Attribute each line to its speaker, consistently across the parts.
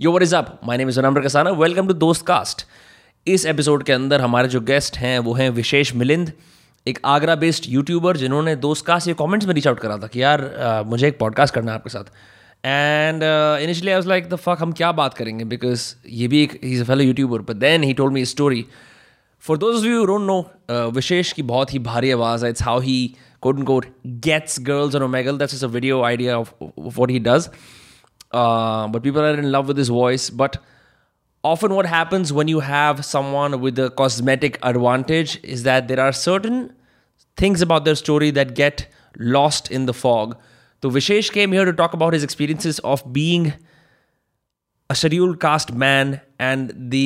Speaker 1: Yo what is up my name is Anamra Kasana welcome to दोस्त cast इस episode के अंदर हमारे जो गेस्ट हैं वो हैं विशेष मिलिंद एक आगरा बेस्ड यूट्यूबर जिन्होंने दोस्त कास्ट ये कमेंट्स में रीच आउट करा था कि यार अ, मुझे एक पॉडकास्ट करना है आपके साथ and initially I was like the fuck हम क्या बात करेंगे बिकॉज ये भी एक ही fellow YouTuber but then he told me story for those of you don't know Vishesh की बहुत ही भारी आवाज़ है it's how he quote and quote gets girls on Omegle that's is a video idea of what he does but people are in love with this voice but often what happens when you have someone with a cosmetic advantage is that there are certain things about their story that get lost in the fog. So Vishesh came here to talk about his experiences of being a scheduled caste man and the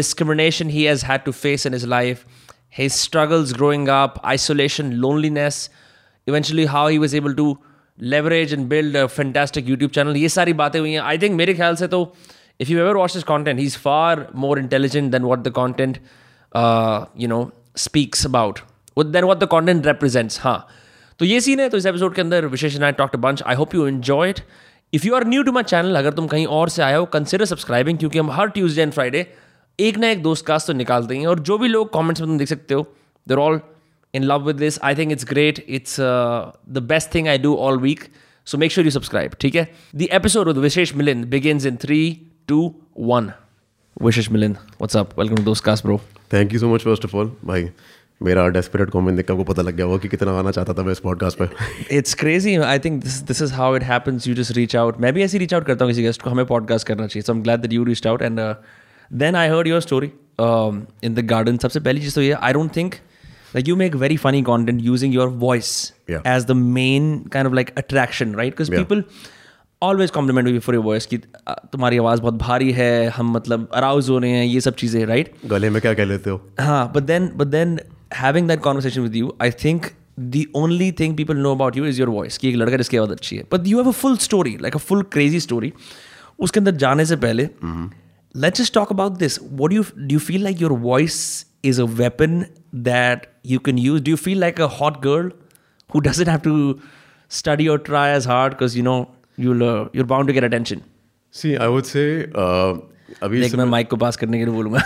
Speaker 1: discrimination he has had to face in his life, his struggles growing up, isolation, loneliness, eventually how he was able to leverage and build a fantastic YouTube channel. ये सारी बातें हुई हैं I think मेरे ख्याल से तो if you've ever watched his content, he's far more intelligent than what the content, uh, you know, speaks about, with- than what the content represents. Huh? तो ये सीन है तो इस एपिसोड के अंदर Vishesh and I talked bunch I hope you enjoy it if you are new to my channel अगर तुम कहीं और से आए हो कंसिडर सब्सक्राइबिंग क्योंकि हम हर ट्यूसडे एंड फ्राइडे एक ना एक दोस्त कास्ट तो निकालते हैं और जो भी लोग कमेंट्स में तुम देख सकते हो there all in love with this I think it's great it's the best thing I do all week so make sure you subscribe ठीक है the episode with Vishesh Milind begins in three two one Vishesh Milind what's up welcome to दोस्त cast bro
Speaker 2: thank you so much first of all भाई मेरा desperate comment देख के आपको पता लग गया होगा कि कितना आना चाहता था मैं इस पॉडकास्ट पे
Speaker 1: it's crazy I think this this is how it happens you just reach out मैं भी ऐसे रीच आउट करता हूँ किसी गेस्ट को हमें पॉडकास्ट करना चाहिए so am glad that you reach out and then I heard your story in the garden सबसे पहली चीज़ तो ये I don't think like you make very funny content using your voice
Speaker 2: Yeah.
Speaker 1: As the main kind of like attraction right because
Speaker 2: Yeah.
Speaker 1: People always compliment you for your voice कि uh, तुम्हारी आवाज़ बहुत भारी है हम मतलब arouse हो रहे हैं ये सब चीज़ें राइट
Speaker 2: गले में क्या कह लेते हो
Speaker 1: हाँ but then but then having that conversation with you i think the only thing people know about you is your voice कि एक लड़का जिसकी आवाज़ अच्छी है but you have a full story like a full crazy story उसके अंदर जाने से पहले let's just talk about this what do you do you feel like your voice is a weapon that you can use do you feel like a hot girl who doesn't have to study or try as hard because you know you'll uh, you're bound to get attention
Speaker 2: see I would say uh, अभी इस
Speaker 1: देख मैं mic को पास करने के लिए बोलूंगा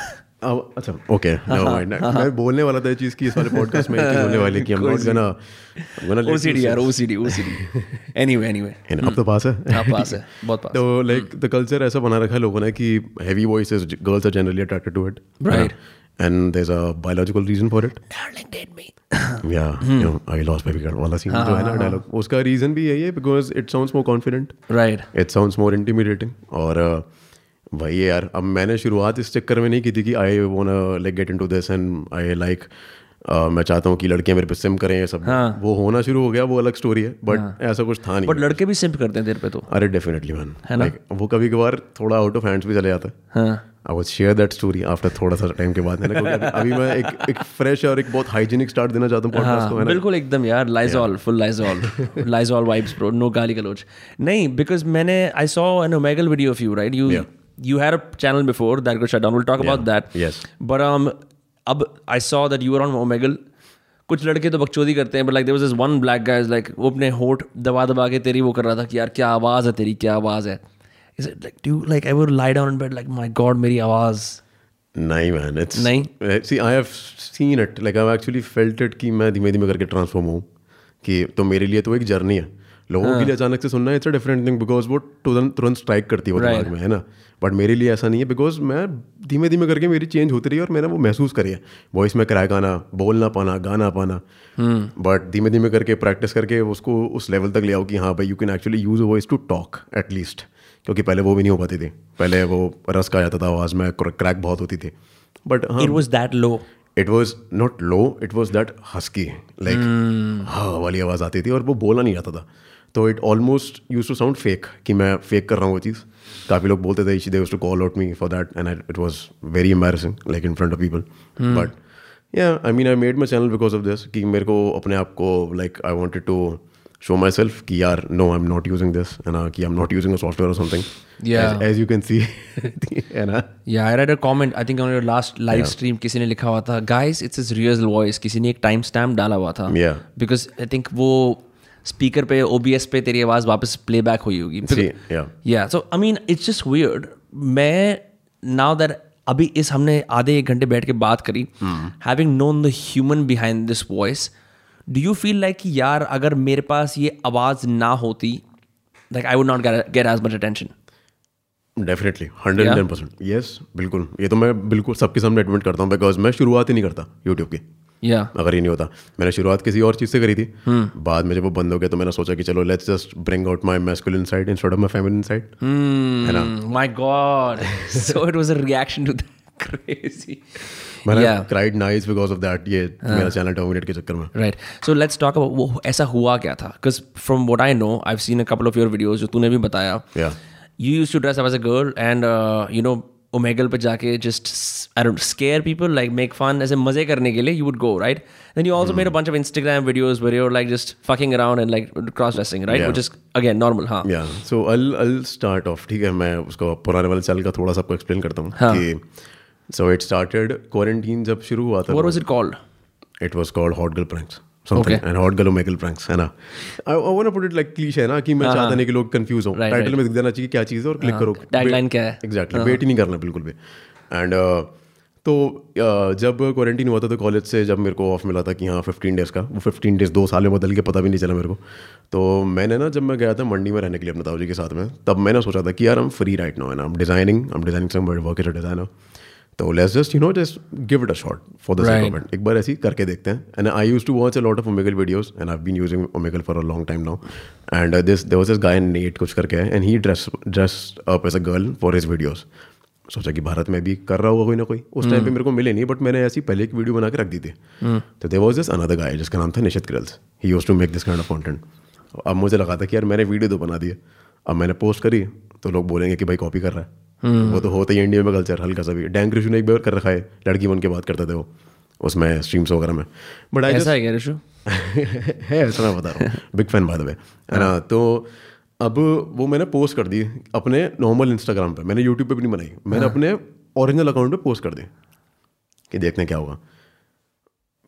Speaker 2: अब- अच्छा ओके
Speaker 1: हाँ,
Speaker 2: मैं बोलने वाला था ये चीज़ की इस वाले पॉडकास्ट में ये चीज़ होने वाली है कि I'm not gonna- I'm gonna let
Speaker 1: OCD
Speaker 2: you-
Speaker 1: यार OCD OCD anyway anyway
Speaker 2: है ना, अब तो पास है
Speaker 1: हाँ पास है बहुत पास हम्म।
Speaker 2: तो लाइक द कल्चर ऐसा बना रखा है लोगों ने कि heavy voice girls are generally attracted to it
Speaker 1: Right.
Speaker 2: And there is a biological reason for it
Speaker 1: darling date me
Speaker 2: या
Speaker 1: Hmm.
Speaker 2: I lost baby girl वाला
Speaker 1: हाँ,
Speaker 2: सीन जो है ना डायलॉग उसका रीजन भी यही है because it sounds more confident
Speaker 1: right
Speaker 2: it sounds more intimidating और uh, वही है यार अब मैंने शुरुआत इस चक्कर में नहीं की थी कि I vote like get in to this and I like uh, मैं चाहता हूँ कि लड़कियां मेरे पे सिम करें ये सब
Speaker 1: हाँ।
Speaker 2: वो होना शुरू हो गया वो अलग स्टोरी है बट ऐसा कुछ था
Speaker 1: बट
Speaker 2: नहीं
Speaker 1: लड़के भी सिंप करते हैं तेरे पे तो
Speaker 2: अरे डेफिनेटली मैन
Speaker 1: है ना?
Speaker 2: लाइक वो कभी कभार थोड़ा आउट ऑफ हैंड्स भी चले जाता है
Speaker 1: हाँ
Speaker 2: I was share that story after थोड़ा सा टाइम के बाद है ना क्योंकि अभी- अभी मैं एक एक फ्रेश और एक बहुत हाइजीनिक स्टार्ट देना चाहता हूँ पॉडकास्ट को है
Speaker 1: हाँ
Speaker 2: ना
Speaker 1: बिल्कुल एकदम यार Lysol full Lysol Lysol vibes bro no गाली गलोच नहीं बिकॉज मैंने I saw an Omegle video of you right you
Speaker 2: Yeah.
Speaker 1: You had a channel before that good shut down will talk about that
Speaker 2: yes.
Speaker 1: But um अब I saw that you are on Omegle कुछ लड़के तो बकचोदी करते हैं but like there was is one black guys like वो अपने होठ दबा दबा के तेरी वो कर रहा था कि यार क्या आवाज़ है तेरी क्या आवाज़ है is it like do like I would lie down bed like my god मेरी आवाज़
Speaker 2: नहीं मैन इट्स
Speaker 1: नहीं?
Speaker 2: See I have seen it like I actually felt it कि मैं धीमे धीमे करके ट्रांसफॉर्म हूँ कि तो मेरे लिए तो एक जर्नी है लोगों के लिए अचानक से सुनना it's a different thing because वो तुरंत तुरंत स्ट्राइक करती है वो दिमाग में है ना बट मेरे लिए ऐसा नहीं है बिकॉज मैं धीमे धीमे करके मेरी चेंज होती रही है और मैंने वो महसूस करी है वॉइस में क्रैक आना बोल ना पाना गाना पाना बट धीमे धीमे करके प्रैक्टिस करके उसको उस लेवल तक ले आओ कि हाँ भाई you can actually use a voice to talk at least क्योंकि पहले वो भी नहीं हो पाती थी पहले वो रस का जाता था आवाज़ में क्रैक बहुत होती थी बट हाँ
Speaker 1: it was that low
Speaker 2: it was not low it was that husky like हाँ वाली आवाज़ आती थी और वो बोला नहीं जाता था तो it almost use to sound fake कि मैं फेक कर रहा हूँ वो चीज़ काफ़ी लोग बोलते थे they to call out me for that and it was very embarrassing like in front of people but या I mean I made my channel because of this कि मेरे को अपने आप को like I wanted to show myself कि यार no I am not using this है ना कि I am not using a software और
Speaker 1: Yeah.
Speaker 2: Something as you can see है ना
Speaker 1: या I read a comment I think on your last live stream किसी ने लिखा हुआ था guys it's is real voice किसी ने एक टाइम स्टैम्प डाला हुआ था
Speaker 2: Yeah.
Speaker 1: बिकॉज आई थिंक वो स्पीकर पे ओबीएस पे तेरी आवाज वापस प्लेबैक हुई होगी
Speaker 2: See, yeah.
Speaker 1: या so I mean it's just weird मैं नाउ दैट अभी इस हमने आधे एक घंटे बैठ के बात करी
Speaker 2: Hmm.
Speaker 1: Having known the human behind this voice do you feel like कि यार अगर मेरे पास ये आवाज़ ना होती like I would not get as much attention
Speaker 2: definitely hundred and ten percent yes बिल्कुल ये तो मैं बिल्कुल सबके सामने एडमिट करता हूँ बिकॉज मैं शुरुआत ही नहीं करता यूट्यूब की
Speaker 1: या
Speaker 2: अगर ये नहीं होता मैंने शुरुआत किसी और चीज़ से करी थी बाद में जब वो बंद हो गया तो मैंने सोचा कि चलो let's just bring out my masculine side instead of my feminine side है ना
Speaker 1: my god so it was a reaction to that crazy
Speaker 2: मैंने
Speaker 1: या
Speaker 2: cried nice because of that ये मेरा चैनल डोमिनेट के चक्कर में
Speaker 1: right so let's talk about वो ऐसा हुआ क्या था because from what I know I have seen a couple of your videos जो तूने भी बताया
Speaker 2: या
Speaker 1: you used to dress up as a girl and uh, you know omegle pe jaake just i don't scare people like make fun as a maze karne ke liye you would go right then you also made a bunch of instagram videos where you're like just fucking around and like cross dressing right
Speaker 2: Yeah.
Speaker 1: which is again normal huh
Speaker 2: या so all all start off ठीक है मैं उसको पुराने वाले channel का थोड़ा सा आपको एक्सप्लेन करता हूँ कि सो इट स्टार्टेड क्वारंटीन जब शुरू हुआ था
Speaker 1: what was it called
Speaker 2: it was called hot girl pranks something
Speaker 1: Okay.
Speaker 2: and hot girl omega pranks है ना I, I want to put it like cliche है ना कि मैं चाहता नहीं कि लोग confuse हों
Speaker 1: हाँ, Right,
Speaker 2: टाइटल
Speaker 1: right. हाँ,
Speaker 2: में दिख जाना चाहिए कि क्या चीज़ है और क्लिक करो
Speaker 1: Tagline क्या है? हाँ.
Speaker 2: एग्जैक्टली वेट ही नहीं करना बिल्कुल भी एंड तो uh, जब क्वारंटीन हुआ था तो कॉलेज से जब मेरे को ऑफ मिला था कि हाँ फिफ्टीन डेज़ का वो फिफ्टीन डेज़ दो साल में बदल के पता भी नहीं चला मेरे को तो मैंने ना जब मैं गया था मंडी में रहने के लिए अपने ताऊजी के साथ में तब मैंने सोचा था कि यार हम फ्री राइट नाउ है ना डिजाइनिंग हम designing some work is a designer तो let's just you know just give it a shot for the sake
Speaker 1: Right.
Speaker 2: Of it एक बार ऐसी करके देखते हैं and I use to watch a lot of Omegle videos and I been using Omegle for a long time now and this there was this guy Nate कुछ करके है and he dress dress up as a girl for his videos सोचा कि भारत में भी कर रहा होगा कोई ना कोई उस टाइम पे मेरे को मिले नहीं बट मैंने ऐसी पहले एक वीडियो बना के रख दी थी तो there was this another guy जिसका नाम था निशित किरल्स he use to make this kind of content अब मुझे लगा था कि यार मैंने वीडियो तो बना दी है अब मैंने पोस्ट करी तो लोग बोलेंगे कि भाई कॉपी कर रहा है वो तो होता ही है इंडिया में कल्चर हल्का सा भी डैंग कृष्ण ने एक बार कर रखा है लड़की बन के बात करते थे वो उसमें स्ट्रीम्स वगैरह में बट आई
Speaker 1: ऐसा है क्या रिशु
Speaker 2: है ऐसा मैं बता रहा हूँ big fan by the way है ना तो अब वो मैंने पोस्ट कर दी अपने नॉर्मल इंस्टाग्राम पे मैंने यूट्यूब पे भी नहीं बनाई मैंने अपने ओरिजिनल अकाउंट पे पोस्ट कर दी कि देखते हैं क्या होगा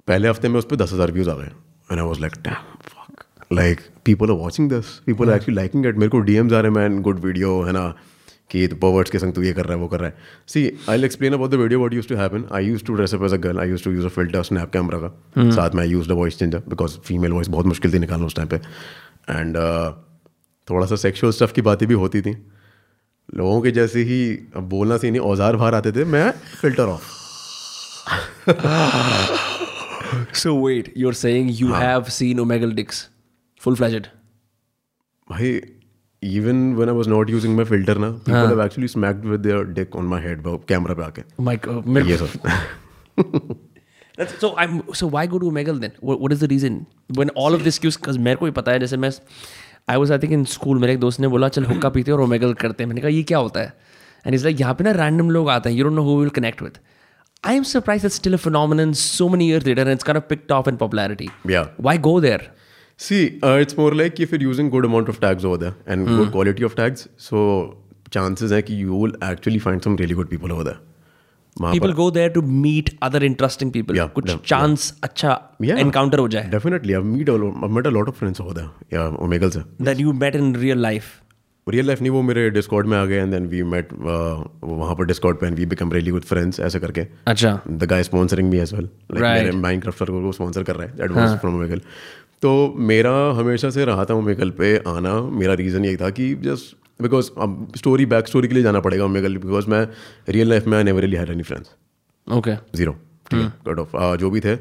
Speaker 2: पहले हफ्ते में उस पर दस हज़ार व्यूज़ आ गए and I was like fuck like people are watching this people are actually liking it मेरे को डीएम्स आ रहे हैं मैन गुड वीडियो है ना कि तो पवर्ट्स के संग तू ये कर रहा है वो कर रहा है see I explain about the video what use to happen I use to dress up as a girl I use to use a filter snap camera का साथ में I use the voice changer because female voice बहुत मुश्किल थी निकालना उस time पे and थोड़ा सा सेक्शुअल स्टफ की बातें भी होती थी लोगों के जैसे ही अब बोलना से ही नहीं औजार बाहर आते थे मैं filter off
Speaker 1: so wait you're saying you have seen omegle dicks full fledged
Speaker 2: भाई even when i was not using my filter ना people have actually smacked with their dick on my head वो camera पे आके
Speaker 1: my god mir-
Speaker 2: ये सब
Speaker 1: That's, so I'm so why go to Omegle then? What, what is the reason when all of this gives? Because मेरे को भी पता है जैसे मैं I was I think in school मेरे एक दोस्त ने बोला चल हुक्का पीते हैं और ओमेगल करते हैं मैंने कहा ये क्या होता है एंड इज लाइक यहाँ पे ना रैंडम लोग आते हैं you don't know who will connect with I am surprise that still a phenomenon so many years later and it's kind of picked off in popularity
Speaker 2: Yeah.
Speaker 1: Why go there
Speaker 2: see it's more like if you're using good amount of tags over there and good quality of tags so chances हैं कि you will actually find some really good people over there वहाँ
Speaker 1: people go there to meet other interesting people
Speaker 2: हाँ, Yeah,
Speaker 1: कुछ
Speaker 2: yeah,
Speaker 1: chance अच्छा
Speaker 2: Yeah.
Speaker 1: Encounter हो जाए
Speaker 2: definitely I meet I met a lot of friends over there या Omegle से
Speaker 1: that you met in real life
Speaker 2: real life नहीं वो मेरे डिस्कॉर्ड में आ गए and then we met uh, वहाँ पर डिस्कॉर्ड पे and we become really good friends ऐसे करके
Speaker 1: अच्छा
Speaker 2: the guy sponsoring me as well
Speaker 1: Right.
Speaker 2: Like Minecrafter को स्पॉन्सर कर रहा है दैट वाज फ्रॉम ओमेगल तो मेरा हमेशा से रहा था ओमेगल पे आना मेरा रीज़न यही था कि जस्ट बिकॉज अब स्टोरी बैक स्टोरी के लिए जाना पड़ेगा ओमेगल बिकॉज मैं रियल लाइफ में I never really had any friends
Speaker 1: okay
Speaker 2: zero cut off जो भी थे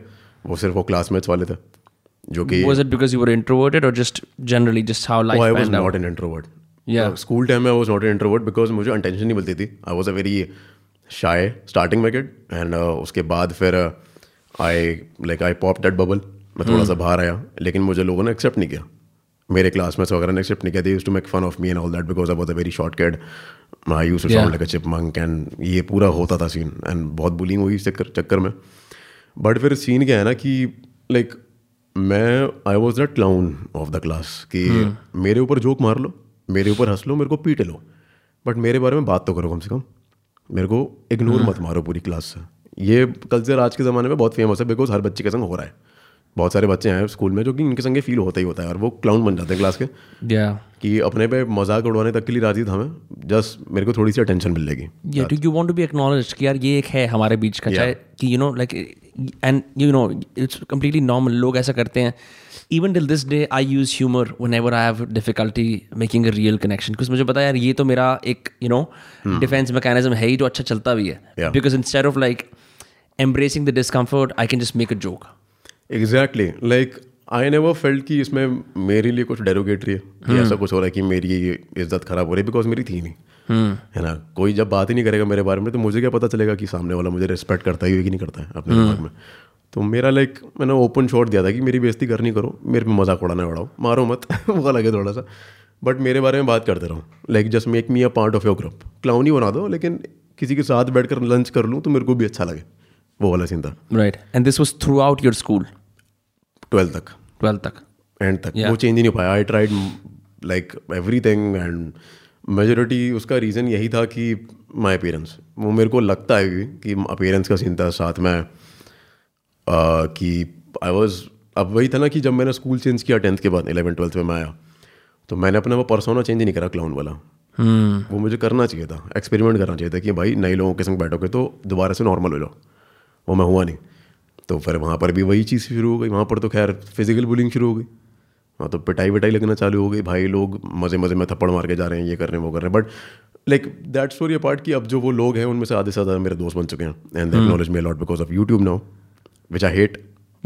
Speaker 2: वो सिर्फ वो क्लासमेट्स वाले थे जो कि
Speaker 1: was it because you were introverted or just generally just how life
Speaker 2: I was
Speaker 1: panned out?
Speaker 2: Not an introvert
Speaker 1: Yeah.
Speaker 2: School time में I was not an introvert because मुझे अटेंशन नहीं मिलती थी I was a very shy starting में kid and uh, उसके बाद फिर uh, I like I pop that bubble मैं थोड़ा सा बाहर आया लेकिन मुझे लोगों ने एक्सेप्ट नहीं किया मेरे क्लासमेट्स वगैरह ने एक्सेप्ट नहीं किया use to make fun of me and all that because I was a very short kid I use to
Speaker 1: Yeah.
Speaker 2: Sound like a chipmunk and ये पूरा होता था सीन एंड बहुत बुलिंग हुई इस चक्कर चक्कर में बट फिर सीन क्या है ना कि लाइक मैं I was the clown of the class कि मेरे ऊपर जोक मार लो मेरे ऊपर हंस लो मेरे को पीट लो बट मेरे बारे में बात तो करो कम से कम मेरे को इग्नोर मत मारो पूरी क्लास से ये कल्चर आज के ज़माने में बहुत फेमस है बिकॉज हर बच्चे के संग हो रहा है बहुत सारे बच्चे हैं स्कूल में जो कि इनके संगे फील होता ही होता है और वो क्लाउन बन जाते हैं क्लास के
Speaker 1: yeah
Speaker 2: कि अपने पे मजाक उड़वाने तक के लिए राजी था मैं जस्ट मेरे को थोड़ी सी अटेंशन मिल लेगी
Speaker 1: या do you want to be acknowledge कि यार ये एक है हमारे बीच का चाहे कि you know like and you know it's completely normal लोग ऐसा करते हैं even till this day I use humour whenever I have difficulty making a real connection because मुझे पता है यार ये तो मेरा एक यू नो डिफेंस मैकेनिज्म है ही जो अच्छा चलता भी है
Speaker 2: Yeah.
Speaker 1: Because instead of like embracing the discomfort I can just make a joke
Speaker 2: exactly like I never felt कि इसमें मेरे लिए कुछ डेरोगेटरी है कि ऐसा कुछ हो रहा है कि मेरी ये इज्जत खराब हो रही है बिकॉज मेरी थी नहीं है ना कोई जब बात ही नहीं करेगा मेरे बारे में तो मुझे क्या पता चलेगा कि सामने वाला मुझे रिस्पेक्ट करता ही है कि नहीं करता है अपने दिमाग में तो मेरा लाइक मैंने ओपन छोड़ दिया था कि मेरी बेइज्जती करनी करो मेरे पे मजाक उड़ाना उड़ाओ मारो मत वो अलग है थोड़ा सा बट मेरे बारे में बात करते रहो like just make me a part of your group clown ही बना दो लेकिन किसी के साथ बैठ कर लंच कर लूँ तो मेरे को भी अच्छा लगे वो वाला सीन था
Speaker 1: right and this was throughout your school
Speaker 2: twelfth तक
Speaker 1: ट्वेल्थ तक
Speaker 2: एंड तक
Speaker 1: Yeah.
Speaker 2: वो चेंज ही नहीं पाया I tried like everything and majority उसका रीज़न यही था कि माई पेरेंट्स वो मेरे को लगता है भी कि पेरेंट्स का सीन था साथ में uh, कि आई वॉज अब वही था ना कि जब मैंने स्कूल चेंज किया टेंथ के बाद इलेवन ट्वेल्थ में मैं आया तो मैंने अपना वो परसोना चेंज ही नहीं करा क्लाउन वाला वो मुझे करना चाहिए था एक्सपेरिमेंट करना चाहिए था कि भाई नए लोगों के संग बैठोगे तो दोबारा से नॉर्मल हो जाओ वो मैं हुआ नहीं तो फिर वहाँ पर भी वही चीज़ शुरू हो गई वहाँ पर तो खैर फिजिकल बुलिंग शुरू हो गई वहाँ तो पिटाई विटाई लगना चालू हो गई भाई लोग मज़े मज़े में थप्पड़ मार के जा रहे हैं ये कर रहे हैं वो कर रहे हैं but like that story apart कि अब जो वो लोग हैं उनमें से आधे से ज़्यादा मेरे दोस्त बन चुके हैं and they knowledge me lot because of YouTube now which I hate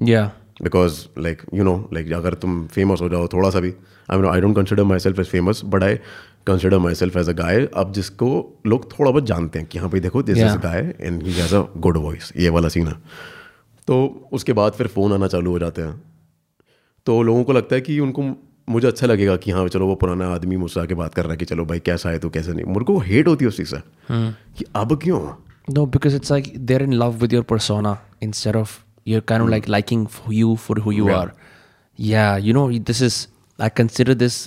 Speaker 1: या
Speaker 2: because like you know like अगर तुम फेमस हो जाओ थोड़ा सा भी I know I don't consider myself as famous but I consider myself as a guy अब जिसको लोग थोड़ा बहुत जानते हैं कि हाँ भाई देखो this is
Speaker 1: Yeah.
Speaker 2: Guy and he has a good voice ये वाला सीन है तो उसके बाद फिर फ़ोन आना चालू हो जाते हैं तो लोगों को लगता है कि उनको मुझे अच्छा लगेगा कि हाँ चलो वो पुराना आदमी मुझसे आके बात कर रहा है कि चलो भाई कैसा है तो कैसा नहीं मुझे को हेट होती है उस चीज़ से कि अब क्यों
Speaker 1: No, because it's like they're in love with your persona instead of you're kind of like liking f- you for who you
Speaker 2: Yeah.
Speaker 1: are. Yeah, you know, this is I consider this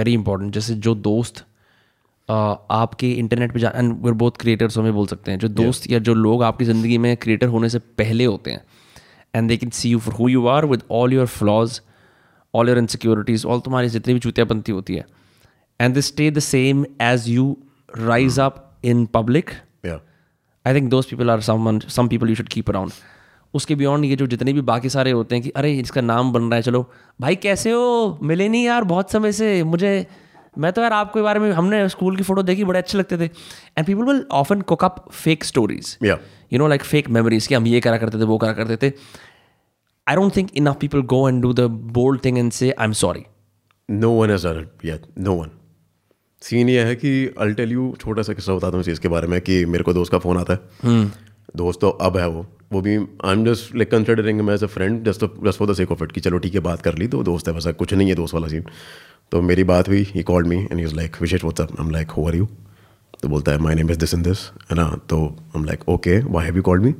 Speaker 1: very important. जैसे जो दोस्त uh, आपके internet पे जा and we're both creators हमें बोल सकते हैं जो दोस्त या जो लोग आपकी ज़िंदगी में क्रिएटर होने से पहले होते हैं and they can see you for who you are with all your flaws all your insecurities all तुम्हारी जितनी भी चूतियापंती होती है and they stay the same as you rise up in public
Speaker 2: या
Speaker 1: I think those people are summon some people you should keep around उसके beyond ये जो जितने भी बाकी सारे होते हैं कि अरे इसका नाम बन रहा है चलो भाई कैसे हो मिले नहीं यार बहुत समय से मुझे मैं तो यार आपके बारे में हमने स्कूल की फोटो देखी बड़े अच्छे लगते थे and people will often cook up fake stories
Speaker 2: या
Speaker 1: you know like fake memories कि हम ये करा करते थे वो करा करते थे I don't think enough people go and do the bold thing and say I am sorry
Speaker 2: no one has done yet no one scene ये है कि आई टेल यू छोटा सा किस्सा बताता हूँ इस चीज़ के बारे में कि मेरे को दोस्त का फ़ोन आता है दोस्त तो अब है वो वो भी I am just like considering as a friend just just for the sake of it कि चलो ठीक है बात कर ली तो दोस्त है वैसा कुछ नहीं है दोस्त वाला सीन तो मेरी बात हुई he called me and is like Vishesh WhatsApp I am like who are you तो बोलता है my name is this in this है ना तो I am like okay why have you called me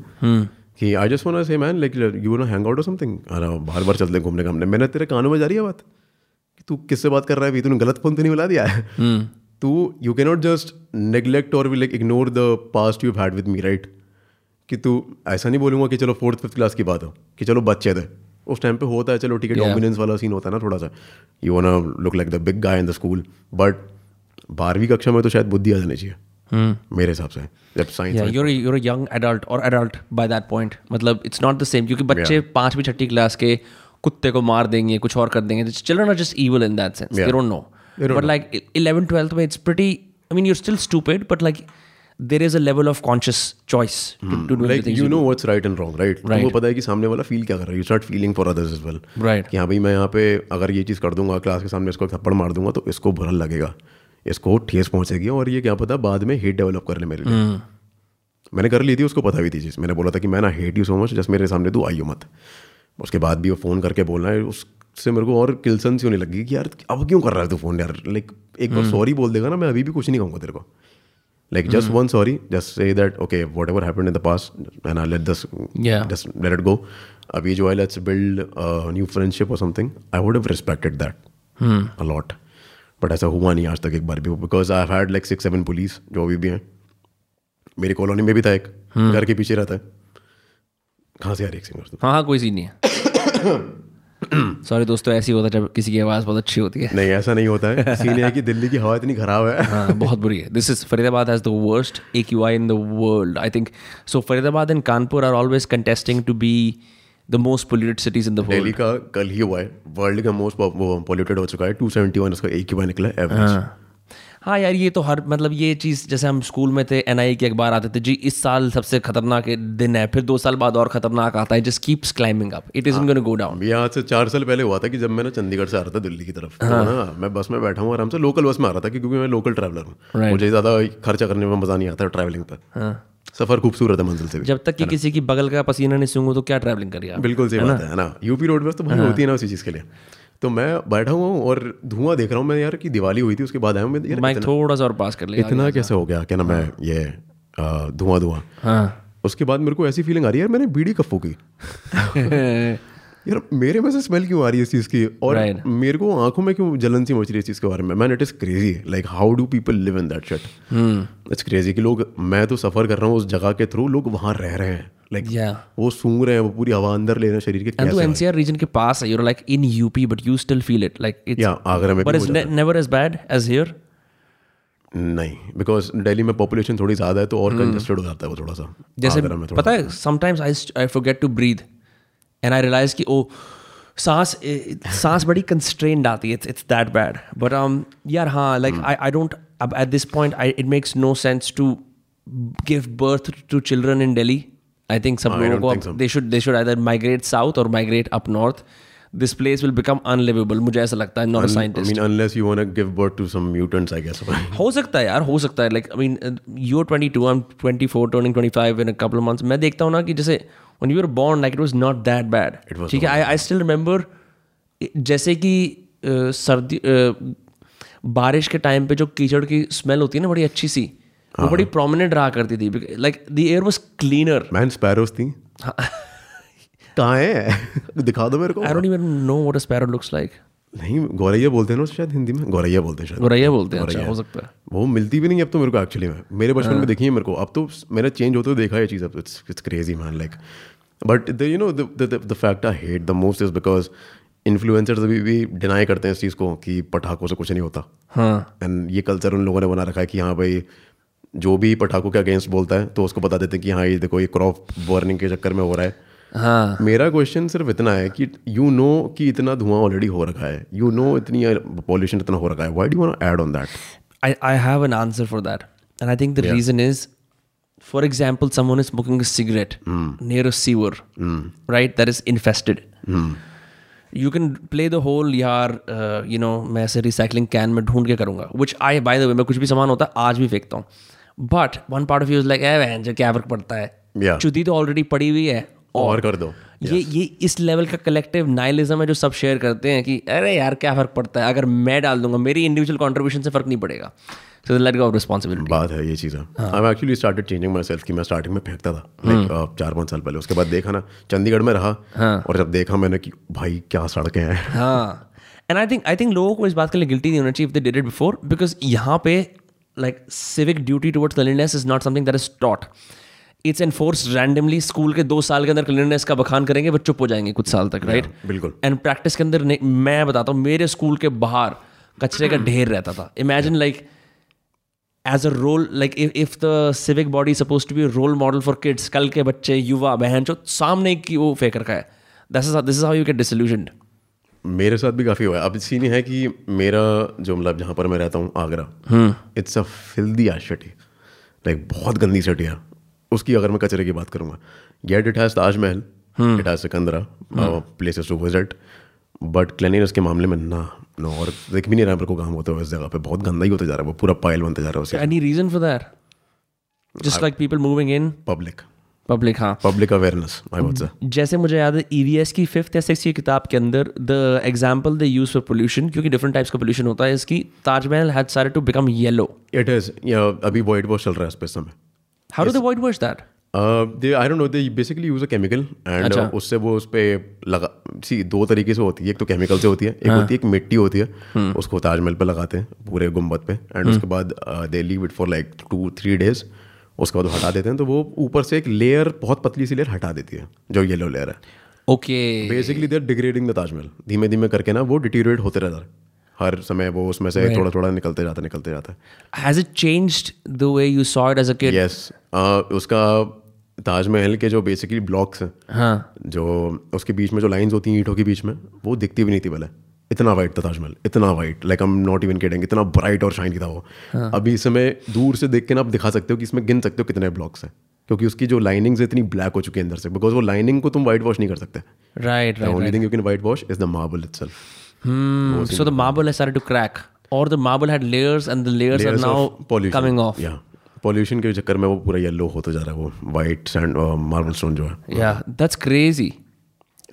Speaker 2: कि I just want to say man like you know hang out और something अरे बार बार चलते हैं घूमने का हमने मैंने तेरे कानों में जा रही है बात कि तू किससे बात कर रहा है अभी तूने गलत फोन तो नहीं मिला दिया है तू you can not just neglect और like ignore the past you had with me right कि तू ऐसा नहीं बोलूंगा कि चलो फोर्थ फिफ्थ क्लास की बात हो कि चलो बच्चे थे उस टाइम पे होता है चलो ठीक है
Speaker 1: Yeah.
Speaker 2: डोमिनेंस वाला सीन होता है ना थोड़ा सा you wanna look like the big guy in the school but बारहवीं कक्षा में तो शायद बुद्धि आ जानी चाहिए मेरे हिसाब से जब
Speaker 1: या
Speaker 2: science
Speaker 1: you're a- you're a young adult or adult by that point मतलब इट्स नॉट द सेम क्योंकि बच्चे पांचवी छठी क्लास के कुत्ते को मार देंगे कुछ और कर देंगे children are just evil in that sense they
Speaker 2: Yeah.
Speaker 1: Don't know but like 11 twelfth में it's pretty I mean you're still stupid but like there is a level of conscious choice
Speaker 2: Hmm.
Speaker 1: To do
Speaker 2: like you know what's right and wrong right
Speaker 1: Right.
Speaker 2: तुमको तो पता है कि सामने वाला feel क्या कर रहा है you start feeling for others as well
Speaker 1: right
Speaker 2: कि हाँ भाई मैं यहाँ पे अगर ये चीज़ कर दूंगा क्लास के सामने इसको एक थप्पड़ मार दूंगा तो इसको बुरा लगेगा इसको ठेस पहुंचेगी और ये क्या पता बाद में हेट डेवलप कर ले मेरे लिए मैंने कर ली थी उसको पता भी थी चीज़ मैंने बोला था कि मैं ना hate you so much just मेरे सामने तू आई हो मत उसके बाद भी वो फ़ोन करके बोलना है उससे मेरे को और किलसन सी होने लगी कि यार अब क्यों कर रहा है तू फ़ोन यार लाइक एक बार सॉरी बोल देगा ना मैं अभी भी कुछ नहीं कहूँगा तेरे को like just one sorry just say that okay whatever happen in the past and I let this
Speaker 1: Yeah.
Speaker 2: just let it go. अभी जो है let's build a new friendship or something. I would have respected that a lot. But ऐसा हुआ नहीं आज तक एक बार भी because I've had like six seven police जो अभी भी हैं मेरी कॉलोनी में भी था एक घर के पीछे रहता है कहाँ से आ रही है एक सिंगर
Speaker 1: हाँ हाँ कोई सीन नहीं है सॉरी दोस्तों ऐसी होता है जब किसी की आवाज़ बहुत अच्छी होती है
Speaker 2: नहीं ऐसा नहीं होता है सीन ये है कि दिल्ली की हवा इतनी खराब है
Speaker 1: हाँ, बहुत बुरी है this is Faridabad has the worst A Q I in the world I think so Faridabad and Kanpur are always contesting to be the most polluted cities in the
Speaker 2: Delhi
Speaker 1: world
Speaker 2: का कल ही हुआ है वर्ल्ड का मोस्ट पॉल्यूटेड हो चुका है 271 उसका एक ही बार निकला है एवरेज
Speaker 1: हाँ यार ये तो हर मतलब ये चीज़ जैसे हम स्कूल में थे एन के अखबार आते थे जी इस साल सबसे खतरनाक दिन है फिर दो साल बाद और खतरनाक आता है just keeps climbing up it is gone go down
Speaker 2: अभी यहाँ से चार साल पहले हुआ था कि जब मैं ना चंडीगढ़ से आ रहा था दिल्ली की तरफ तो ना मैं बस में बैठा हूँ आराम से लोकल बस में आ रहा था कि क्योंकि मैं लोकल ट्रैवलर हूँ
Speaker 1: Right.
Speaker 2: मुझे ज़्यादा खर्चा करने में मज़ा नहीं आता ट्रैवलिंग पर
Speaker 1: हाँ
Speaker 2: सफ़र खूबसूरत है मंजिल से भी
Speaker 1: जब तक कि किसी की बगल का पसीना नहीं सूंघो तो क्या ट्रैवलिंग करिए आप
Speaker 2: बिल्कुल सही बात है ना यूपी रोड बस तो भाई होती है ना उसी चीज़ के लिए तो मैं बैठा हुआ हूँ और धुआं देख रहा हूँ मैं यार कि दिवाली हुई थी उसके बाद आया हूँ मैं यार
Speaker 1: माइक थोड़ा सा और पास कर लिया
Speaker 2: इतना कैसे हो गया क्या नाम है ये आ, धुआं धुआं
Speaker 1: हाँ
Speaker 2: उसके बाद मेरे को ऐसी फीलिंग आ रही है यार मैंने बीड़ी कब फूकी यार मेरे में से स्मेल क्यों आ रही है इस चीज़ की और
Speaker 1: Right.
Speaker 2: मेरे को आंखों में क्यों जलन सी मच रही है इस चीज़ के बारे में man it is crazy like how do people live in that
Speaker 1: Hmm.
Speaker 2: Shit it's crazy कि लोग मैं तो सफ़र कर रहा हूँ उस जगह के थ्रू लोग वहाँ रह रहे हैं लाइक
Speaker 1: या
Speaker 2: वो सूंघ रहे हैं वो पूरी हवा अंदर ले रहे हैं शरीर के
Speaker 1: एंड तू
Speaker 2: कैसे
Speaker 1: एनसीआर रीजन के पास है you like in UP but you still feel it like
Speaker 2: या
Speaker 1: इट्स
Speaker 2: आगरा में
Speaker 1: बट
Speaker 2: भी
Speaker 1: it's never as bad as here
Speaker 2: मुझे- नहीं बिकॉज दिल्ली में पॉपुलेशन थोड़ी ज़्यादा है तो और कंजस्टेड हो जाता है वो थोड़ा सा
Speaker 1: Hmm. जैसे
Speaker 2: आगरा में थोड़ा
Speaker 1: पता है sometimes I I forget to breathe and I realise कि ओ सांस ए- सांस बड़ी कंस्ट्रेंड आती है it's that bad but um, यार हाँ like
Speaker 2: Hmm.
Speaker 1: I I don't अब at this point I it makes no sense to give birth to children in Delhi I think सब लोगों को अब they should they should either migrate south or migrate up north this place will become unlivable मुझे ऐसा लगता है not a
Speaker 2: I
Speaker 1: scientist
Speaker 2: mean, unless you want to give birth to some mutants, I guess.
Speaker 1: हो सकता है यार हो सकता है like I mean you are twenty two I am twenty four turning twenty five in couple months मैं देखता हूँ ना कि जैसे when you are born like it was not that
Speaker 2: It
Speaker 1: bad
Speaker 2: was
Speaker 1: ठीक है आई आई स्टिल रिमेंबर जैसे कि अ, सर्दी अ, बारिश के टाइम पे जो कीचड़ की स्मेल होती है ना बड़ी अच्छी सी
Speaker 2: हाँ।
Speaker 1: वो बड़ी प्रोमिनेंट रहा करती थी like the air was cleaner
Speaker 2: Man, sparrows थी कहाँ है दिखा दो मेरे को
Speaker 1: I don't even know what a sparrow looks like
Speaker 2: नहीं गौरैया बोलते हैं ना उसे शायद हिंदी में गौरैया बोलते हैं शायद
Speaker 1: गोरैया बोलते हैं अच्छा हो सकता है
Speaker 2: वो मिलती भी नहीं है अब तो मेरे को एक्चुअली में मेरे बचपन में देखी है मेरे को अब तो मैंने चेंज होते हुए देखा है ये चीज़ अब it's it's crazy man like but the you know the fact I hate the most is because influencers अभी भी डिनाई करते हैं इस चीज़ को कि पटाखों से कुछ नहीं होता
Speaker 1: हाँ
Speaker 2: एंड ये कल्चर उन लोगों ने बना रखा है कि हाँ भाई जो भी पटाखों के अगेंस्ट बोलता है तो उसको बता देते हैं कि हाँ ये देखो ये क्रॉप बर्निंग के चक्कर में हो रहा है
Speaker 1: हाँ
Speaker 2: मेरा क्वेश्चन सिर्फ इतना है कि यू नो कि इतना धुआं ऑलरेडी हो रखा है यू नो इतनी पॉल्यूशन इतना हो रखा है why do want add on that
Speaker 1: I, I have an answer for that. And I think the reason is, for example, someone is smoking a cigarette near a sewer, right? That is infested. You can play the whole यार uh, you know मैं ऐसे recycling can में ढूंढ के करूंगा which I by the way मैं कुछ भी सामान होता है आज भी फेंकता हूँ but one part of you is like eh बहन जो क्या फर्क पड़ता है
Speaker 2: Yeah.
Speaker 1: चुदी तो ऑलरेडी पड़ी हुई है
Speaker 2: और कर दो
Speaker 1: ये ये इस लेवल का कलेक्टिव नाइलिज्म है जो सब शेयर करते हैं कि अरे यार क्या फर्क पड़ता है अगर मैं डाल दूंगा मेरी इंडिविजुअल कंट्रीब्यूशन से फर्क नहीं पड़ेगा सो लेट गो रिस्पॉन्सिबिलिटी
Speaker 2: बात है ये चीज़ I am actually started changing myself कि मैं स्टार्टिंग में फेंकता था लाइक चार पाँच साल पहले उसके बाद देखा ना चंडीगढ़ में रहा और जब देखा मैंने कि भाई क्या सड़कें हैं
Speaker 1: हाँ and I think I think लोगों को इस बात के लिए गिल्टी नहीं होना चाहिए if they did it before because यहाँ पे like civic duty towards cleanliness is not something that is taught it's enforce randomly school के दो साल के अंदर क्लिननेस का बखान करेंगे बट चुप हो जाएंगे कुछ साल तक राइट
Speaker 2: बिल्कुल।
Speaker 1: एंड प्रैक्टिस के अंदर नहीं- मैं बताता हूँ मेरे स्कूल के बाहर कचरे का ढेर रहता था imagine like as a role like if the civic body suppose to be role model for kids कल के बच्चे युवा बहन जो सामने की वो फेंक रखा है this is this is how you get disillusion
Speaker 2: मेरे साथ भी काफ़ी हुआ है अब सीन ये है कि मेरा जो मतलब जहाँ पर मैं रहता हूँ Agra it's a filthy ass city like बहुत गंदी सिटी है उसकी अगर मैं कचरे की बात करूँगा get it has Taj Mahal it has Sikandra uh, places to visit but cleanliness के मामले में ना नो और देख भी नहीं रहा मेरे को काम होते हुए इस जगह पे बहुत गंदा ही होता जा रहा है वो पूरा पायल बनता जा रहा है उसके
Speaker 1: any reason for that just like people moving in
Speaker 2: public
Speaker 1: public हाँ
Speaker 2: पब्लिक अवेयरनेस आई वॉट से
Speaker 1: जैसे मुझे याद है ई की फिफ्थ या सिक्स की किताब के अंदर the example they use for pollution क्योंकि डिफरेंट टाइप्स का पोल्यूशन होता है इसकी ताजमहल हैड सारे to become yellow
Speaker 2: it is अभी वाइट वॉश चल रहा है इस पे इस समय
Speaker 1: how do they white wash that
Speaker 2: they I don't know they basically use a chemical and uh, उससे वो उस पर लगा सी दो तरीके से होती है एक तो केमिकल से होती है एक होती है एक मिट्टी होती है उसको ताजमहल पे लगाते हैं पूरे गुम्बद पे एंड उसके बाद uh, they leave it for like two three days उसके बाद वो हटा देते हैं तो वो ऊपर से एक लेयर बहुत पतली सी लेयर हटा देती है जो येलो लेयर है
Speaker 1: okay
Speaker 2: basically there degrading the Taj Mahal धीमे धीमे करके ना वो डिटीरिएट होते रहता है हर समय वो उसमें से थोड़ा थोड़ा निकलते जाता निकलते जाता है
Speaker 1: has it changed the way you saw it as a kid
Speaker 2: yes uh, उसका ताजमहल के जो बेसिकली ब्लॉक्स हैं
Speaker 1: हां
Speaker 2: जो उसके बीच में जो लाइंस होती हैं ईंटों के बीच में वो दिखती भी नहीं थी पहले इतना वाइट था ताजमहल इतना वाइट लाइक हम नॉट इवन किडिंग इतना ब्राइट और शाइनी था वो
Speaker 1: हाँ।
Speaker 2: अभी इस समय दूर से देख के ना आप दिखा सकते हो कि इसमें गिन सकते हो कितने ब्लॉक्स हैं क्योंकि उसकी जो लाइनिंग्स इतनी ब्लैक हो चुकी है अंदर से बिकॉज वो लाइनिंग को तुम वाइट वॉश नहीं कर सकते
Speaker 1: right
Speaker 2: only thing you can white wash is the marble itself
Speaker 1: right Hmm. so the marble has started to crack or the marble had layers and the layers, are now coming off
Speaker 2: या pollution के चक्कर में वो पूरा yellow होता जा रहा है वो वाइट सैंड मार्बल स्टोन जो है
Speaker 1: yeah that's crazy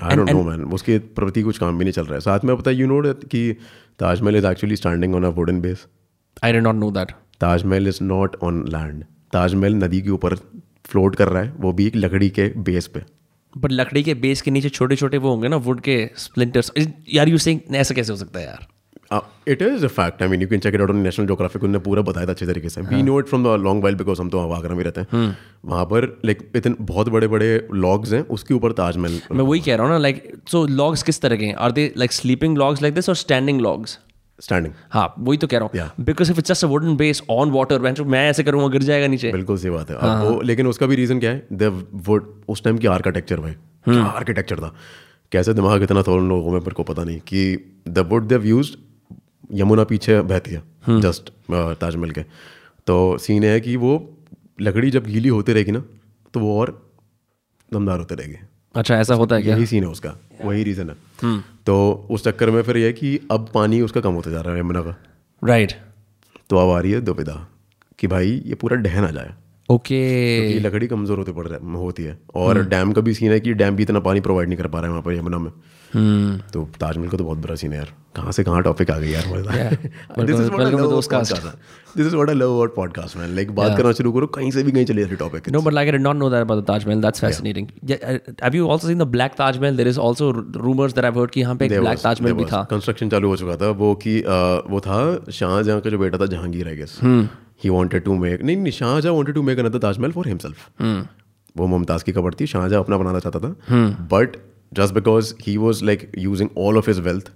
Speaker 2: I don't know man उसके प्रति कुछ काम भी नहीं चल रहा है साथ में पता यू नो कि Taj Mahal is actually standing on a wooden base
Speaker 1: i did not know that
Speaker 2: Taj Mahal is not on land Taj Mahal नदी के ऊपर फ्लोट कर रहा है वो भी एक लकड़ी के बेस पे
Speaker 1: बट लकड़ी के बेस के नीचे छोटे छोटे वो होंगे ना वुड के स्प्लिंटर्स यार यू सेइंग ऐसा कैसे हो सकता है यार
Speaker 2: it is a fact I mean you can check it out on National Geographic उन्होंने पूरा बताया था अच्छे तरीके से we know it from the long while because हम तो वहाँ आगरा में रहते हैं वहाँ पर लाइक इतने बहुत बड़े बड़े लॉग्स हैं उसके ऊपर ताजमहल
Speaker 1: मैं वही कह रहा हूँ ना लाइक सो लॉग्स किस तरह के हैं are they like sleeping logs like this और स्टैंडिंग लॉग्स
Speaker 2: स्टैंडिंग
Speaker 1: हाँ वही तो कह रहा हूँ because if it's just a wooden base on water मैं ऐसे करूंगा गिर जाएगा नीचे
Speaker 2: बिल्कुल सही बात है अब वो लेकिन उसका भी रीजन क्या है द वुड उस टाइम की आर्किटेक्चर भाई क्या आर्किटेक्चर था कैसे दिमाग इतना था उन लोगों में मेरे को पता नहीं कि the wood they use Yamuna पीछे बहती है जस्ट ताजमहल के तो सीन है कि वो लकड़ी जब गीली होती रहेगी ना तो वो और दमदार होते रहेगी
Speaker 1: अच्छा ऐसा होता है क्या
Speaker 2: यही सीन है उसका वही रीज़न है तो उस चक्कर में फिर यह है कि अब पानी उसका कम होता जा रहा है यमुना का
Speaker 1: राइट
Speaker 2: तो अब आ रही है दुविधा कि भाई ये पूरा डहन आ जाए
Speaker 1: ओके
Speaker 2: क्योंकि लकड़ी कमज़ोर होती पड़ रहा होती है और डैम का भी सीन है कि डैम भी इतना पानी प्रोवाइड नहीं कर पा रहा है वहाँ पर यमुना में तो ताजमहल का तो बहुत बुरा सीन है यार कहाँ से कहाँ टॉपिक आ गई यार this is what I love about podcast man like बात करना शुरू करो कहीं से भी कहीं चले जाते topic
Speaker 1: No, but like I did not know that about the Taj Mahal. That's fascinating. Yeah. uh, have you also seen the Black Taj Mahal? There is also r- rumors that I've heard कि यहाँ पे एक Black Taj Mahal भी था.
Speaker 2: Construction चालू हो चुका था वो कि अ, वो था शाहजहाँ का जो बेटा था Jahangir I guess
Speaker 1: hmm.
Speaker 2: He wanted to make नहीं नहीं Shahjahan wanted to make another Taj Mahal for
Speaker 1: hmm.
Speaker 2: Himself वो मुमताज की कबर थी शाहजहाँ अपना बनाना चाहता था but just because he was like using all of his wealth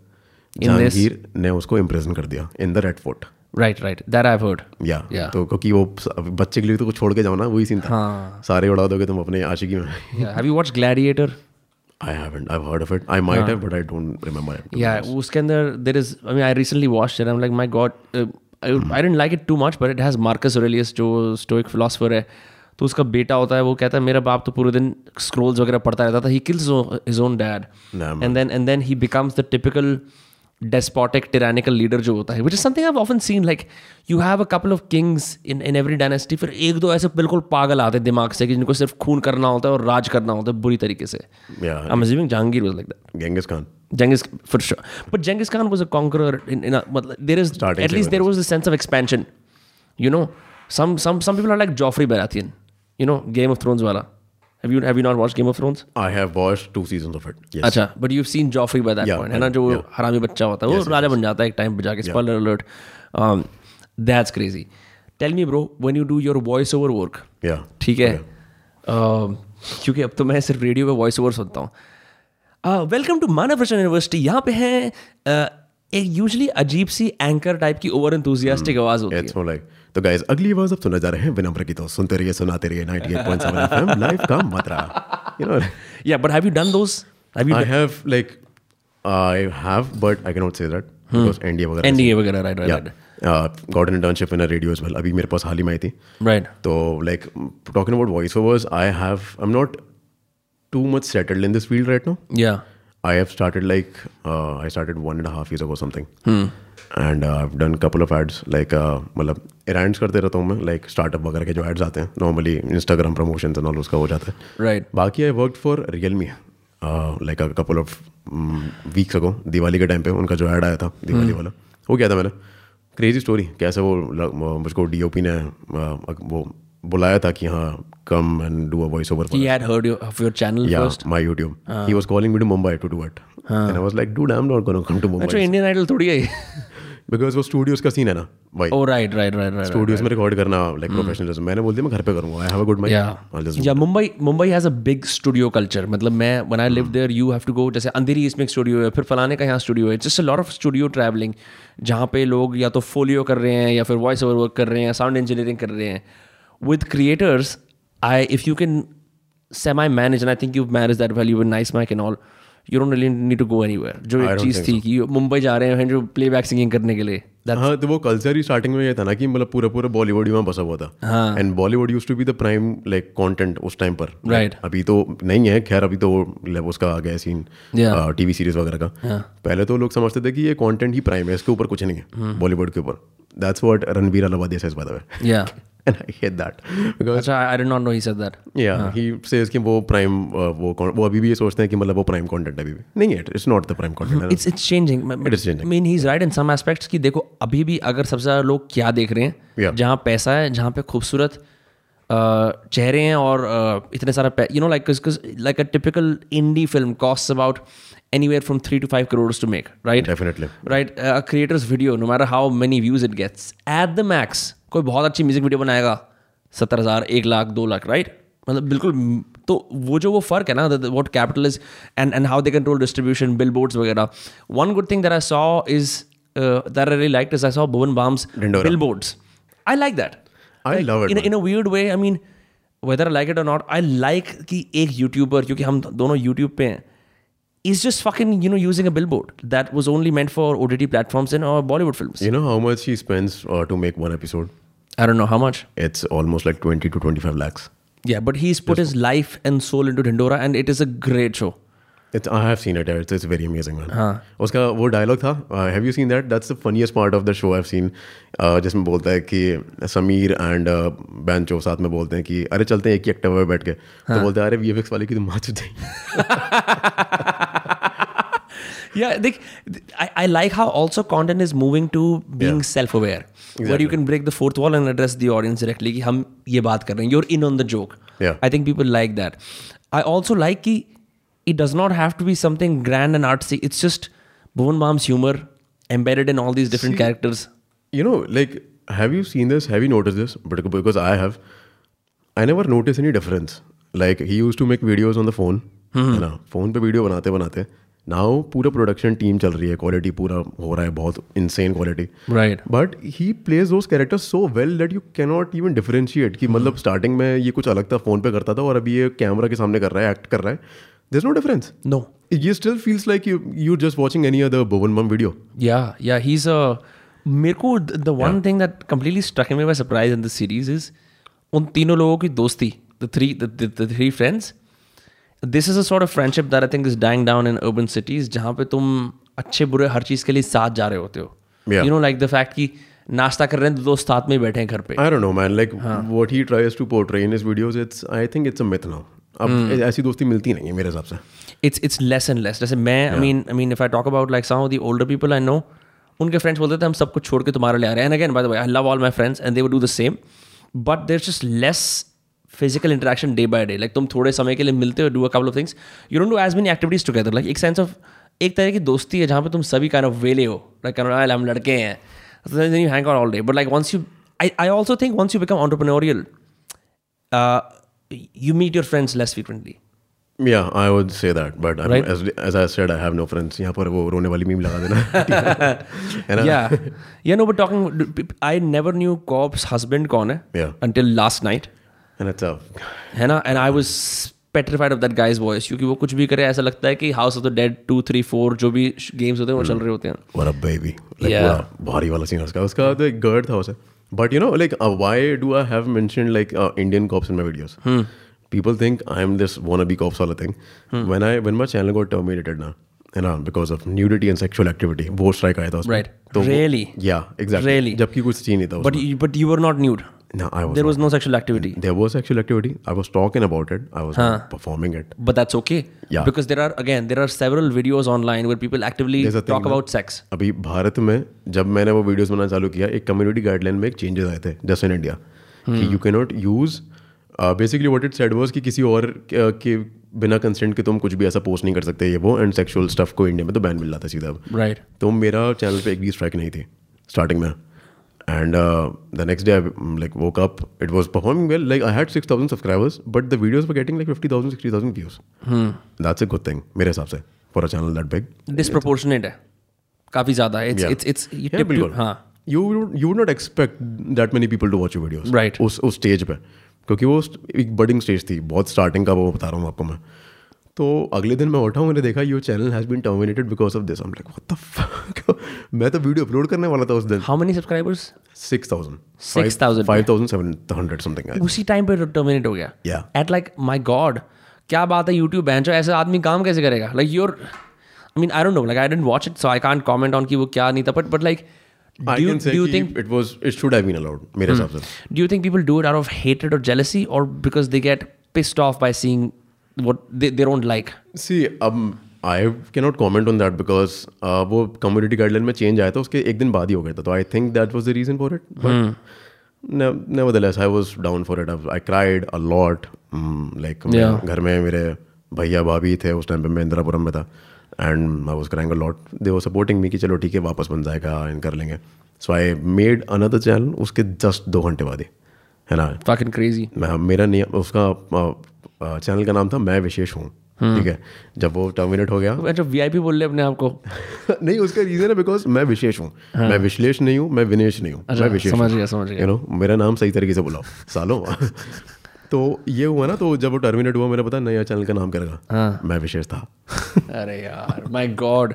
Speaker 2: Jahangir ने उसको इम्प्रेजन कर दिया in the Red Fort
Speaker 1: Right, right. That I've heard.
Speaker 2: या
Speaker 1: Yeah.
Speaker 2: तो क्योंकि वो स- अब बच्चे के लिए तो कुछ छोड़ के जाओ ना वही सीन था
Speaker 1: हाँ।
Speaker 2: सारे उड़ा दोगे तुम अपने आशिकी में
Speaker 1: Yeah. Have you watched Gladiator?
Speaker 2: I haven't I heard of it I
Speaker 1: हाँ।
Speaker 2: Might have but I don't remember it
Speaker 1: Yeah. उसके अंदर there is. I mean, I recently watched it. I'm like, my God. Uh, I, I didn't like it too much, but it has Marcus Aurelius जो stoic philosopher है. तो उसका बेटा होता है वो कहता है मेरा बाप तो पूरे दिन स्क्रोल्स वगैरह पढ़ता रहता था he kills his own dad
Speaker 2: Nah,
Speaker 1: and then and then he becomes the typical despotic tyrannical leader जो होता है which is something I often seen like you have a couple of kings in in every dynasty फिर एक दो ऐसे बिल्कुल पागल आते हैं दिमाग से कि जिनको सिर्फ खून करना होता है और राज करना होता है बुरी तरीके से
Speaker 2: Yeah.
Speaker 1: I am assuming Jahangir was like that
Speaker 2: Genghis Khan
Speaker 1: Genghis for sure, but Genghis Khan was a conqueror. In, in a, but like, there is
Speaker 2: Starting
Speaker 1: at least there was a sense of expansion. You know, some some some people are like Joffrey Baratheon. You know, Game of Thrones wala. Have you have you not watched Game of Thrones?
Speaker 2: I have watch two season of it yes
Speaker 1: अच्छा but you seen Joffrey by that
Speaker 2: Yeah,
Speaker 1: point है ना जो हरामी बच्चा होता है वो राजा बन जाता है एक टाइम पे जाके spoiler alert Um, that's crazy tell me bro when you do your voice over work
Speaker 2: या
Speaker 1: ठीक है अम, क्योंकि अब तो मैं सिर्फ रेडियो पे वॉइस ओवर सुनता हूँ welcome to Manav Rachna university यहाँ पे है अ, एक यूजली अजीब सी एंकर टाइप की ओवर एंथुजियास्टिक आवाज होती है
Speaker 2: इट्स मोर लाइक तो गाइस अगली आवाज अब सुना जा रहे हैं विनम्र की तो सुनते रहिए सुनाते रहिए 98.7 एफएम लाइव का मतरा you know
Speaker 1: yeah but have you done those have you
Speaker 2: I have like I have but I can not say that because NDA वगैरह Uh,
Speaker 1: एनडीए वगैरह right right
Speaker 2: got an internship in radio as well अभी मेरे पास हाल ही में आई थी
Speaker 1: right
Speaker 2: तो like talking about voice overs I have I am not too much settled in this field right now
Speaker 1: या
Speaker 2: I have started like uh, I started one and a half years ago something, and uh, I've done couple of ads like uh, मतलब errands करते रहता हूँ मैं like startup वगैरह के जो ads आते हैं normally Instagram promotions and all उसका हो जाता है
Speaker 1: राइट
Speaker 2: बाकी I work for Realme like a couple of weeks ago mm, Diwali के टाइम पे उनका जो ऐड आया था दिवाली वाला वो क्या था मैंने क्रेजी स्टोरी कैसे वो ल- म- मुझको डीओपी ने uh, वो बुलाया था कि हाँ come and do a voice over
Speaker 1: he had heard of your channel
Speaker 2: yeah,
Speaker 1: first
Speaker 2: my YouTube.
Speaker 1: Ah.
Speaker 2: He was calling me to Mumbai to do it. And I was like, dude, I'm not going to come to Mumbai.
Speaker 1: अच्छा Indian Idol थोड़ी है Oh,
Speaker 2: because वो studios का scene है ना भाई
Speaker 1: oh right right right right
Speaker 2: studios में record करना लाइक
Speaker 1: Hmm.
Speaker 2: प्रोफेशनलिज्म मैंने बोल दिया मैं घर पे करूंगा I have a good mic
Speaker 1: या Mumbai Mumbai has a big studio culture मतलब मैं one I live there you have to go जैसे अंधेरी इसमें एक स्टूडियो है फिर फलाने का यहाँ स्टूडियो है just a lot of studio travelling जहाँ पे लोग या तो फोलियो कर रहे हैं या फिर वॉइस ओवर वर्क कर रहे हैं साउंड इंजीनियरिंग कर रहे हैं with creators I if you can semi manage and I think you manage that value with nice mic and all you don't really need to go anywhere जो एक चीज़ थी कि मुंबई जा रहे हैं जो प्लेबैक सिंगिंग करने के लिए That-
Speaker 2: हाँ तो वो कल्चर ही स्टार्टिंग में ये था ना कि मतलब पूरा पूरा बॉलीवुड ही वहाँ बसा हुआ
Speaker 1: हाँ।
Speaker 2: था and Bollywood use to be the prime like content उस टाइम पर
Speaker 1: Right.
Speaker 2: अभी तो नहीं है खैर अभी तो लेव उसका आ गया सीन
Speaker 1: Yeah.
Speaker 2: टीवी सीरीज वगैरह का पहले तो लोग समझते थे कि ये कंटेंट ही प्राइम है इसके ऊपर कुछ नहीं
Speaker 1: Hmm.
Speaker 2: है बॉलीवुड के ऊपर that's what Ranveer Allahbadia says by the way
Speaker 1: yeah
Speaker 2: and I hate that because
Speaker 1: अच्छा I don't not no he said that
Speaker 2: या ही सेज कि वो प्राइम वो con- वो अभी भी ये सोचते हैं कि मतलब वो प्राइम कंटेंट अभी भी नहीं है it's not the prime content
Speaker 1: it's it's changing
Speaker 2: It is changing.
Speaker 1: Mean he is right in some aspects कि देखो अभी भी अगर सबसे ज़्यादा लोग क्या देख रहे हैं
Speaker 2: Yeah.
Speaker 1: जहाँ पैसा है जहाँ पे खूबसूरत अ, चेहरे हैं और अ, इतने सारा you know like like a typical indie film cost about anywhere from three to five crores to make right
Speaker 2: definitely
Speaker 1: right a creators video no matter how many views it gets at the max कोई बहुत अच्छी music video बनाएगा सत्तर हज़ार एक लाख दो lakh right मतलब बिल्कुल म- तो वो जो वो फर्क है ना what capital is and and how they control distribution billboards वगैरह one good thing that I saw is that I like is I saw Bhuvan Bam's
Speaker 2: Dindora.
Speaker 1: Billboards I like that
Speaker 2: I love it
Speaker 1: in, in a weird way i mean whether i like it or not i like कि एक YouTuber क्योंकि हम दोनों YouTube पे हैं is just fucking you know using a billboard that was only meant for O T T platforms in और Bollywood film
Speaker 2: You know how much he spends uh, to make one episode?
Speaker 1: I don't know how much
Speaker 2: It's almost like 20 to 25 lakhs.
Speaker 1: या but he is put is life and soul into Dhindora and it is a great show
Speaker 2: It's, I have seen it. It's, it's very amazing, man. हाँ. उसका वो dialogue था. Uh, have you seen that? That's the funniest part of the show I've seen. Uh, जिसमें बोलता है कि Sameer and बैंचो साथ में बोलते हैं कि अरे चलते हैं एक ही एक्टर पे बैठ के तो बोलते हैं अरे वी वाले की तो माँ चुते
Speaker 1: Yeah, they, I, I like how also content is moving to being self-aware, where you can break the fourth wall and address the audience directly. कि हम ये बात कर रहे हैं. You're in on the joke.
Speaker 2: Yeah.
Speaker 1: I think people like that. I also like कि it does not have to be something grand and artsy. It's just Bhuvan Bam's humor embedded in all these different characters.
Speaker 2: you know like have you seen this have you noticed this But- because i have i never noticed any difference like he used to make videos on the phone है ना phone पे video बनाते बनाते now पूरा production team चल रही है quality पूरा हो रहा है बहुत insane quality
Speaker 1: Right.
Speaker 2: But he plays those characters so well that you cannot even differentiate कि मतलब स्टार्टिंग में ये कुछ अलग था फोन पे करता था और अभी ये कैमरा के सामने कर रहा है एक्ट कर रहा है there is no difference
Speaker 1: No.
Speaker 2: ये still feels like you you just watching any other Bhuvan मम video
Speaker 1: Yeah, yeah, he's a. मेरे को the the one thing that completely struck me by surprise in the series is उन तीनों लोगों की दोस्ती the three the three friends this is a sort of friendship that I think is dying down in urban cities जहाँ पे तुम अच्छे बुरे हर चीज़ के लिए साथ जा रहे होते हो
Speaker 2: Yeah.
Speaker 1: You know like the fact कि नाश्ता कर रहे हैं तो दोस्त साथ में ही बैठे हैं घर पे हाँ।
Speaker 2: I don't know, man. Like what he tries to portray in his videos, it's I think it's a myth now. अब
Speaker 1: Hmm.
Speaker 2: ऐसी दोस्ती मिलती नहीं है मेरे हिसाब से
Speaker 1: it's it's less and less जैसे मैं I mean I mean if I talk about like some of the older people I know उनके फ्रेंड्स बोलते थे हम सब कुछ छोड़ के तुम्हारे लिए आ रहे हैं and again by the way I love all my friends and they would do the same but there just less physical interaction day by day like तुम थोड़े समय के लिए मिलते हो do a couple of things you don't do as many activities together like एक sense of एक तरह की दोस्ती है जहाँ पे तुम सभी काइंड ऑफ वेले हो लाइक like, हम लड़के हैं then you hang all day but like once you I I also think once you become entrepreneurial uh, you meet your friends less frequently
Speaker 2: yeah I would say that but
Speaker 1: Right.
Speaker 2: As I said I have no friends यहाँ पर वो रोने वाली meme लगा देना है ना
Speaker 1: yeah yeah no but talking i never knew cobb's husband कौन है
Speaker 2: Yeah.
Speaker 1: until last night
Speaker 2: and it's
Speaker 1: है ना and i was petrified of that guy's voice क्योंकि वो कुछ भी करे ऐसा लगता है कि house of the dead two three four जो भी games होते हैं वो
Speaker 2: Hmm.
Speaker 1: चल रहे होते हैं
Speaker 2: what a baby like
Speaker 1: Yeah.
Speaker 2: yeah. भारी वाला सीन उसका उसका तो एक गर्ड था उसे but you know like why do I have mention like Indian cops in my videos
Speaker 1: Hmm.
Speaker 2: people think i am this wannabe cops sort of thing
Speaker 1: Hmm.
Speaker 2: when i when my channel got terminated now है ना because of nudity and sexual activity वो strike आया था उसमें
Speaker 1: Right. Really?
Speaker 2: या exactly
Speaker 1: Really?
Speaker 2: जबकि कुछ चीज नहीं था
Speaker 1: but you- but you were not nude
Speaker 2: ना I was
Speaker 1: there was no sexual activity
Speaker 2: there was sexual activity I was talking about it I was
Speaker 1: हाँ।
Speaker 2: Performing it
Speaker 1: but that's okay
Speaker 2: Yeah.
Speaker 1: because there are again there are several videos online where people actively
Speaker 2: There's a thing
Speaker 1: talk
Speaker 2: that-
Speaker 1: about sex
Speaker 2: अभी भारत में जब मैंने वो videos बनाना चालू किया एक कम्युनिटी गाइडलाइन में एक चेंजेस आए थे जस्ट इन इंडिया
Speaker 1: हम्म।
Speaker 2: कि you can not use basically what it said was कि किसी और uh, के बिना कंसेंट के तुम कुछ भी ऐसा पोस्ट नहीं कर सकते ये वो एंड सेक्सुअल स्टफ को इंडिया में तो बैन मिल रहा था सीधा अब
Speaker 1: right
Speaker 2: तो मेरा चैनल पे एक भी स्ट्राइक नहीं थी स्टार्टिंग में uh, and the next day like woke up it was performing well like I had six thousand subscribers but the videos पर getting like fifty thousand sixty thousand views that's a good thing मेरे हिसाब से for a channel that big
Speaker 1: disproportionate है काफी ज्यादा है
Speaker 2: Yeah.
Speaker 1: It's it's
Speaker 2: Yeah, बिल्कुल
Speaker 1: हाँ
Speaker 2: you you would not expect that many people to watch your videos
Speaker 1: Right.
Speaker 2: उस उस स्टेज पे क्योंकि वो एक बडिंग स्टेज थी बहुत स्टार्टिंग का वो बता रहा हूँ आपको मैं तो अगले दिन मैं उठा मैंने देखा your channel has been terminated because of this I am like what the fuck मैं तो वीडियो अपलोड करने वाला था उस दिन
Speaker 1: how many subscribers
Speaker 2: 6000
Speaker 1: 6,000
Speaker 2: 5700 something I
Speaker 1: उसी टाइम पे टर्मिनेट हो गया
Speaker 2: Yeah.
Speaker 1: At like my god क्या बात है यूट्यूब बैन ऐसे आदमी काम कैसे करेगा like your I mean I don't know like I didn't watch it so I can't comment on कि वो क्या नहीं था but but like
Speaker 2: I
Speaker 1: do
Speaker 2: can say
Speaker 1: you think
Speaker 2: it was it should have been allowed मेरे हिसाब से
Speaker 1: do you think people do it are of hated और jealousy और because they get pissed off by seeing what they they don't like
Speaker 2: see अब I can not comment on that because uh, वो community guideline में change आया था उसके एक दिन बाद ही हो गया था तो I think that was the reason for it nevertheless I was down for it I cried a lot like
Speaker 1: Yeah.
Speaker 2: mm, घर में मेरे भैया भाभी थे उस टाइम पे मैं इंदिरापुरम में था and I was crying a lot they वो सपोर्टिंग मी कि चलो ठीक है वापस बन जाएगा एंड कर लेंगे so I made another channel उसके जस्ट दो घंटे बाद ही है ना
Speaker 1: fucking crazy
Speaker 2: मैं मेरा नियम उसका चैनल का नाम था मैं विशेष हूँ
Speaker 1: हम्म।
Speaker 2: ठीक है जब वो टर्मिनेट हो गया
Speaker 1: अच्छा वीआईपी बोल ले अपने आप को
Speaker 2: नहीं उसका रीजन है बिकॉज मैं विशेष हूँ मैं विश्लेष नहीं हूँ मैं विनेश नहीं हूँ मैं विशेष
Speaker 1: हाँ। अच्छा, समझ गया समझ गया
Speaker 2: यू नो मेरा नाम सही तरीके से बुलाओ सालों तो ये हुआ ना तो जब वो टर्मिनेट हुआ मेरा पता नया चैनल का नाम
Speaker 1: हाँ।
Speaker 2: करेगा मैं विशेष था
Speaker 1: अरे यार माय गॉड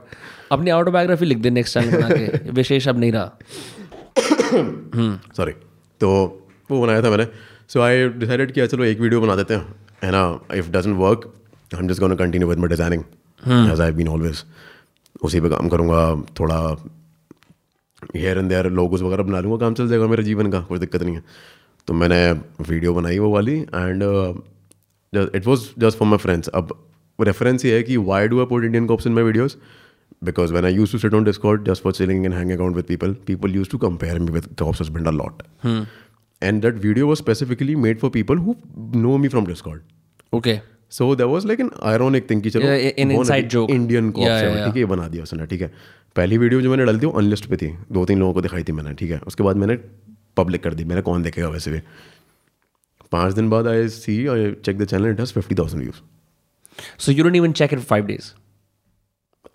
Speaker 1: अपनी ऑटोबायोग्राफी लिख दे नेक्स्ट टाइम बना के विशेष अब नहीं रहा
Speaker 2: सॉरी तो वो बनाया था मैंने सो आई डिसाइडेड किया चलो एक वीडियो बना देते हैं है ना if doesn't work I am just gonna continue with my designing as I been always उसी पे काम करूँगा थोड़ा हेयर एंड देयर लोगोस वगैरह बना लूँगा काम चल जाएगा मेरे जीवन का कोई दिक्कत नहीं है तो मैंने वीडियो बनाई वो वाली uh, and it was just for my friends अब रेफरेंस ये है कि why do I put Indian cops in my videos because when I use to sit on Discord just for chilling and hang account with people people use to compare me with cops build a lot and that video was specifically made for people who know me from Discord
Speaker 1: okay
Speaker 2: so there was like N ironic thing कि चलो
Speaker 1: Yeah, an inside joke.
Speaker 2: Indian
Speaker 1: Yeah, yeah,
Speaker 2: ठीक है ये बना दिया उसने ठीक है पहली वीडियो जो मैंने डाली थी वो अनलिस्ट पे थी दो तीन लोगों को दिखाई थी मैंने ठीक है उसके बाद मैंने पब्लिक कर दी मैंने कौन देखेगा वैसे भी पाँच दिन बाद I see I check the channel it has fifty thousand views
Speaker 1: so you don't even check it five days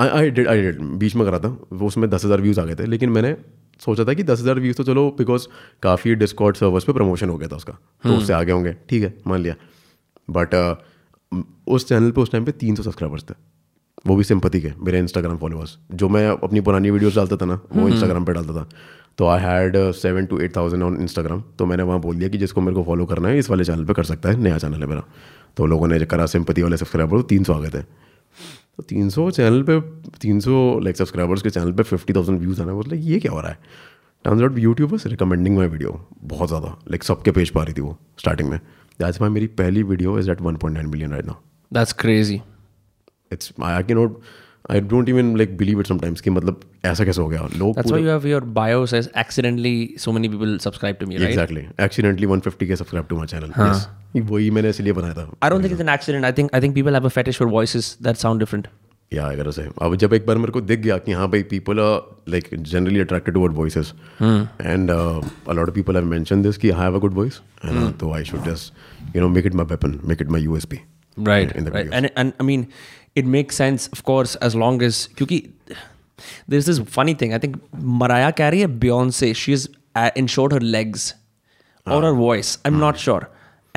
Speaker 2: I I did I did बीच में करा था वो उसमें दस हज़ार व्यूज़ आ गए थे लेकिन मैंने सोचा था कि दस हज़ार व्यूज़ तो चलो बिकॉज काफ़ी डिस्कॉर्ड सर्वर्स पे प्रमोशन हो गया था उसका तो उससे आगे होंगे ठीक है मान लिया बट उस चैनल पे उस टाइम पे तीन सौ सब्सक्राइबर्स थे वो भी सिंपति के मेरे इंस्टाग्राम फॉलोअर्स जो मैं अपनी पुरानी वीडियोस डालता था ना वो इंस्टाग्राम पे डालता था तो I had seven to eight thousand on Instagram तो मैंने वहाँ बोल दिया कि जिसको मेरे को फॉलो करना है इस वाले चैनल पे कर सकता है नया चैनल है मेरा तो लोगों ने जो करा सिंपति वाले सब्सक्राइबर तीन सौ आ गए थे तो तीन सौ चैनल पे तीन सौ लाइक सब्सक्राइबर्स के चैनल पे फिफ्टी थाउजेंड व्यूज़ आना मतलब ये क्या हो रहा है turns out YouTubers recommending my video बहुत ज़्यादा लाइक सबके पेज पा रही थी वो स्टार्टिंग में दैट्स माई मेरी पहली video is at one point nine million right now
Speaker 1: that's crazy
Speaker 2: it's I can not I don't even like believe it sometimes कि मतलब ऐसा कैसे हो गया लोग
Speaker 1: that's why you have your bio says accidentally so many people subscribe to me right
Speaker 2: exactly accidentally one fifty K subscribe to my channel वही मैंने इसलिए बनाया था
Speaker 1: I don't think it's an accident I think I think people have a fetish for voices that sound different
Speaker 2: या अगर से अब जब एक बार मेरे को दिख गया कि हाँ भाई people are like generally attracted toward voices and a lot of people have mention this कि I have a good voice तो I should just you know make it my weapon make it my USP
Speaker 1: right
Speaker 2: in the
Speaker 1: right and and i mean it makes sense of course as long as kyuki there's this funny thing i think mariah carey and beyonce she has uh, insured her legs or her voice i'm not sure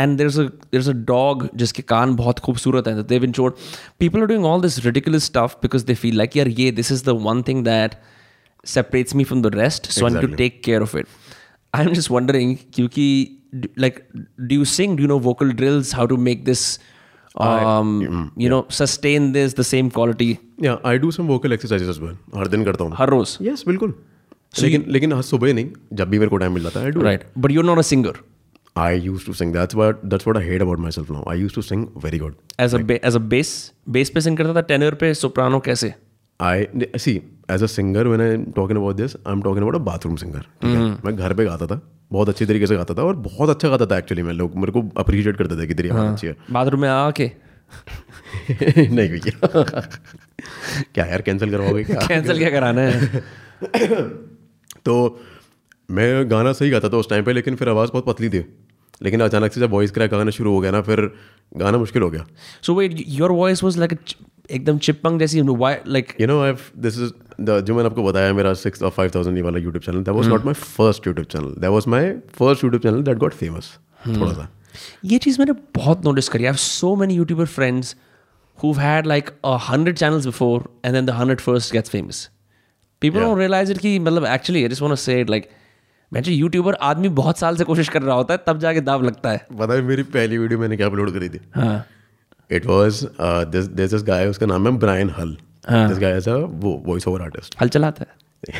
Speaker 1: and there's a there's a dog jiske kaan bahut khoobsurat hai that they've insured people are doing all this ridiculous stuff because they feel like yaar ye this is the one thing that separates me from the rest so i need to
Speaker 2: Exactly.
Speaker 1: take care of it i'm just wondering kyuki d- like do you sing do you know vocal drills how to make this um, you know, sustain this the same quality
Speaker 2: या I do some vocal exercises as well हर दिन करता हूँ
Speaker 1: हर रोज,
Speaker 2: yes बिल्कुल लेकिन लेकिन हर सुबह नहीं जब भी मेरे को टाइम मिल जाता है I do
Speaker 1: right? But you're not a singer
Speaker 2: I use to sing that's what that's what I hate about myself now I use to sing very good
Speaker 1: as a ba- as a bass bass पे sing करता था tenor पे soprano कैसे?
Speaker 2: I see as a singer when I am talking about this I am talking about a bathroom singer ठीक है मैं घर पे गाता था बहुत अच्छी तरीके से गाता था और बहुत अच्छा गाता था एक्चुअली मैं लोग मेरे को अप्रिशिएट करते थे कि तेरी आवाज़ अच्छी
Speaker 1: बाथरूम में आके
Speaker 2: है नहीं भैया क्या यार कैंसिल करवाओगे क्या
Speaker 1: cancel क्या कराना है?
Speaker 2: तो मैं गाना सही गाता था उस टाइम पे लेकिन फिर आवाज़ बहुत पतली थी लेकिन अचानक से जब वॉइस क्रैक आना शुरू हो गया ना फिर गाना मुश्किल हो गया
Speaker 1: so wait your voice was like एकदम चिपंग जैसी like
Speaker 2: you know I this is the जो मैंने आपको बताया मेरा सिक्स और फाइव थाउजेंड वाला YouTube channel that was not
Speaker 1: Hmm.
Speaker 2: My first YouTube channel that was my first YouTube channel that got famous
Speaker 1: Hmm.
Speaker 2: थोड़ा सा
Speaker 1: ये चीज़ मैंने बहुत नोटिस करी I have so many YouTuber friends who've had like a hundred channels before and then the hundred first gets famous. People
Speaker 2: Yeah.
Speaker 1: don't realize it कि मतलब actually I just want to say it like मैं जो YouTuber आदमी बहुत साल से कोशिश कर रहा होता है तब जाके दाव लगता है
Speaker 2: पता है मेरी पहली वीडियो मैंने क्या अपलोड करी थी uh,
Speaker 1: हाँ
Speaker 2: it was this this guy उसका नाम है ब्रायन हल
Speaker 1: हाँ।
Speaker 2: दिस गाय इज अ वो वॉइस ओवर आर्टिस्ट
Speaker 1: हल चलाता है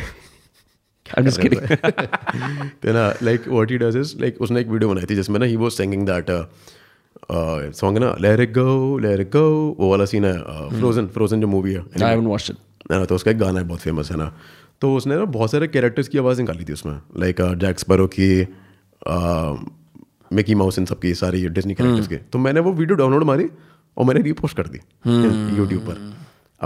Speaker 1: I'm just kidding.
Speaker 2: तो ना like what he does is like उसने एक वीडियो बनाई थी जिसमें ना ही वो सिंगिंग दैट सॉन्ग uh, ना let it go let it go वो वाला सीन है फ्रोजन फ्रोजन जो मूवी है
Speaker 1: Hmm. I haven't watched it.
Speaker 2: है ना तो उसका एक गाना है बहुत फेमस है ना तो उसने ना बहुत सारे कैरेक्टर्स की आवाज़ निकाली थी उसमें लाइक जैक स्पैरो की मिकी माउस इन सब की सारी डिज्नी कैरेक्टर्स के तो मैंने वो वीडियो डाउनलोड मारी और मैंने रीपोस्ट कर दी यूट्यूब पर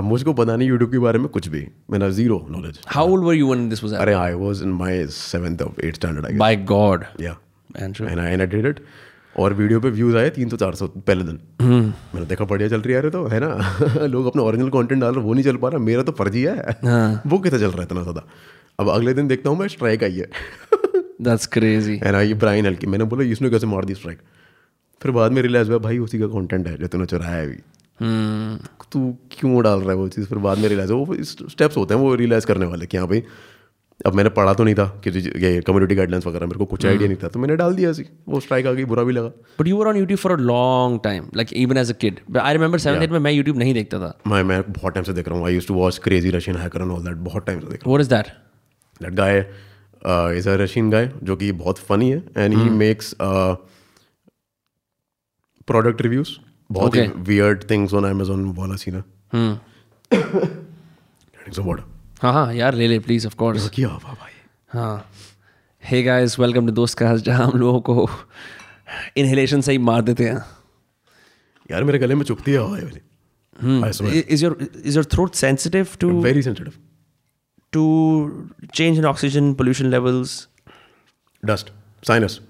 Speaker 2: अब मुझको पता नहीं यूट्यूब के बारे में कुछ भी मेरा zero knowledge
Speaker 1: How old were you when this was? happening?
Speaker 2: अरे I was in my seventh of eight standard I
Speaker 1: By God.
Speaker 2: या
Speaker 1: Man, sure.
Speaker 2: And I and did it और वीडियो पे व्यूज आए तीन सौ चार सौ पहले दिन मैंने देखा बढ़िया चल रही है अरे तो है ना लोग अपना ओरिजिनल कंटेंट डाल रहे वो नहीं चल पा रहा मेरा तो फर्जी है वो कितना चल रहा है इतना ज़्यादा अब अगले दिन देखता हूँ मैं स्ट्राइक आई है
Speaker 1: That's crazy.
Speaker 2: And I Brian हल्की मैंने बोला इसने कैसे मार दी स्ट्राइक फिर बाद में रियलाइज हुआ भाई उसी का कंटेंट है जो तूने चुराया है अभी
Speaker 1: Hmm.
Speaker 2: तू क्यों डाल रहा है वो चीज़ फिर बाद में रियलाइज वो स्टेप्स होते हैं वो रियलाइज करने वाले कि हाँ भाई अब मैंने पढ़ा तो नहीं था कि जी- ये कम्युनिटी गाइडलाइंस वगैरह मेरे को कुछ आइडिया नहीं था तो मैंने डाल दिया ऐसी वो स्ट्राइक आ गई बुरा भी लगा
Speaker 1: But you were on YouTube for a long time, like even as a kid. But I remember 7th 8th में मैं YouTube नहीं देखता था.
Speaker 2: मैं मैं बहुत टाइम से देख रहा हूँ I use to watch crazy Russian hacker and all that बहुत टाइम से देख
Speaker 1: What is that?
Speaker 2: रहा हूँ uh, that guy is a Russian guy जो कि बहुत फनी है and
Speaker 1: Hmm.
Speaker 2: He makes product reviews बहुत ही
Speaker 1: Okay.
Speaker 2: Weird things on Amazon वाला सीन है
Speaker 1: Hmm. हाँ हाँ यार ले ले प्लीज ऑफ कोर्स
Speaker 2: क्या हुआ भाई
Speaker 1: हाँ हे गाइस वेलकम टू दोस्त का जहाँ हम लोगों को इनहेलेशन से ही मार देते हैं
Speaker 2: यार मेरे गले में चुपती है हवा ये
Speaker 1: Hmm.
Speaker 2: वाली I swear
Speaker 1: is your is your throat sensitive to
Speaker 2: very sensitive
Speaker 1: to change in oxygen pollution levels
Speaker 2: dust sinus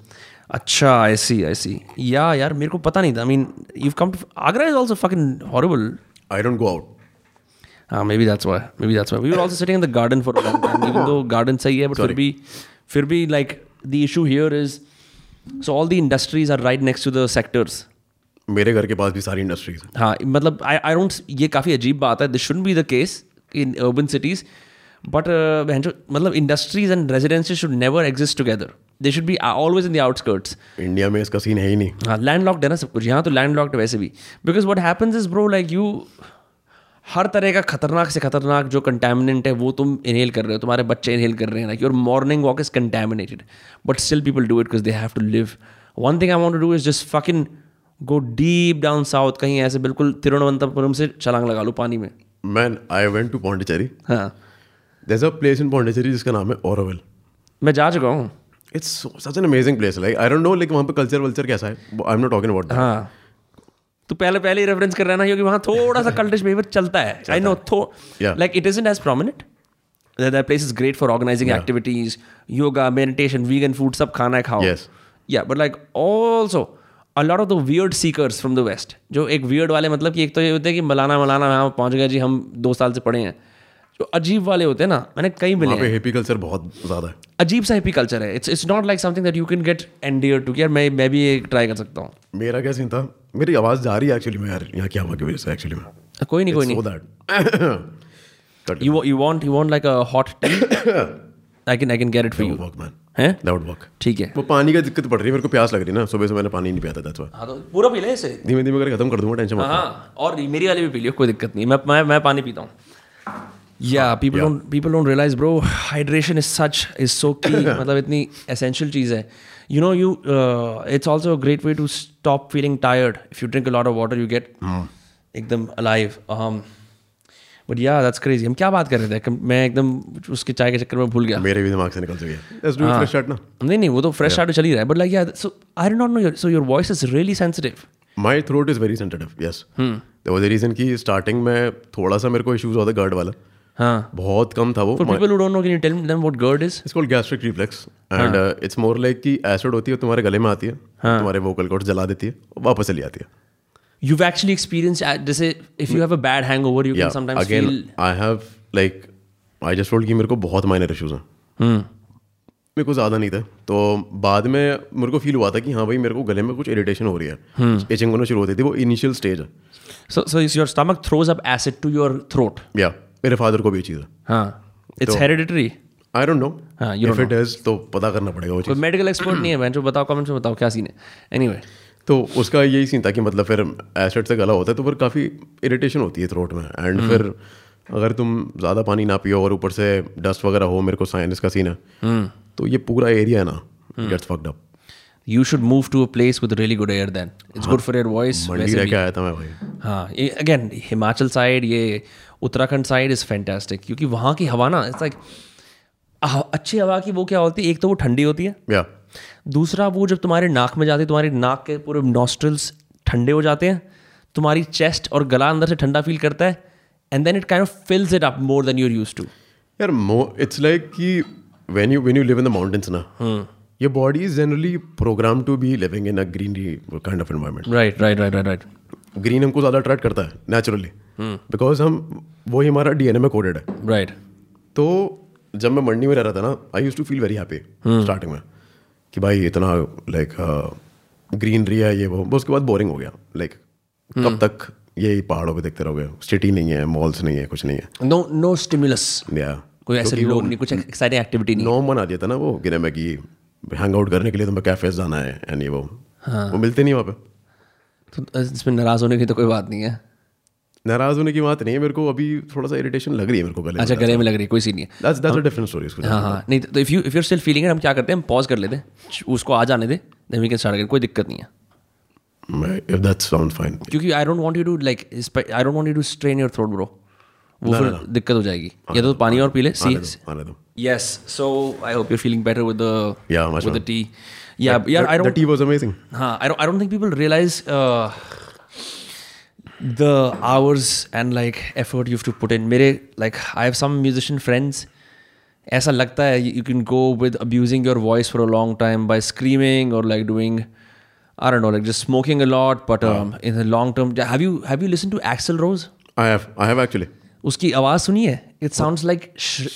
Speaker 1: अच्छा आई सी आई सी या यार मेरे को पता नहीं था I mean you come to Agra is also fucking horrible
Speaker 2: I don't go out
Speaker 1: हाँ maybe that's why maybe that's why we are also sitting in the garden for even though garden सही है but फिर भी फिर भी like the issue here is so all the industries are right next to the sectors
Speaker 2: मेरे घर के पास भी सारी इंडस्ट्रीज हैं
Speaker 1: हाँ मतलब आई आई डोंट ये काफ़ी अजीब बात है this should be the case in urban cities but uh, मतलब industries and residency should never exist together they should be always in the outskirts
Speaker 2: India में इसका सीन है ही नहीं
Speaker 1: हाँ लैंड लॉक्ड है ना सब कुछ यहाँ तो लैंड लॉक्ड वैसे भी because what happens is bro like you हर तरह का खतरनाक से खतरनाक जो कंटेमिनेंट है वो तुम इनहेल कर रहे हो तुम्हारे बच्चे इनहेल कर रहे हैं like your morning walk is contaminated but still people do it because they have to live one thing I want to do is just fucking go deep down south कहीं ऐसे बिल्कुल तिरुवनंतपुरम से छलांग लगा लो पानी में
Speaker 2: man I went to Pondicherry
Speaker 1: हाँ
Speaker 2: there's a place in Pondicherry जिसका नाम है ओरोविल
Speaker 1: मैं जा चुका हूँ
Speaker 2: it's such an amazing place like I don't know like वहाँ पे कल्चर वल्चर कैसा है I am not talking about that
Speaker 1: हाँ तो पहले पहले ही रेफरेंस कर रहा है ना क्योंकि वहाँ थोड़ा सा कल्टिश बिहेवियर चलता है I know though
Speaker 2: Yeah.
Speaker 1: Like it isn't as prominent that place is great for organising activities yoga meditation vegan food सब खाना है खाओ
Speaker 2: Yes.
Speaker 1: या but like also a lot of the weird seekers from the west जो एक weird वाले मतलब कि एक तो ये होते हैं कि मलाना मलाना यहाँ पहुँच गए जी हम दो साल से पड़े हैं जो अजीब वाले होते हैं ना मैंने कई मिले
Speaker 2: वहाँ
Speaker 1: हैं
Speaker 2: पे हेपी कल्चर बहुत ज़्यादा है
Speaker 1: अजीब सा हिपी कल्चर है it's it's not like something that you can get एंडियर to यार मैं मैं भी ट्राई कर सकता हूँ
Speaker 2: मेरा क्या सीन था मेरी आवाज़ जा रही है एक्चुअली में यार यहाँ क्या हुआ की वजह से एक्चुअली में
Speaker 1: कोई नहीं कोई नहीं
Speaker 2: so that
Speaker 1: You, wa- you want you want like a hot tea? I can I can get it for you.
Speaker 2: Work man
Speaker 1: हैं?
Speaker 2: that would work
Speaker 1: ठीक है.
Speaker 2: वो पानी का दिक्कत पड़ रही है मेरे को प्यास लग रही है ना सुबह से मैंने पानी नहीं पिया था that's why
Speaker 1: हाँ तो पूरा पी ले इसे.
Speaker 2: धीमे धीमे करके खत्म कर दूंगा टेंशन मत
Speaker 1: हाँ और मेरी वाली भी पी लियो कोई दिक्कत नहीं मैं मैं मैं पानी पीता हूँ. Yeah, people don't people don't realize, bro. Hydration is such is so key. मतलब इतनी essential चीज़ है. You know you uh, it's also a great way to stop feeling tired. If you drink a lot of water, you get एकदम alive. Um, but yeah, that's crazy. हम क्या बात कर रहे थे? मैं एकदम उसके चाय के चक्कर में भूल गया.
Speaker 2: मेरे भी दिमाग से निकल चुकी है let's do
Speaker 1: हाँ.
Speaker 2: it fresh start ना
Speaker 1: नहीं नहीं वो तो फ्रेश स्टार्ट चल ही रहा है बट लाइक या so I don't know your so your voice is really sensitive
Speaker 2: my throat
Speaker 1: hmm.
Speaker 2: Is very sensitive yes was the reason कि स्टार्टिंग में थोड़ा सा मेरे को इशूज़ हुआ था गार्ड वाला
Speaker 1: हाँ
Speaker 2: बहुत कम था वो
Speaker 1: for people who don't know can you tell them what GERD is
Speaker 2: it's called gastric reflex and
Speaker 1: हाँ।
Speaker 2: इट्स मोर लाइक कि एसिड होती है तुम्हारे गले में आती है तुम्हारे वोकल कॉर्ड जला देती है और वापस चली आती है
Speaker 1: you've actually experienced uh, this is, if you have a bad hangover you
Speaker 2: या
Speaker 1: can sometimes
Speaker 2: again
Speaker 1: feel
Speaker 2: I have like I just told कि मेरे को बहुत माइनर इश्यूज हैं
Speaker 1: hmm.
Speaker 2: मेरे को ज़्यादा नहीं था तो बाद में मेरे को फील हुआ था कि हाँ भाई मेरे को गले में कुछ इरिटेशन हो रही
Speaker 1: हम्म।
Speaker 2: है एचिंग होना शुरू होती थी वो इनिशियल स्टेज है
Speaker 1: so so is your stomach throws up acid to your throat
Speaker 2: yeah मेरे फादर को भी ये चीज़ है
Speaker 1: huh. it's hereditary
Speaker 2: I don't
Speaker 1: हाँ,
Speaker 2: नो इफ इट इज तो पता करना पड़ेगा वो चीज़
Speaker 1: कोई मेडिकल एक्सपर्ट नहीं है मैं जो बताओ कमेंट्स में बताओ क्या सीन है एनीवे
Speaker 2: तो उसका यही सीन था कि मतलब फिर एसिड से गला होता है तो फिर काफ़ी इरिटेशन होती है थ्रोट में एंड फिर अगर तुम ज़्यादा पानी ना पियो और ऊपर से डस्ट वगैरह हो मेरे को साइनस का सीन है तो ये पूरा एरिया है ना gets fucked up
Speaker 1: you should move to a place with really good air then it's good for your voice
Speaker 2: Mandi रह के आया था मैं भाई
Speaker 1: हाँ ये अगेन हिमाचल साइड ये उत्तराखंड साइड इज़ फैंटेस्टिक क्योंकि वहाँ की हवा ना इट्स लाइक अच्छी हवा की वो क्या होती है एक तो वो ठंडी होती है
Speaker 2: या
Speaker 1: दूसरा वो जब तुम्हारे नाक में जाती है तुम्हारे नाक के पूरे नॉस्ट्रल्स ठंडे हो जाते हैं तुम्हारी चेस्ट और गला अंदर से ठंडा फील करता है and then it kind of fills it up more than you're use to
Speaker 2: यार इट्स लाइक कि when you when you live in the mountains ना ये body is generally programme to be living in a greenery kind of environment
Speaker 1: right right right right right
Speaker 2: green हमको ज़्यादा attract करता है naturally because हम वही हमारा डीएनए में कोडेड है
Speaker 1: राइट
Speaker 2: तो जब मैं मंडी में रह रहा था ना I use to feel very happy
Speaker 1: hmm.
Speaker 2: Starting में कि भाई इतना लाइक ग्रीनरी है ये वो बस उसके बाद बोरिंग हो गया लाइक
Speaker 1: हम्म।
Speaker 2: कब तक यही पहाड़ों पे देखते रहोगे सिटी नहीं है मॉल्स नहीं है कुछ नहीं है
Speaker 1: नो नो स्टिमुलस
Speaker 2: या
Speaker 1: कोई ऐसे लोग नहीं कुछ एक्साइटिंग एक्टिविटी नहीं
Speaker 2: नॉम बना दिया था ना वो गिने में कि हैंग आउट करने के लिए तुम्हें कैफेज जाना है एंड ये वो
Speaker 1: हाँ।
Speaker 2: वो मिलते नहीं वहाँ पे
Speaker 1: तो इसमें नाराज़ होने की तो कोई बात नहीं है
Speaker 2: नाराज होने की बात नहीं है मेरे को अभी थोड़ा सा इरिटेशन लग रही है मेरे को गले
Speaker 1: अच्छा गले में लग रही है कोई सीन नहीं है
Speaker 2: that's that's a different story इसको
Speaker 1: हाँ हाँ नहीं तो if you if you're still feeling हम क्या करते हैं हम पॉज कर लेते हैं उसको आ जाने दे then we can start again कोई दिक्कत नहीं है
Speaker 2: इफ दैट साउंड फाइन
Speaker 1: क्योंकि I don't want you to like I don't want you to strain your throat bro वो फिर दिक्कत हो जाएगी या तो पानी और पी
Speaker 2: हाँ,
Speaker 1: ले सी
Speaker 2: आने दो
Speaker 1: yes so I hope you feeling better with the
Speaker 2: या
Speaker 1: विद द टी या यार I
Speaker 2: the
Speaker 1: don't
Speaker 2: tea was amazing
Speaker 1: हाँ I I don't think people realise uh, the hours and like effort you have to put in मेरे like i have some musician friends ऐसा लगता है you can go with abusing your voice for a long time by screaming or like doing i don't know like just smoking a lot but um, in the long term have you have you listened to axel rose
Speaker 2: I have I have actually
Speaker 1: उसकी आवाज सुनी है it sounds like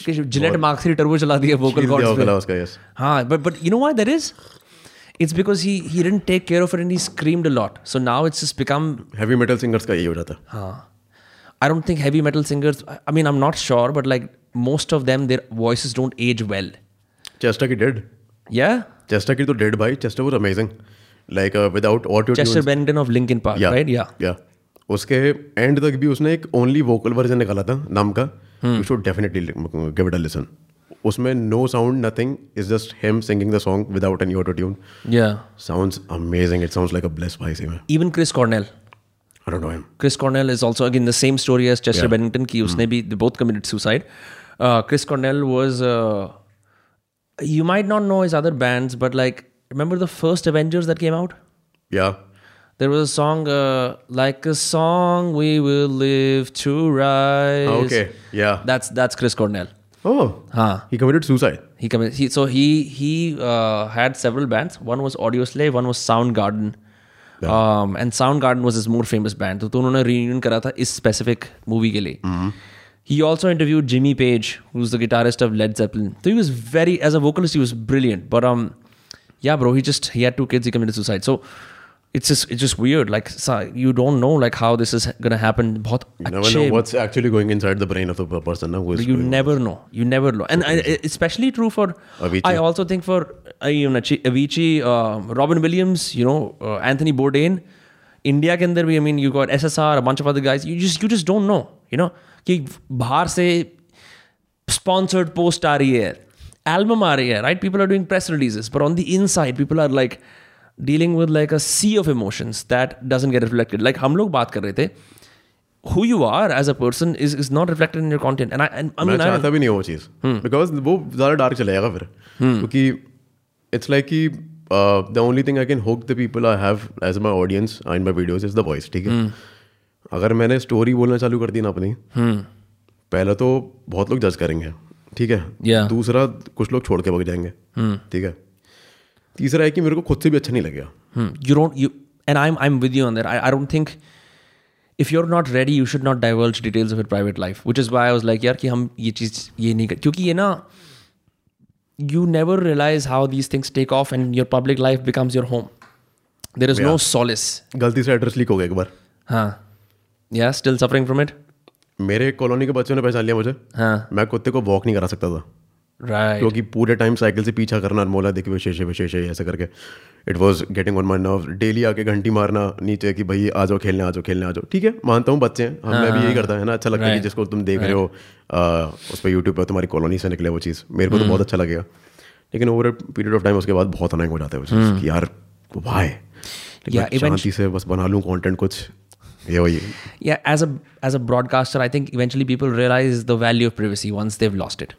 Speaker 1: Gillette mark three turbo चला दिया vocal
Speaker 2: दिया
Speaker 1: chords पे
Speaker 2: होगा उसका यस
Speaker 1: हाँ but but you know why that is it's because he he didn't take care of it and he screamed a lot so now it's just become
Speaker 2: heavy metal singers का यही हो जाता है
Speaker 1: हाँ I don't think heavy metal singers I mean I am not sure but like most of them their voice don't as well
Speaker 2: Chester की dead
Speaker 1: या
Speaker 2: Chester की तो डेड भाई Chester was amazing like without auto
Speaker 1: Chester Bennington of Linkin Park right या
Speaker 2: या उसके end तक भी उसने एक ओनली वोकल वर्जन निकाला था नाम का you should definitely give it a listen उसमें no sound nothing is just him singing the song without any auto tune
Speaker 1: या
Speaker 2: sounds amazing it sounds like a bless भाई से
Speaker 1: even Chris Cornell
Speaker 2: I don't know him
Speaker 1: Chris Cornell is also again the same story as Chester Bennington. Ki usne bhi, they both committed suicide. Uh, Chris Cornell was uh, you might not know his other bands, but like remember the first Avengers that came out?
Speaker 2: Yeah
Speaker 1: There was a song uh, like a song we will live to rise.
Speaker 2: Okay या
Speaker 1: that's that's Chris Cornell.
Speaker 2: Oh
Speaker 1: Huh.
Speaker 2: He committed suicide
Speaker 1: He, commi- he so he he uh, had several bands. One was Audio Slave, one was Soundgarden. Um, and Soundgarden was his more famous band. तो तो उन्होंने reunion करा था इस specific movie के
Speaker 2: Mm-hmm.
Speaker 1: लिए. He also interviewed Jimmy Page, who's the guitarist of Led Zeppelin. So he was very as a vocalist he was brilliant. But um, yeah, bro, he just he had two kids. He committed suicide. So. It's just it's just weird. Like so- you don't know like how this is gonna happen. बहुत
Speaker 2: never know
Speaker 1: अच्छे
Speaker 2: what's actually going inside the brain of the person now who is
Speaker 1: you never know you never know and I, I- especially true for
Speaker 2: Avicii.
Speaker 1: i also think for uh, even Achi- avicii um, robin williams you know uh, anthony bourdain india can there be i mean you got ssr a bunch of other guys you just you just don't know you know कि बाहर से sponsored post आ रही है album आ रही है right people are doing press releases but on the inside people are like dealing with like a sea of emotions that doesn't get reflected like हम लोग बात कर रहे थे who you are as a person is is not reflected in your content and I and I Hmm.
Speaker 2: मैं
Speaker 1: mean I
Speaker 2: चाहता भी नहीं वो चीज़ बिकॉज वो ज़्यादा डार्क चला जाएगा फिर
Speaker 1: Hmm.
Speaker 2: क्योंकि इट्स लाइक कि uh, the only thing I can hope the people I have as my audience
Speaker 1: Hmm.
Speaker 2: In my videos is the voice ठीक है अगर मैंने स्टोरी बोलना चालू कर दी ना अपनी पहला तो बहुत लोग जज करेंगे ठीक है
Speaker 1: Yeah.
Speaker 2: दूसरा कुछ लोग छोड़ के भाग जाएंगे ठीक है तीसरा है कि मेरे को खुद से भी अच्छा नहीं लगेगा
Speaker 1: Hmm. You don't you and I'm I'm with you on that. I, I don't think if you're not ready, you should not divulge details of your private life. Which is why I was like, यार कि हम ये चीज ये नहीं कर क्योंकि ये ना you never realize how these things take off and your public life becomes your home. There is no solace.
Speaker 2: गलती से एड्रेस लीक हो गया एक बार
Speaker 1: हाँ. Yeah, still suffering from it?
Speaker 2: मेरे कॉलोनी के बच्चों ने पहचान लिया मुझे
Speaker 1: हाँ.
Speaker 2: मैं कुत्ते को वॉक नहीं करा सकता था
Speaker 1: Right.
Speaker 2: क्योंकि पूरे टाइम साइकिल से पीछा करना अनमोला देखिए विशेष है, विशेष है, ऐसा करके it was getting on my nerve daily आके घंटी मारना नीचे कि भाई आ जाओ खेलने आ जाओ खेलने आ जाओ ठीक है मानता हूँ बच्चे हैं हमें भी यही करता है ना अच्छा लगता है कि जिसको तुम देख रहे हो आ, उस पर यूट्यूब पर तुम्हारी कॉलोनी से निकले वो चीज़ मेरे को तो बहुत अच्छा लगेगा लेकिन ओवर पीरियड ऑफ टाइम उसके बाद बहुत अनाइंग हो जाता है वो चीज़ कि यार वाई
Speaker 1: Yeah, even-
Speaker 2: शांति से बस बना लूँ कंटेंट कुछ ये वही
Speaker 1: yeah as a as a broadcaster i think eventually people realize the value of privacy once they've lost it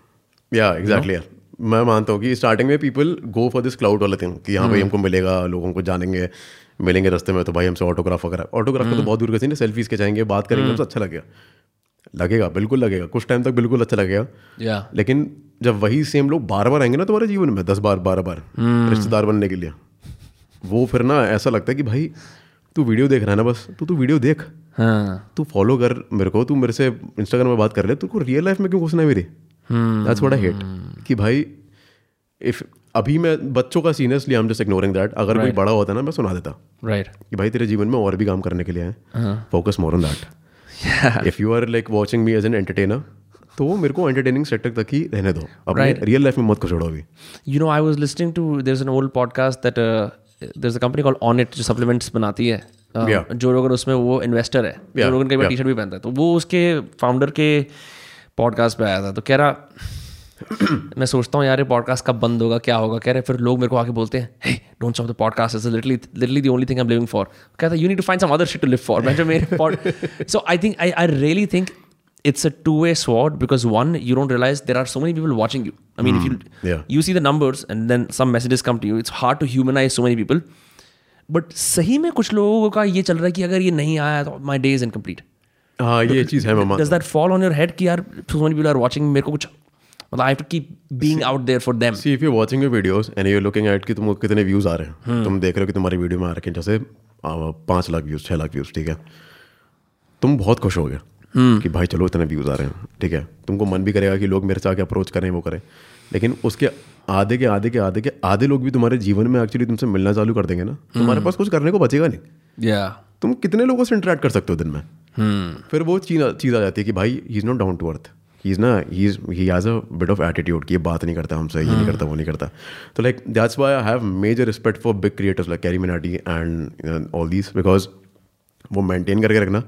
Speaker 2: या एग्जैक्टली यार मैं मानता हूँ कि स्टार्टिंग में people go for this cloud वाला थिंग कि हाँ भाई हमको मिलेगा लोगों को जानेंगे मिलेंगे रास्ते में तो भाई हमसे ऑटोग्राफ वगैरह ऑटोग्राफ का तो बहुत दूर का सीन है सेल्फीज के जाएंगे बात करेंगे हमसे अच्छा लगेगा लगेगा बिल्कुल लगेगा कुछ टाइम तक बिल्कुल अच्छा लगेगा
Speaker 1: yeah
Speaker 2: लेकिन जब वही सेम लोग बार बार आएंगे ना तुम्हारे जीवन में दस बार बारह बार रिश्तेदार बनने के लिए वो फिर ना ऐसा लगता है कि भाई तू वीडियो देख रहा है ना बस तो तू वीडियो देख
Speaker 1: huh
Speaker 2: तू फॉलो कर मेरे को तू मेरे से इंस्टाग्राम में बात कर ले तेरे को रियल लाइफ में क्यों घुसना है मेरी दैट्स व्हाट आई हेट कि भाई इफ अभी मैं बच्चों का सीन है इसलिए I am just ignoring that अगर कोई बड़ा होता ना मैं सुना देता
Speaker 1: right
Speaker 2: कि भाई तेरे जीवन में और भी काम करने के लिए है focus more on that if you are like watching me as an entertainer तो मेरे को एंटरटेनिंग सेक्टर तक ही रहने दो अपने रियल लाइफ में मत को छोड़ो अभी
Speaker 1: you know i was listening to there's an old podcast that uh, there's a company called onit जो supplements बनाती है uh,
Speaker 2: Yeah.
Speaker 1: जो रोगन उसमें वो इन्वेस्टर है जो
Speaker 2: Yeah,
Speaker 1: रोगन कई बार
Speaker 2: yeah.
Speaker 1: टी शर्ट भी पहनता है तो वो उसके फाउंडर के पॉडकास्ट पे आया था तो कह रहा मैं सोचता हूँ यार ये पॉडकास्ट कब बंद होगा क्या होगा कह रहे फिर लोग मेरे को आके बोलते हैं hey don't stop the podcast is literally literally the only thing I am living for कहता you need to find some other shit to live for मैं जो मेरे pod so I think I I really think it's a two-way sword because one you don't realize there are so many people watching you i mean if you
Speaker 2: Hmm, Yeah.
Speaker 1: you see the numbers and then some messages come to you it's hard to humanize so many people but सही में कुछ लोगों का ये चल रहा है कि अगर ये नहीं आया तो my day is incomplete
Speaker 2: हाँ ये चीज़ है मामा
Speaker 1: does that fall on your head कि यार so many people are watching मेरे को कुछ मतलब I have to keep being out there for them
Speaker 2: see if you watching your videos and you looking at कि तुमको कितने व्यूज आ रहे हैं तुम देख रहे हो कि तुम्हारी वीडियो में आ रखे हैं जैसे आ, पाँच लाख व्यूज छः लाख व्यूज ठीक है तुम बहुत खुश होगे कि भाई चलो इतने व्यूज आ रहे हैं ठीक है तुमको मन भी करेगा कि लोग मेरे से आके अप्रोच करें वो करें लेकिन उसके आधे के आधे के आधे के आधे लोग भी तुम्हारे जीवन में एक्चुअली तुमसे मिलना चालू कर देंगे ना तुम्हारे पास कुछ करने को बचेगा नहीं
Speaker 1: या
Speaker 2: तुम कितने लोगों से इंटरेक्ट कर सकते हो दिन में फिर वो चीज चीज़ आ जाती है कि भाई he is not down to earth he is ना he is he has a bit of attitude कि ये बात नहीं करता हमसे ये नहीं करता वो नहीं करता तो like that's why I have major respect for big creators like Carry Minati and all these because वो मेंटेन करके रखना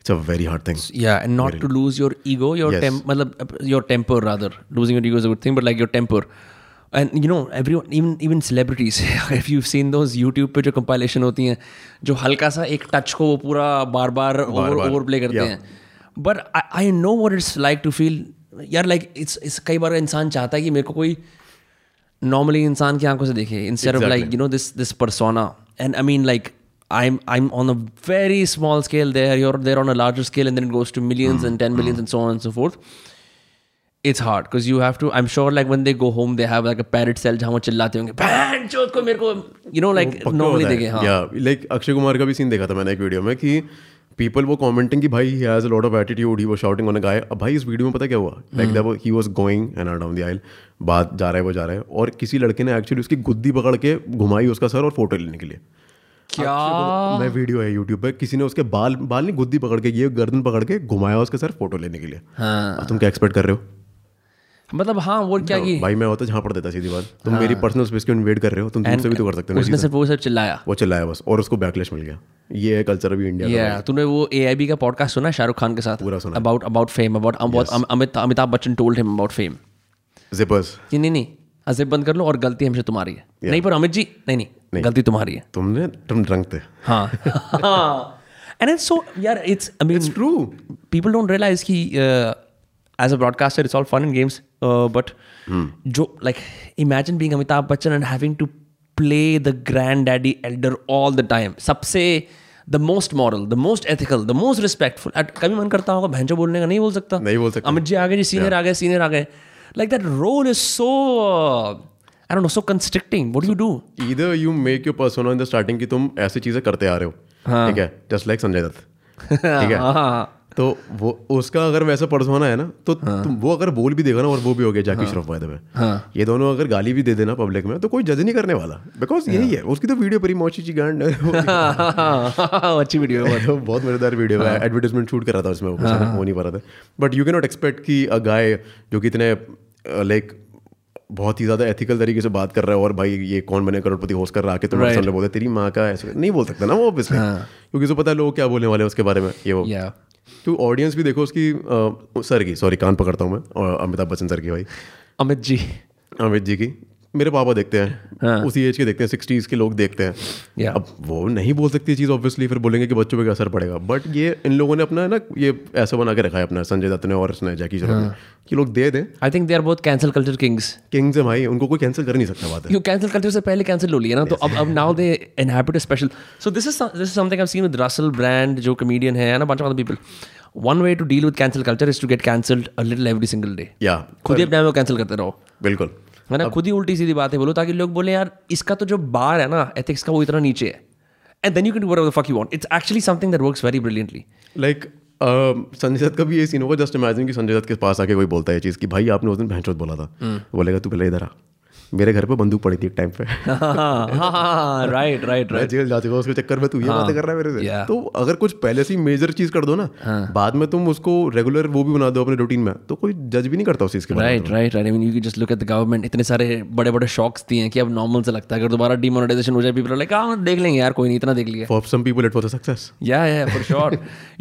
Speaker 2: it's a very hard thing
Speaker 1: yeah and not to lose your ego your
Speaker 2: Yes.
Speaker 1: tem- matlab, your temper rather losing your ego is a good thing but like your temper and you know everyone even even celebrities if you've seen those youtube पे जो compilation होती हैं जो हल्का सा एक touch को वो पूरा बार बार over
Speaker 2: बार-बार,
Speaker 1: overplay करते
Speaker 2: yeah.
Speaker 1: हैं but i i know what it's like to feel यार like it's it's कई बार इंसान चाहता है कि मेरे को कोई normally इंसान की आंखों से देखे instead of like you know this this persona and i mean like i'm i'm on a very small scale there you're there on a larger scale and then it goes to millions and 10 millions and so on and so forth it's hard because you have to i'm sure like when they go home they have like a parrot cell जहाँ वो चिल्लाते होंगे "बहन चोद को मेरे को you know like normally they get हाँ
Speaker 2: या लाइक अक्षय कुमार का भी सीन देखा था मैंने एक वीडियो में कि पीपल वो कमेंटिंग कि भाई he has a lot of attitude he वो शाउटिंग ऑन अ गाय अब भाई इस वीडियो में पता क्या हुआ
Speaker 1: Hmm.
Speaker 2: Like that he was going and down the aisle बात जा रहा है वो जा रहा है और किसी लड़के ने एक्चुअली उसकी गुद्दी पकड़ के घुमाई उसका सर और फोटो लेने के लिए तो
Speaker 1: क्या
Speaker 2: मैं वीडियो है यूट्यूब पे किसी ने उसके बाल बाल नहीं गुद्दी पकड़ के ये गर्दन पकड़ के घुमाया उसके सर फोटो लेने के लिए
Speaker 1: हाँ
Speaker 2: अब तुम क्या एक्सपेक्ट कर रहे हो
Speaker 1: मतलब हाँ वो क्या कि
Speaker 2: भाई मैं होता झाड़ पड़ देता सीधी बात तुम मेरी पर्सनल स्पेस की इन्वेट कर रहे हो तुम तुमसे भी तो कर सकते हो ना,
Speaker 1: उसने सिर्फ वो सब चिल्लाया
Speaker 2: वो चलाया बस और उसको बैकलैश मिल गया ये है कल्चर अभी इंडिया का
Speaker 1: yeah तूने वो AIB का पॉडकास्ट सुना है शाहरुख खान के साथ
Speaker 2: पूरा सुना।
Speaker 1: about about fame about about Amit Amitabh Bachchan told him about fame
Speaker 2: जिपर्स
Speaker 1: कि नहीं नहीं अजेब बंद कर लो और गलती हमसे तुम्हारी है नहीं पर अमित जी नहीं नहीं गलती तुम्हारी है
Speaker 2: तुमने तुम ड्रंक थे
Speaker 1: हाँ एंड इट्स सो यार it's I mean
Speaker 2: true
Speaker 1: people don't realise कि as a broadcaster it's all fun in games but uh,
Speaker 2: Hmm.
Speaker 1: जो like imagine being Amitabh Bachchan and having to play the grand daddy elder all the time सबसे the most moral the most ethical the most respectful कभी मन करता होगा भैंचो बोलने का नहीं बोल सकता
Speaker 2: नहीं बोल सकता।
Speaker 1: अमित जी आ गए जी सीनियर आ गए सीनियर आ गए like that role is so I don't know so constricting what do you do
Speaker 2: either you make your persona in the starting कि तुम ऐसी चीजें करते आ रहे हो ठीक है जस्ट लाइक संजय दत्त ठीक है तो वो उसका अगर वैसा पर्सोना है ना तो तुम वो अगर बोल भी देगा ना और वो भी हो गया जाकी श्रॉफ वायदे में ये दोनों अगर गाली भी दे देना पब्लिक में तो कोई जज नहीं करने वाला बिकॉज यही है उसकी तो वीडियो पर मोची जी गांड
Speaker 1: अच्छी वीडियो है
Speaker 2: वो बहुत मजेदार वीडियो है एडवर्टाइजमेंट शूट करा था उसमें वो कुछ हो नहीं पा रहा था but you can not expect कि अ गाय जो कि इतने लाइक बहुत ही ज्यादा एथिकल तरीके से बात कर रहा है और भाई ये कौन बने करोड़पति होस्ट कर रहा है, आके तुम्हारे सामने बोलते तेरी माँ का ऐसे नहीं बोल सकता ना वो ऑब्वियसली क्योंकि उसे पता है लोग क्या बोलने वाले हैं उसके बारे में ये वो
Speaker 1: Yeah.
Speaker 2: तो ऑडियंस भी देखो उसकी अ, सर की सॉरी कान पकड़ता हूँ मैं और अमिताभ बच्चन सर की भाई
Speaker 1: अमित जी
Speaker 2: अमित जी की मेरे पापा देखते हैं उसी एज के देखते हैं सिक्सटीज के लोग देखते हैं
Speaker 1: Yeah.
Speaker 2: अब वो नहीं बोल सकती चीज़ ऑब्वियसली फिर बोलेंगे कि बच्चों पे क्या असर पड़ेगा बट ये इन लोगों ने अपना है ना ये ऐसा बना के रखा है अपना संजय दत्त ने और इसने जैकी श्रॉफ ने कि लोग दे दें
Speaker 1: I think they are both cancel culture kings
Speaker 2: kings है भाई उनको कोई कैंसिल कर नहीं सकता बात है
Speaker 1: यू कैंसिल कल्चर से पहले कैंसिल हो लिया ना तो अब अब now they inhabit a special so this is this is something I seen with Russell Brand जो कमेडियन है ना bunch of other people one way to deal with cancel culture is to get cancelled a little every single day
Speaker 2: या
Speaker 1: खुद ही अपने आप को cancel करते रहो
Speaker 2: बिल्कुल
Speaker 1: है ना खुद ही उल्टी सीधी बातें बोलो ताकि लोग बोले यार इसका तो जो बार है ना एथिक्स का वो इतना नीचे है and then you can do the fuck you want it's actually something that works very brilliantly
Speaker 2: like Sanjay Dutt का भी ये सीन होगा जस्ट इमेजिन कि संजय दत्त के पास आके कोई बोलता है ये चीज़ कि भाई आपने उस दिन भैंसोत बोला था बोलेगा तू पहले इधर आ मेरे घर पे बंदूक पड़ी थी एक टाइम पे
Speaker 1: राइट राइट
Speaker 2: मैं
Speaker 1: राइट
Speaker 2: जेल जा चुका हूं, उसके चक्कर में तू ये बातें कर रहा है मेरे से
Speaker 1: हाँ, yeah. हाँ।
Speaker 2: तो अगर कुछ पहले से मेजर चीज कर दो ना बाद में तुम उसको रेगुलर वो भी बना दो अपने रूटीन में तो कोई जज भी नहीं करता उस चीज के बारे में
Speaker 1: right right right I mean you can just look at the government इतने सारे बड़े बड़े शॉक्स दिए हैं कि अब नॉर्मल से लगता है अगर दोबारा डिमोनेटाइजेशन हो जाए पीपल लाइक हाँ देख लेंगे यार कोई नहीं इतना देख लिया
Speaker 2: for some people it was a success
Speaker 1: Yeah, yeah, for sure.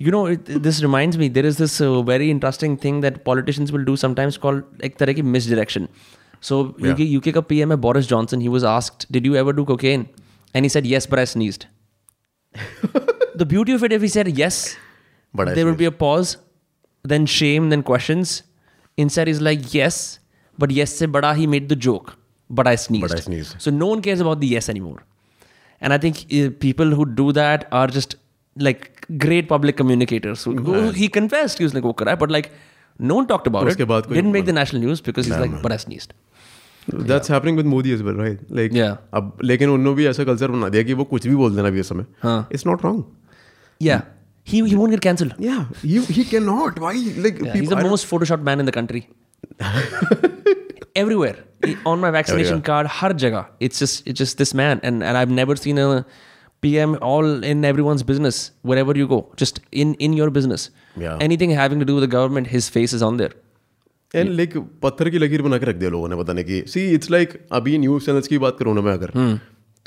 Speaker 1: you know, it, this reminds me, there is this uh, very interesting thing that politicians will do sometimes called ek tarah ki misdirection. So UK, UK ka PM hai, Boris Johnson, he was asked, did you ever do cocaine? And he said, yes, but I sneezed. the beauty of it, if he said yes,
Speaker 2: बड़ा
Speaker 1: there would be a pause, then shame, then questions. Instead, he's like, yes, but yes se bada, he made the joke, but I sneezed.
Speaker 2: But I sneezed.
Speaker 1: So no one cares about the yes anymore. And I think uh, people who do that are just like great public communicators. Who, who- he confessed he was like, "वो करा है," but like no one talked about it.
Speaker 2: उसके बाद कोई-
Speaker 1: Didn't make the national news because he's like, but I sneezed.
Speaker 2: That's happening with Modi as well right like
Speaker 1: Yeah.
Speaker 2: अब लेकिन उन्होंने भी ऐसा कल्चर बना दिया कि वो कुछ भी बोल देना भी उस समय
Speaker 1: हाँ।
Speaker 2: It's not wrong
Speaker 1: Yeah, he he won't get cancelled.
Speaker 2: या he can not why like
Speaker 1: Yeah, he's the most photoshopped man in the country. Everywhere He- on my vaccination card, har jaga. It's just it's just this man, and and I've never seen a PM all in everyone's business wherever you go, just in in your business.
Speaker 2: Yeah.
Speaker 1: Anything having to do with the government, his face is on there.
Speaker 2: And like पत्थर की लकीर बना के रख दिया लोगों ने बताने की सी इट्स लाइक अभी न्यूज चैनल्स की बात करूँ ना मैं अगर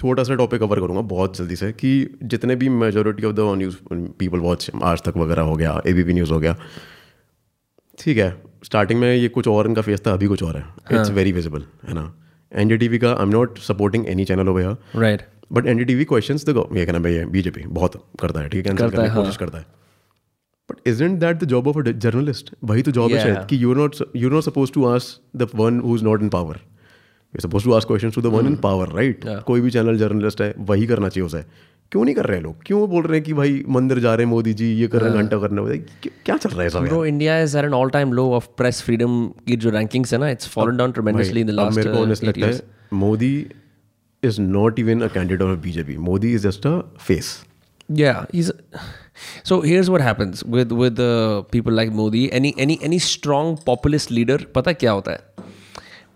Speaker 2: छोटा सा टॉपिक कवर करूंगा बहुत जल्दी से कि जितने भी majority of the news people watch Aaj Tak वगैरह हो गया एबीपी न्यूज हो गया ठीक है स्टार्टिंग में ये कुछ और इनका फेस था अभी कुछ और है इट्स वेरी विजिबल है ना एनडीटीवी का I am not supporting any channel हो गया
Speaker 1: Right.
Speaker 2: बट एनडीटीवी क्वेश्चन तो ये क्या नाम है बीजेपी बहुत करता है ठीक है कैंसिल
Speaker 1: करता
Speaker 2: करने
Speaker 1: है, हाँ।
Speaker 2: की कोशिश करता है but isn't that the job of a journalist वही तो जॉब है
Speaker 1: Yeah.
Speaker 2: शायद कि you not you not suppose to ask the one who is not in power you suppose to ask question to the one in
Speaker 1: Hmm.
Speaker 2: Power right कोई भी channel journalist है वही करना चाहिए उसे क्यों नहीं कर रहे हैं लोग क्यों बोल रहे हैं कि भाई मंदिर जा रहे हैं मोदी जी ये कर रहे
Speaker 1: हाँ।
Speaker 2: हैं घंटा करने वाले क्या- क्या चल रहा है सब यार?
Speaker 1: Bro, India is at an all-time low of press freedom. की जो rankings है ना, it's fallen down tremendously in the
Speaker 2: भाई, अब
Speaker 1: last
Speaker 2: मेरे को
Speaker 1: uh,
Speaker 2: honest
Speaker 1: eight
Speaker 2: लगता
Speaker 1: years.
Speaker 2: है Modi is not even a candidate of BJP Modi is just a face
Speaker 1: Yeah, he's. So here's what happens with with uh, people like Modi, any any any strong populist leader. पता क्या होता है?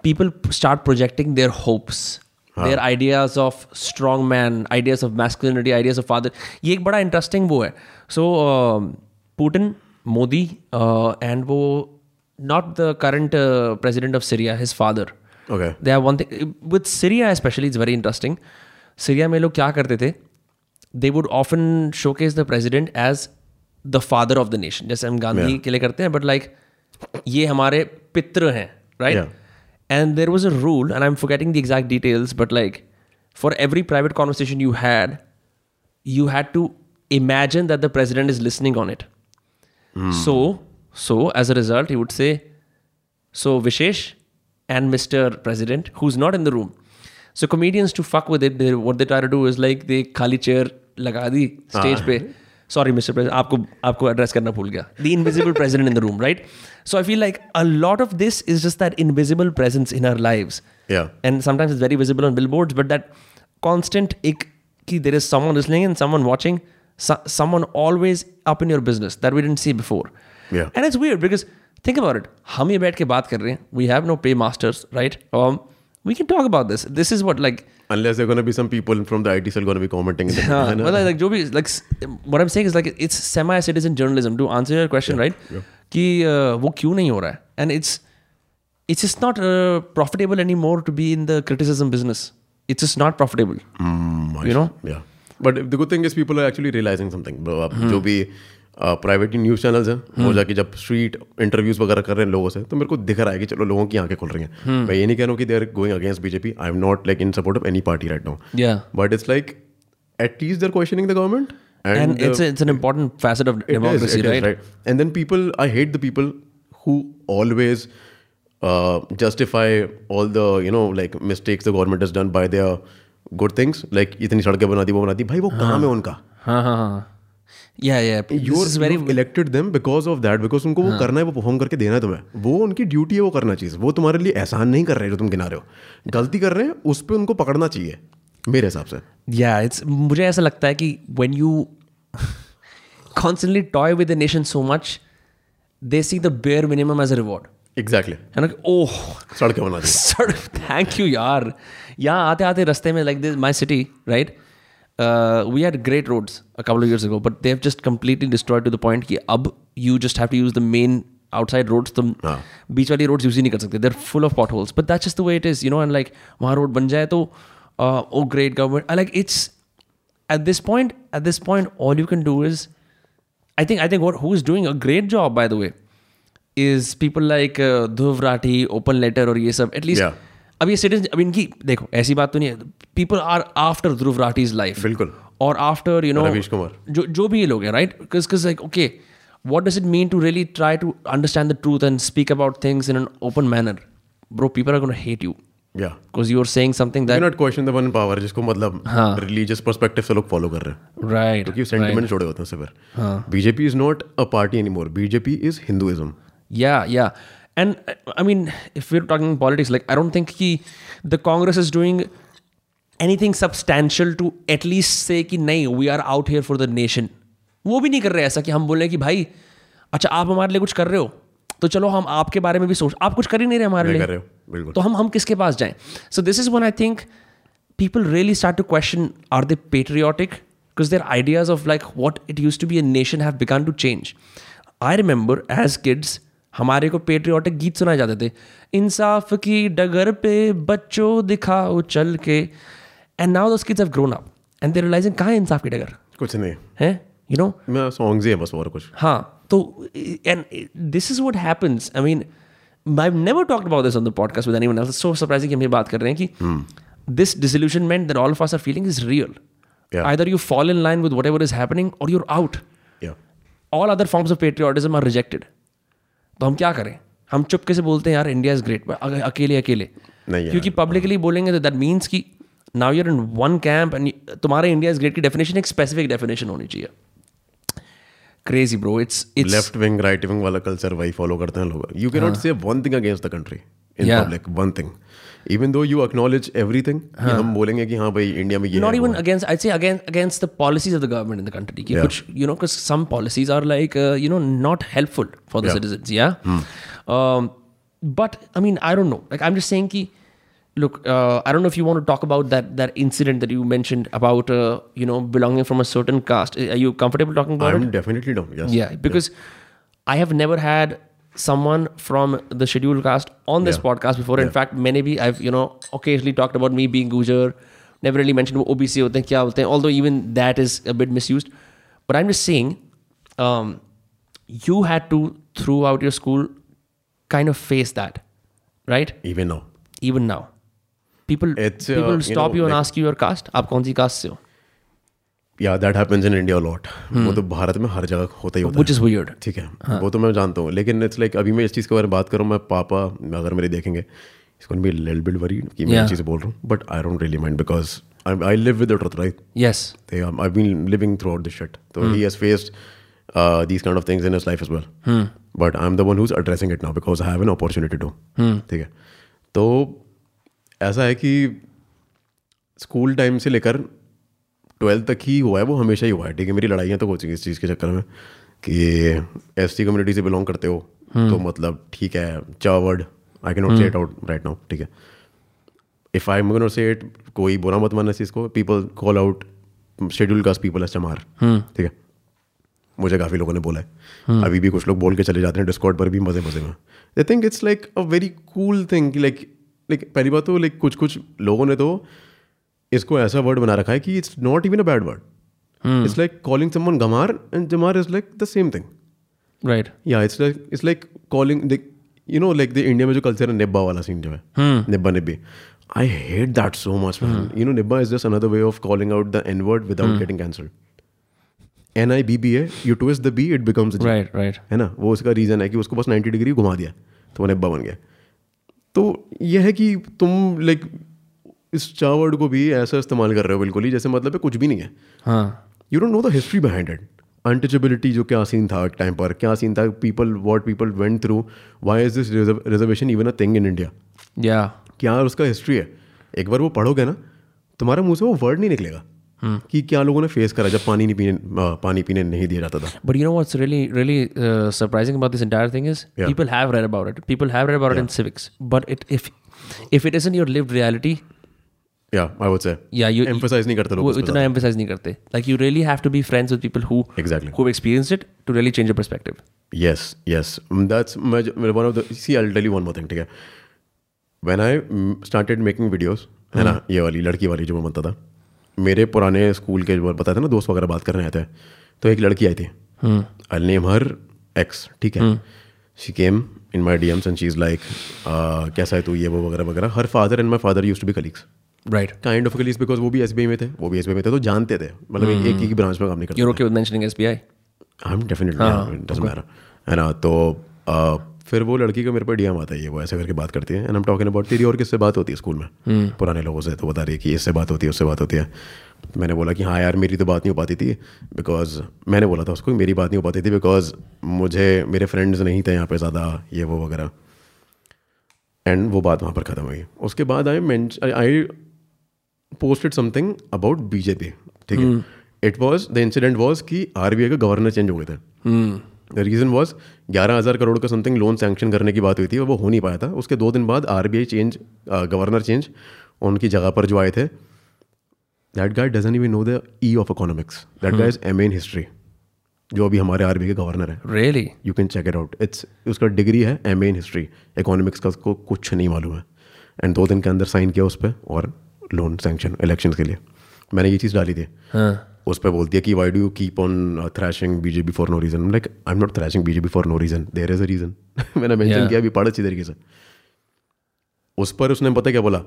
Speaker 1: People start projecting their hopes. Their ideas of strong man, ideas of masculinity, ideas of father. ये एक बड़ा interesting वो है. So um, Putin, Modi, uh, and वो not the current uh, president of Syria, his father.
Speaker 2: Okay
Speaker 1: they have one thing with Syria specially it's very interesting Syria में लोग क्या करते थे they would often showcase the president as the father of the nation जैसे हम गांधी के लिए करते हैं बट लाइक ये हमारे पित्र हैं right and there was a rule and I am forgetting the exact details but like for every private conversation you had you had to imagine that the president is listening on it. Hmm. So, so as a result, he would say, "So Vishesh and Mr. President, who's not in the room." So comedians to fuck with it, they, what they try to do is like they kali chair लगा दी stage पे sorry mister president आपको आपको address करना भूल गया the invisible president in the room right so I feel like a lot of this is just that invisible presence in our lives
Speaker 2: Yeah.
Speaker 1: and sometimes it's very visible on billboards but that constant ik ki there is someone listening and someone watching so, someone always up in your business that we didn't see before
Speaker 2: Yeah.
Speaker 1: and it's weird because think about it हम ये बैठ के बात कर रहे हैं we have no pay masters right um, we can talk about this this is what like
Speaker 2: unless there are going to be some people from the IT cell going to be commenting. in the-
Speaker 1: हाँ,
Speaker 2: है ना?
Speaker 1: मतलब like जो भी like s- what I'm saying is like it's semi citizen journalism to answer your question right कि uh, वो क्यों नहीं हो रहा है and it's it's just not uh, profitable anymore to be in the criticism business it's just not profitable
Speaker 2: Mm, I
Speaker 1: You know?
Speaker 2: see. Yeah. But the good thing is people are actually realizing something. अब अब
Speaker 1: Hmm.
Speaker 2: जो भी uh, private news channels हैं वो जाके जब street interviews वगैरह कर रहे हैं लोगों से तो मेरे को दिख रहा है कि चलो लोगों की आंखें खुल रही हैं
Speaker 1: Hmm.
Speaker 2: मैं ये नहीं कह रहा हूँ कि they are going against BJP I am not like in support of any party right now
Speaker 1: yeah
Speaker 2: but it's like at least they're questioning the government
Speaker 1: and it's a, it's an important facet of
Speaker 2: uh, It is,
Speaker 1: democracy
Speaker 2: it is,
Speaker 1: right?
Speaker 2: And then people, I hate the people who always uh, justify all the you know like mistakes the government has done by their good things. Like इतनी सड़कें बना दी वो बना दी भाई वो काम है उनका.
Speaker 1: हाँ हाँ हाँ yeah yeah
Speaker 2: You
Speaker 1: this is very हाँ।
Speaker 2: elected them because of that because उनको वो करना है वो परफॉर्म करके देना है तुम्हें वो उनकी ड्यूटी है वो करना चाहिए वो तुम्हारे लिए एहसान नहीं कर रहे जो तुम गिना रहे हो गलती कर रहे हैं उस पर उनको पकड़ना चाहिए मेरे हिसाब से
Speaker 1: yeah it's मुझे ऐसा लगता है कि when you constantly toy with the nation so much they see the bare minimum as a reward
Speaker 2: exactly
Speaker 1: है ना कि ओह
Speaker 2: सड़कें बना दी
Speaker 1: सर थैंक यू यार यहाँ आते आते रास्ते में like this my city right we had great roads a couple of years ago but they have just completely destroyed to the point कि अब you just have to use the main outside roads तुम
Speaker 2: हाँ।
Speaker 1: बीच वाली roads use ही नहीं कर सकते there full of potholes but that's just the way it is you know and like वहाँ रोड बन जाए तो oh, oh great government like it's at this point at this point all you can do is I think I think what who is doing a great job by the way is people like uh, Dhruv Rathi, Open Letter और ये सब at least
Speaker 2: Yeah.
Speaker 1: अब ये citizens अब इनकी देखो ऐसी बात तो नहीं है people are after Dhruv Rathi's life
Speaker 2: बिल्कुल।
Speaker 1: और after you know
Speaker 2: Ravish Kumar.
Speaker 1: जो जो भी ये लोग हैं right because because like okay what does it mean to really try to understand the truth and speak about things in an open manner bro people are going to hate you
Speaker 2: Yeah.
Speaker 1: because you're saying something that
Speaker 2: You not question the one power जिसको मतलब religious perspective से लोग follow कर रहे हैं
Speaker 1: हाँ। right हाँ।
Speaker 2: क्योंकि सेंटिमेंट छोड़े होते हैं उससे फिर BJP is not a party any more BJP is Hinduism
Speaker 1: Yeah, yeah. And uh, I mean, if we're talking politics, like I don't think he, the Congress is doing anything substantial to at least say कि नहीं we are out here for the nation. वो भी नहीं कर रहे ऐसा कि हम बोले कि भाई अच्छा आप हमारे लिए कुछ कर रहे हो तो चलो हम आपके बारे में भी सोच आप कुछ कर ही नहीं रहे हमारे
Speaker 2: नहीं
Speaker 1: लिए
Speaker 2: कर रहे हो बिल्कुल
Speaker 1: तो हम हम किसके पास जाएं so this is one I think people really start to question are they patriotic because their ideas of like what it used to be a nation have become to change I remember as kids हमारे को patriotic गीत सुनाए जाते थे इंसाफ की डगर पे बच्चों दिखाओ चल के and now those kids have grown up and they realising कहाँ है इंसाफ की डगर
Speaker 2: कुछ नहीं
Speaker 1: है यू नो
Speaker 2: मैं सॉन्ग्स ही हैं बस और कुछ
Speaker 1: हाँ तो and this is what happens I mean I never talked about this on the podcast with anyone else so surprising हम ये बात कर रहे हैं कि this disillusionment that all of us are feeling is real
Speaker 2: Yeah.
Speaker 1: Either you fall in line with whatever is happening और you're out
Speaker 2: या
Speaker 1: all other forms of patriotism are rejected तो हम क्या करें हम चुपके से बोलते हैं यार इंडिया इज ग्रेट अकेले अकेले
Speaker 2: नहीं यार।
Speaker 1: क्योंकि पब्लिकली बोलेंगे तो दैट मीन्स कि now you're in one camp and तुम्हारे इंडिया इज ग्रेट की डेफिनेशन एक स्पेसिफिक डेफिनेशन होनी चाहिए crazy bro it's it's
Speaker 2: left wing right wing वाला कल्चर वही फॉलो करते हैं लोग you can not say one thing against the country in
Speaker 1: हाँ। Yeah.
Speaker 2: Public one thing even though you acknowledge everything हम बोलेंगे कि हाँ भाई इंडिया में ये
Speaker 1: not
Speaker 2: है, वो
Speaker 1: even against i'd say against against the policies of the government in the country yeah.
Speaker 2: Yeah.
Speaker 1: which you know because some policies are like uh, you know not helpful for the
Speaker 2: Yeah. Hmm.
Speaker 1: citizens yeah um, but i mean i don't know like i'm just saying ki, look uh, i don't know if you want to talk about that that incident that you mentioned about uh, you know belonging from a certain caste are you comfortable talking
Speaker 2: है।
Speaker 1: about it?
Speaker 2: I'm definitely down. Yes.
Speaker 1: Yeah, because I have never had someone from the scheduled cast on this
Speaker 2: Yeah.
Speaker 1: podcast before. In fact, many भी I've you know occasionally talked about me being Gujar. Never really mentioned वो OBC होते हैं क्या होते हैं. Although even that is a bit misused. But I'm just saying, um, you had to throughout your school kind of face that, right?
Speaker 2: Even now.
Speaker 1: Even now, people
Speaker 2: It's, uh,
Speaker 1: people
Speaker 2: you
Speaker 1: stop
Speaker 2: know,
Speaker 1: you and
Speaker 2: like-
Speaker 1: ask you your caste. आप कौन सी caste से हो?
Speaker 2: या that happens in India lot वो
Speaker 1: Hmm.
Speaker 2: तो भारत में हर जगह होता ही होता है
Speaker 1: Which is weird.
Speaker 2: ठीक है वो तो मैं जानता हूँ लेकिन इट्स लाइक अभी मैं इस चीज़ के बारे में बात करूँ मैं पापा अगर मेरे देखेंगे इसको बी लिटिल बिट वरीड कि मैं
Speaker 1: Yeah.
Speaker 2: इस चीज़ बोल रहा हूँ but I don't really mind because I'm, I live with the truth, right?
Speaker 1: Yes.
Speaker 2: They, um, I've been living throughout this shit. So he has faced uh, these kind of things in his life as well. But I'm the one who's addressing it now because I have an opportunity to. ठीक है तो ऐसा है कि school time से लेकर twelfth तक ही हुआ है वो हमेशा ही हुआ है ठीक है मेरी लड़ाइयाँ तो कोचिंग इस चीज़ के चक्कर में कि एस टी कम्युनिटी से बिलोंग करते हो तो मतलब ठीक है चा word I can not say it out right now ठीक है if I am gonna say it कोई बुरा मत मानना इस चीज़ को people call out scheduled caste people as Chamar ठीक है मुझे काफ़ी लोगों ने बोला है अभी भी कुछ लोग बोल के चले जाते हैं डिस्कॉर्ड पर भी मज़े मज़े में they think it's like a very cool thing like like पहली बात तो लाइक कुछ कुछ लोगों ने तो इसको ऐसा वर्ड बना रखा है कि it's not even a bad word it's like calling someone गमार एंड जमार is like the same thing
Speaker 1: Right.
Speaker 2: या it's like it's like calling you know like the India में जो कल्चर है निब्बा वाला सीन जो है निब्बा निब्बी I hate that so much man you know निब्बा is just another way of calling out the N word without getting cancelled N I B B है U to is the B it becomes
Speaker 1: Right. Right.
Speaker 2: है ना वो उसका reason है कि उसको बस नाइन्टी डिग्री घुमा दिया तो वो निब्बा बन गया तो यह है कि तुम लाइक इस चावर्ड को भी ऐसा इस्तेमाल कर रहे हो बिल्कुल ही जैसे मतलब है कुछ भी नहीं है
Speaker 1: हाँ.
Speaker 2: You don't know the history behind it untouchability जो क्या सीन था एक टाइम पर क्या सीन था people what people went through why is this reservation even a thing in India
Speaker 1: Yeah.
Speaker 2: क्या उसका हिस्ट्री है एक बार वो पढ़ोगे ना तुम्हारे मुंह से वो वर्ड नहीं निकलेगा
Speaker 1: हम्म।
Speaker 2: कि क्या लोगों ने फेस करा जब पानी नहीं पीने अ, पानी पीने नहीं दिया जाता था
Speaker 1: But you know what's really, really uh, surprising about this entire thing is
Speaker 2: Yeah.
Speaker 1: people have read about it. People have read about it in civics, but it if if it isn't your lived reality,
Speaker 2: या I would say
Speaker 1: yeah, you
Speaker 2: emphasise नहीं करते लोग
Speaker 1: वो
Speaker 2: उस पे
Speaker 1: इतना emphasize नहीं करते. Like you really have to be friends with people who
Speaker 2: Exactly.
Speaker 1: who've experienced it to really change your perspective.
Speaker 2: Yes, yes. Mm, That's my, my- one of the. See, I'll tell you one more thing. ठीक है When I mm, started making videos, है ना ये वाली लड़की वाली जो मैं बनता था मेरे पुराने स्कूल के जो बताया था ना दोस्त वगैरह बात करने आए थे तो एक लड़की आई थी आई नेम हर एक्स ठीक है she came in my DMs and she is like कैसा है तू ये वो वगैरह वगैरह her father and my father used to be colleagues
Speaker 1: Right.
Speaker 2: Kind of colleagues because वो भी एस में थे वो भी एस में थे तो जानते थे मतलब एक- एक ही ब्रांच में काम नहीं करते
Speaker 1: You're okay with mentioning SBI?
Speaker 2: I am definitely doesn't matter है ना तो अ, फिर वो लड़की का मेरे पर डीएम आता है ये वो ऐसे करके बात करती है and I am talking about तेरी और किससे बात होती है स्कूल में पुराने लोगों से तो बता रही है कि इससे बात होती है उससे बात होती है तो मैंने बोला कि हाँ यार मेरी तो बात नहीं हो पाती थी बिकॉज मैंने बोला था उसको कि मेरी बात नहीं हो पाती थी बिकॉज मुझे मेरे फ्रेंड्स नहीं थे यहाँ पे ज़्यादा ये वो वगैरह एंड वो बात वहाँ पर ख़त्म हुई उसके बाद आई मैं I posted something about BJP ठीक है it was the incident was कि आरबीआई का गवर्नर चेंज हो गए थे द रीजन वॉज ग्यारह हज़ार करोड़ का समथिंग लोन सैंक्शन करने की बात हुई थी और वो हो नहीं पाया था उसके दो दिन बाद RBI change governor change uh, उनकी जगह पर जो आए थे that guy doesn't even know the E of economics that guy is M in history जो अभी हमारे आरबीआई के गवर्नर है
Speaker 1: Really?
Speaker 2: You can check it out it's उसका डिग्री है एम इन हिस्ट्री इकोनॉमिक्स का उसको कुछ नहीं मालूम है एंड दो दिन के अंदर साइन किया उस पर और लोन सैंक्शन इलेक्शन के लिए मैंने ये चीज़ डाली थी
Speaker 1: हाँ.
Speaker 2: उस पर बोलती है कि why do you keep on thrashing BJP for no reason like I am not thrashing BJP for no reason there is a reason मैंने मेंशन
Speaker 1: Yeah.
Speaker 2: किया अभी पढ़ अच्छी तरीके से उस पर उसने पता क्या बोला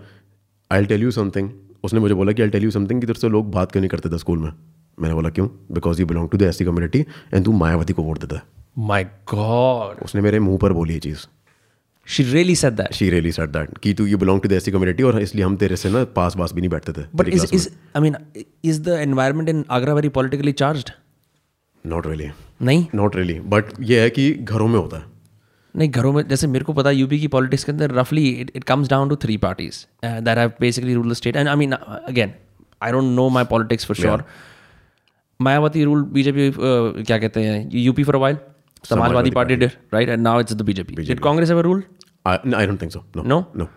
Speaker 2: आई टेल यू समथिंग उसने मुझे बोला कि आई टेल यू समथिंग कि तेरे से लोग बात क्यों नहीं करते थे स्कूल में मैंने बोला क्यों because you belong to the S C community and तू मायावती को वोट देता है
Speaker 1: My God.
Speaker 2: उसने मेरे मुंह पर बोली ये चीज़
Speaker 1: She really said that.
Speaker 2: She really said that कि तू यू बिलोंग टू द ऐसी कम्युनिटी और इसलिए हम तेरे से ना पास पास भी नहीं बैठते थे
Speaker 1: But is is I mean is the environment in Agra very politically charged?
Speaker 2: Not really
Speaker 1: नहीं
Speaker 2: नॉट रियली बट ये है कि घरों में होता है
Speaker 1: नहीं घरों में जैसे मेरे को पता है यूपी की पॉलिटिक्स के अंदर रफली it comes down to three parties that have basically rule the state and I mean again I don't know my politics for sure Mayawati rule BJP uh, क्या कहते हैं UP for a while Samajwadi party did right and now it's the BJP did Congress have rule
Speaker 2: I don't think so no
Speaker 1: no
Speaker 2: no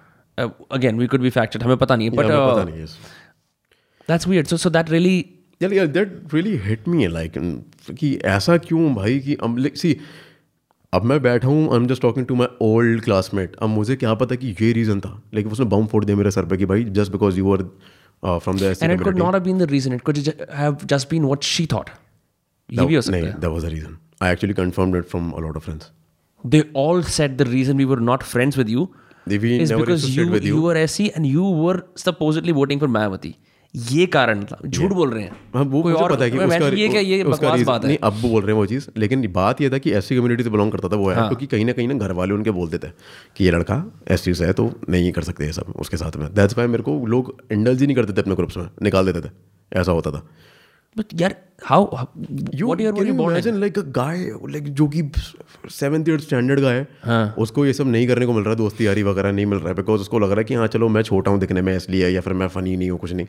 Speaker 1: Uh, again we could B faceted हमें पता नहीं uh,
Speaker 2: पता
Speaker 1: but
Speaker 2: नहीं
Speaker 1: that's weird so so that really
Speaker 2: यार that really hit me like um, कि ऐसा क्यों भाई कि अब सी अब मैं बैठा हूँ I am just talking to my old classmate अब मुझे क्या पता कि ये रीज़न था लेकिन उसने बम फोड़ दिया मेरे सर पे कि भाई just because you are from the
Speaker 1: and it could not have been the reason it could have just been what she thought ये भी हो सकता है
Speaker 2: नहीं that was the reason I actually confirmed it from a lot of friends
Speaker 1: they all said the reason we were not friends with you
Speaker 2: They- we
Speaker 1: is
Speaker 2: never
Speaker 1: because
Speaker 2: associate
Speaker 1: you, E
Speaker 2: with
Speaker 1: you
Speaker 2: you.
Speaker 1: were SC and you were supposedly voting for Mayawati. ये कारण था झूठ बोल रहे हैं
Speaker 2: हाँ वो
Speaker 1: कोई
Speaker 2: मुझे
Speaker 1: और
Speaker 2: पता है कि
Speaker 1: मैं-
Speaker 2: उसका
Speaker 1: ये क्या ये
Speaker 2: उसका
Speaker 1: बकवास
Speaker 2: reason-
Speaker 1: बात है
Speaker 2: नहीं अब वो बोल रहे हैं वो चीज़ लेकिन बात ये था कि ऐसी कम्युनिटी से बिलोंग करता
Speaker 1: हाँ।
Speaker 2: था वो है क्योंकि कहीं ना कहीं ना घर वाले उनके बोल देते हैं कि ये लड़का एस से है तो नहीं कर सकते ये सब उसके साथ में दैट्स वाई मेरे को लोग इंडल्ज ही नहीं करते थे अपने ग्रुप्स में निकाल देते थे ऐसा होता था
Speaker 1: बट यार how what
Speaker 2: can you imagine, like a guy, like, जो कि सेवेंथ एट स्टैंडर्ड का है
Speaker 1: हाँ।
Speaker 2: उसको ये सब नहीं करने को मिल रहा है दोस्ती यारी वगैरह नहीं मिल रहा है बिकॉज उसको लग रहा है कि हाँ चलो मैं छोटा हूँ दिखने में इसलिए या फिर मैं फनी नहीं हूँ कुछ नहीं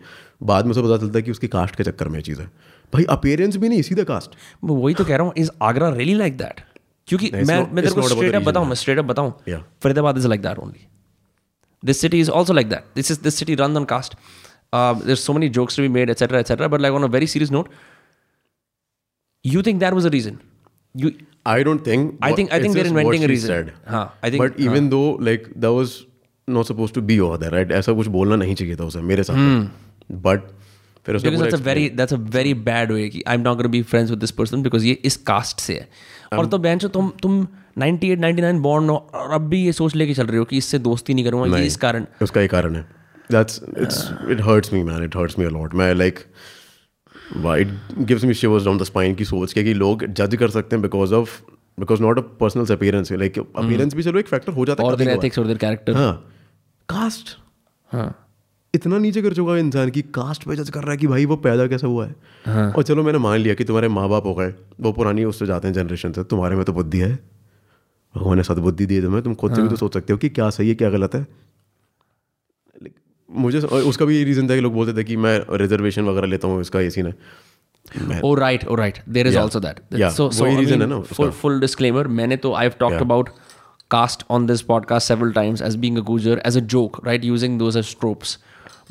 Speaker 2: बाद में उसे पता चलता है कि उसकी कास्ट के चक्कर में ये चीज़ है भाई अपेयरेंस भी नहीं सीधा कास्ट
Speaker 1: मैं वही तो कह रहा हूँ is Agra really like that क्योंकि
Speaker 2: No, it's
Speaker 1: मैं
Speaker 2: not-
Speaker 1: मैं तेरे
Speaker 2: it's
Speaker 1: को
Speaker 2: not about
Speaker 1: straight
Speaker 2: the
Speaker 1: up
Speaker 2: region.
Speaker 1: बताऊं मैं स्ट्रेट अप बताऊं
Speaker 2: Yeah.
Speaker 1: Faridabad is like that only this city is also like that this is this city run on caste there so many jokes to be made etcetera etcetera but like on a very serious note you think that was a reason you
Speaker 2: I don't think
Speaker 1: I think- I think they're inventing a reason. हाँ, I think-
Speaker 2: but even though like that was not suppose to be over there right ऐसा कुछ बोलना नहीं चाहिए था उसे मेरे
Speaker 1: हम्म।
Speaker 2: साथ बट फिर उसने
Speaker 1: बिकॉज
Speaker 2: पूरा
Speaker 1: that's a very that's a very bad way कि I am not gonna be friends with this person because ये इस कास्ट से है और तो बेंचो तुम तुम 98 99 बॉर्न हो और अब भी ये सोच लेके चल रहे हो कि इससे दोस्ती नहीं करूंगा ये इस कारण
Speaker 2: उसका ये कारण है that's it's it hurts me man it hurts me a lot मैं like it gives me shivers down the spine की सोच के कि लोग जज कर सकते हैं because of because not a personal appearance like appearance भी चलो एक फैक्टर हो जाता है
Speaker 1: Hmm. और देर
Speaker 2: काफी
Speaker 1: एथिक्स और देर
Speaker 2: लोग-
Speaker 1: कैरेक्टर
Speaker 2: हाँ कास्ट
Speaker 1: हाँ
Speaker 2: इतना नीचे कर चुका है इंसान की कास्ट पे जज कर रहा है कि भाई वो पैदा कैसे हुआ है
Speaker 1: हाँ।
Speaker 2: और चलो मैंने मान लिया कि तुम्हारे माँ बाप हो गए वो पुरानी उससे जाते हैं जनरेशन से तुम्हारे में तो बुद्धि है भगवान ने सदबुद्धि दी है तुम्हें तुम खुद से भी
Speaker 1: हाँ।
Speaker 2: तो सोच सकते हो कि क्या सही है क्या गलत है Like, मुझे और उसका भी रीज़न था कि लोग बोलते थे कि मैं रिजर्वेशन वगैरह लेता हूँ इसका ये सीन है मैं-
Speaker 1: oh right oh right there is
Speaker 2: Yeah.
Speaker 1: also that
Speaker 2: Yeah,
Speaker 1: so so
Speaker 2: वही
Speaker 1: I
Speaker 2: reason
Speaker 1: mean,
Speaker 2: है ना उसका।
Speaker 1: full full disclaimer मैंने तो I've talked
Speaker 2: Yeah.
Speaker 1: about caste on this podcast several times as being a gujar as a joke right using those as tropes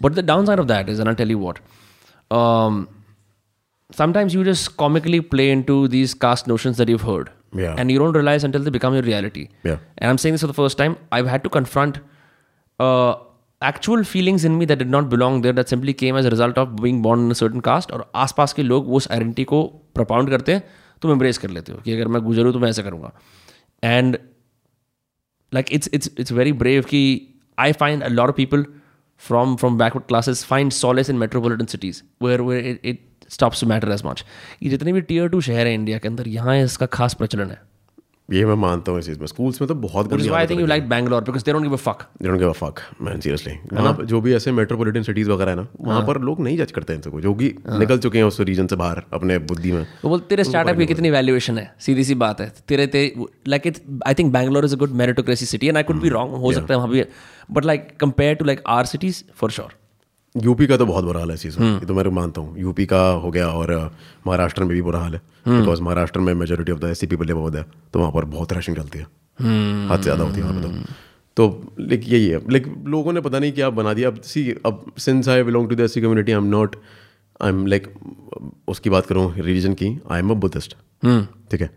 Speaker 1: but the downside of that is and I'll tell you what um sometimes you just comically play into these caste notions that you've heard
Speaker 2: Yeah.
Speaker 1: and you don't realize until they become your reality
Speaker 2: Yeah.
Speaker 1: and I'm saying this for the first time, I've had to confront uh, actual feelings in me that did not belong there that simply came as a result of being born in a certain caste और आसपास के लोग उस identity को propound करते हैं तुम embrace कर लेते हो कि अगर मैं गुजर हूँ तो मैं ऐसा करूँगा and like it's it's it's very brave कि I find a lot of people from from backward classes find solace in metropolitan cities where where it it stops matter as much ये जितने भी टीयर टू शहर हैं India के अंदर यहाँ इसका खास प्रचलन है
Speaker 2: ये मैं मानता हूँ इस चीज़ में स्कूल्स में तो बहुत
Speaker 1: which
Speaker 2: गंदी
Speaker 1: is why I
Speaker 2: आदत
Speaker 1: think you like Bangalore because they don't give a fuck.
Speaker 2: They don't give a fuck, man, seriously. वहाँ पर जो भी ऐसे मेट्रोपॉलिटन सिटीज वगैरह है ना वहाँ पर लोग नहीं जज करते हैं इनको जो कि निकल चुके हैं उस रीजन से बाहर अपने बुद्धि में
Speaker 1: वो बोलते तेरे स्टार्टअप की कितनी वैल्यूएशन है सीधी सी बात है तेरे तेरे like it I think Bangalore is a good meritocracy city and I could be wrong हो सकता है वहाँ भी but like compare to like our cities for sure
Speaker 2: UP का तो बहुत बुरा हाल है इस चीज़ में ये तो मैं मानता हूँ यूपी का हो गया और अ, महाराष्ट्र में भी बुरा हाल है बिकॉज महाराष्ट्र में majority of the S C people live है तो वहाँ पर बहुत रशिंग चलती है हद से ज़्यादा होती है वहाँ पर तो तो लाइक यही है लाइक लोगों ने पता नहीं क्या बना दिया अब सी अब since I belong to the S C community I am not I am like उसकी बात करूँ रिलीजन की आई एम अ बुद्धिस्ट ठीक है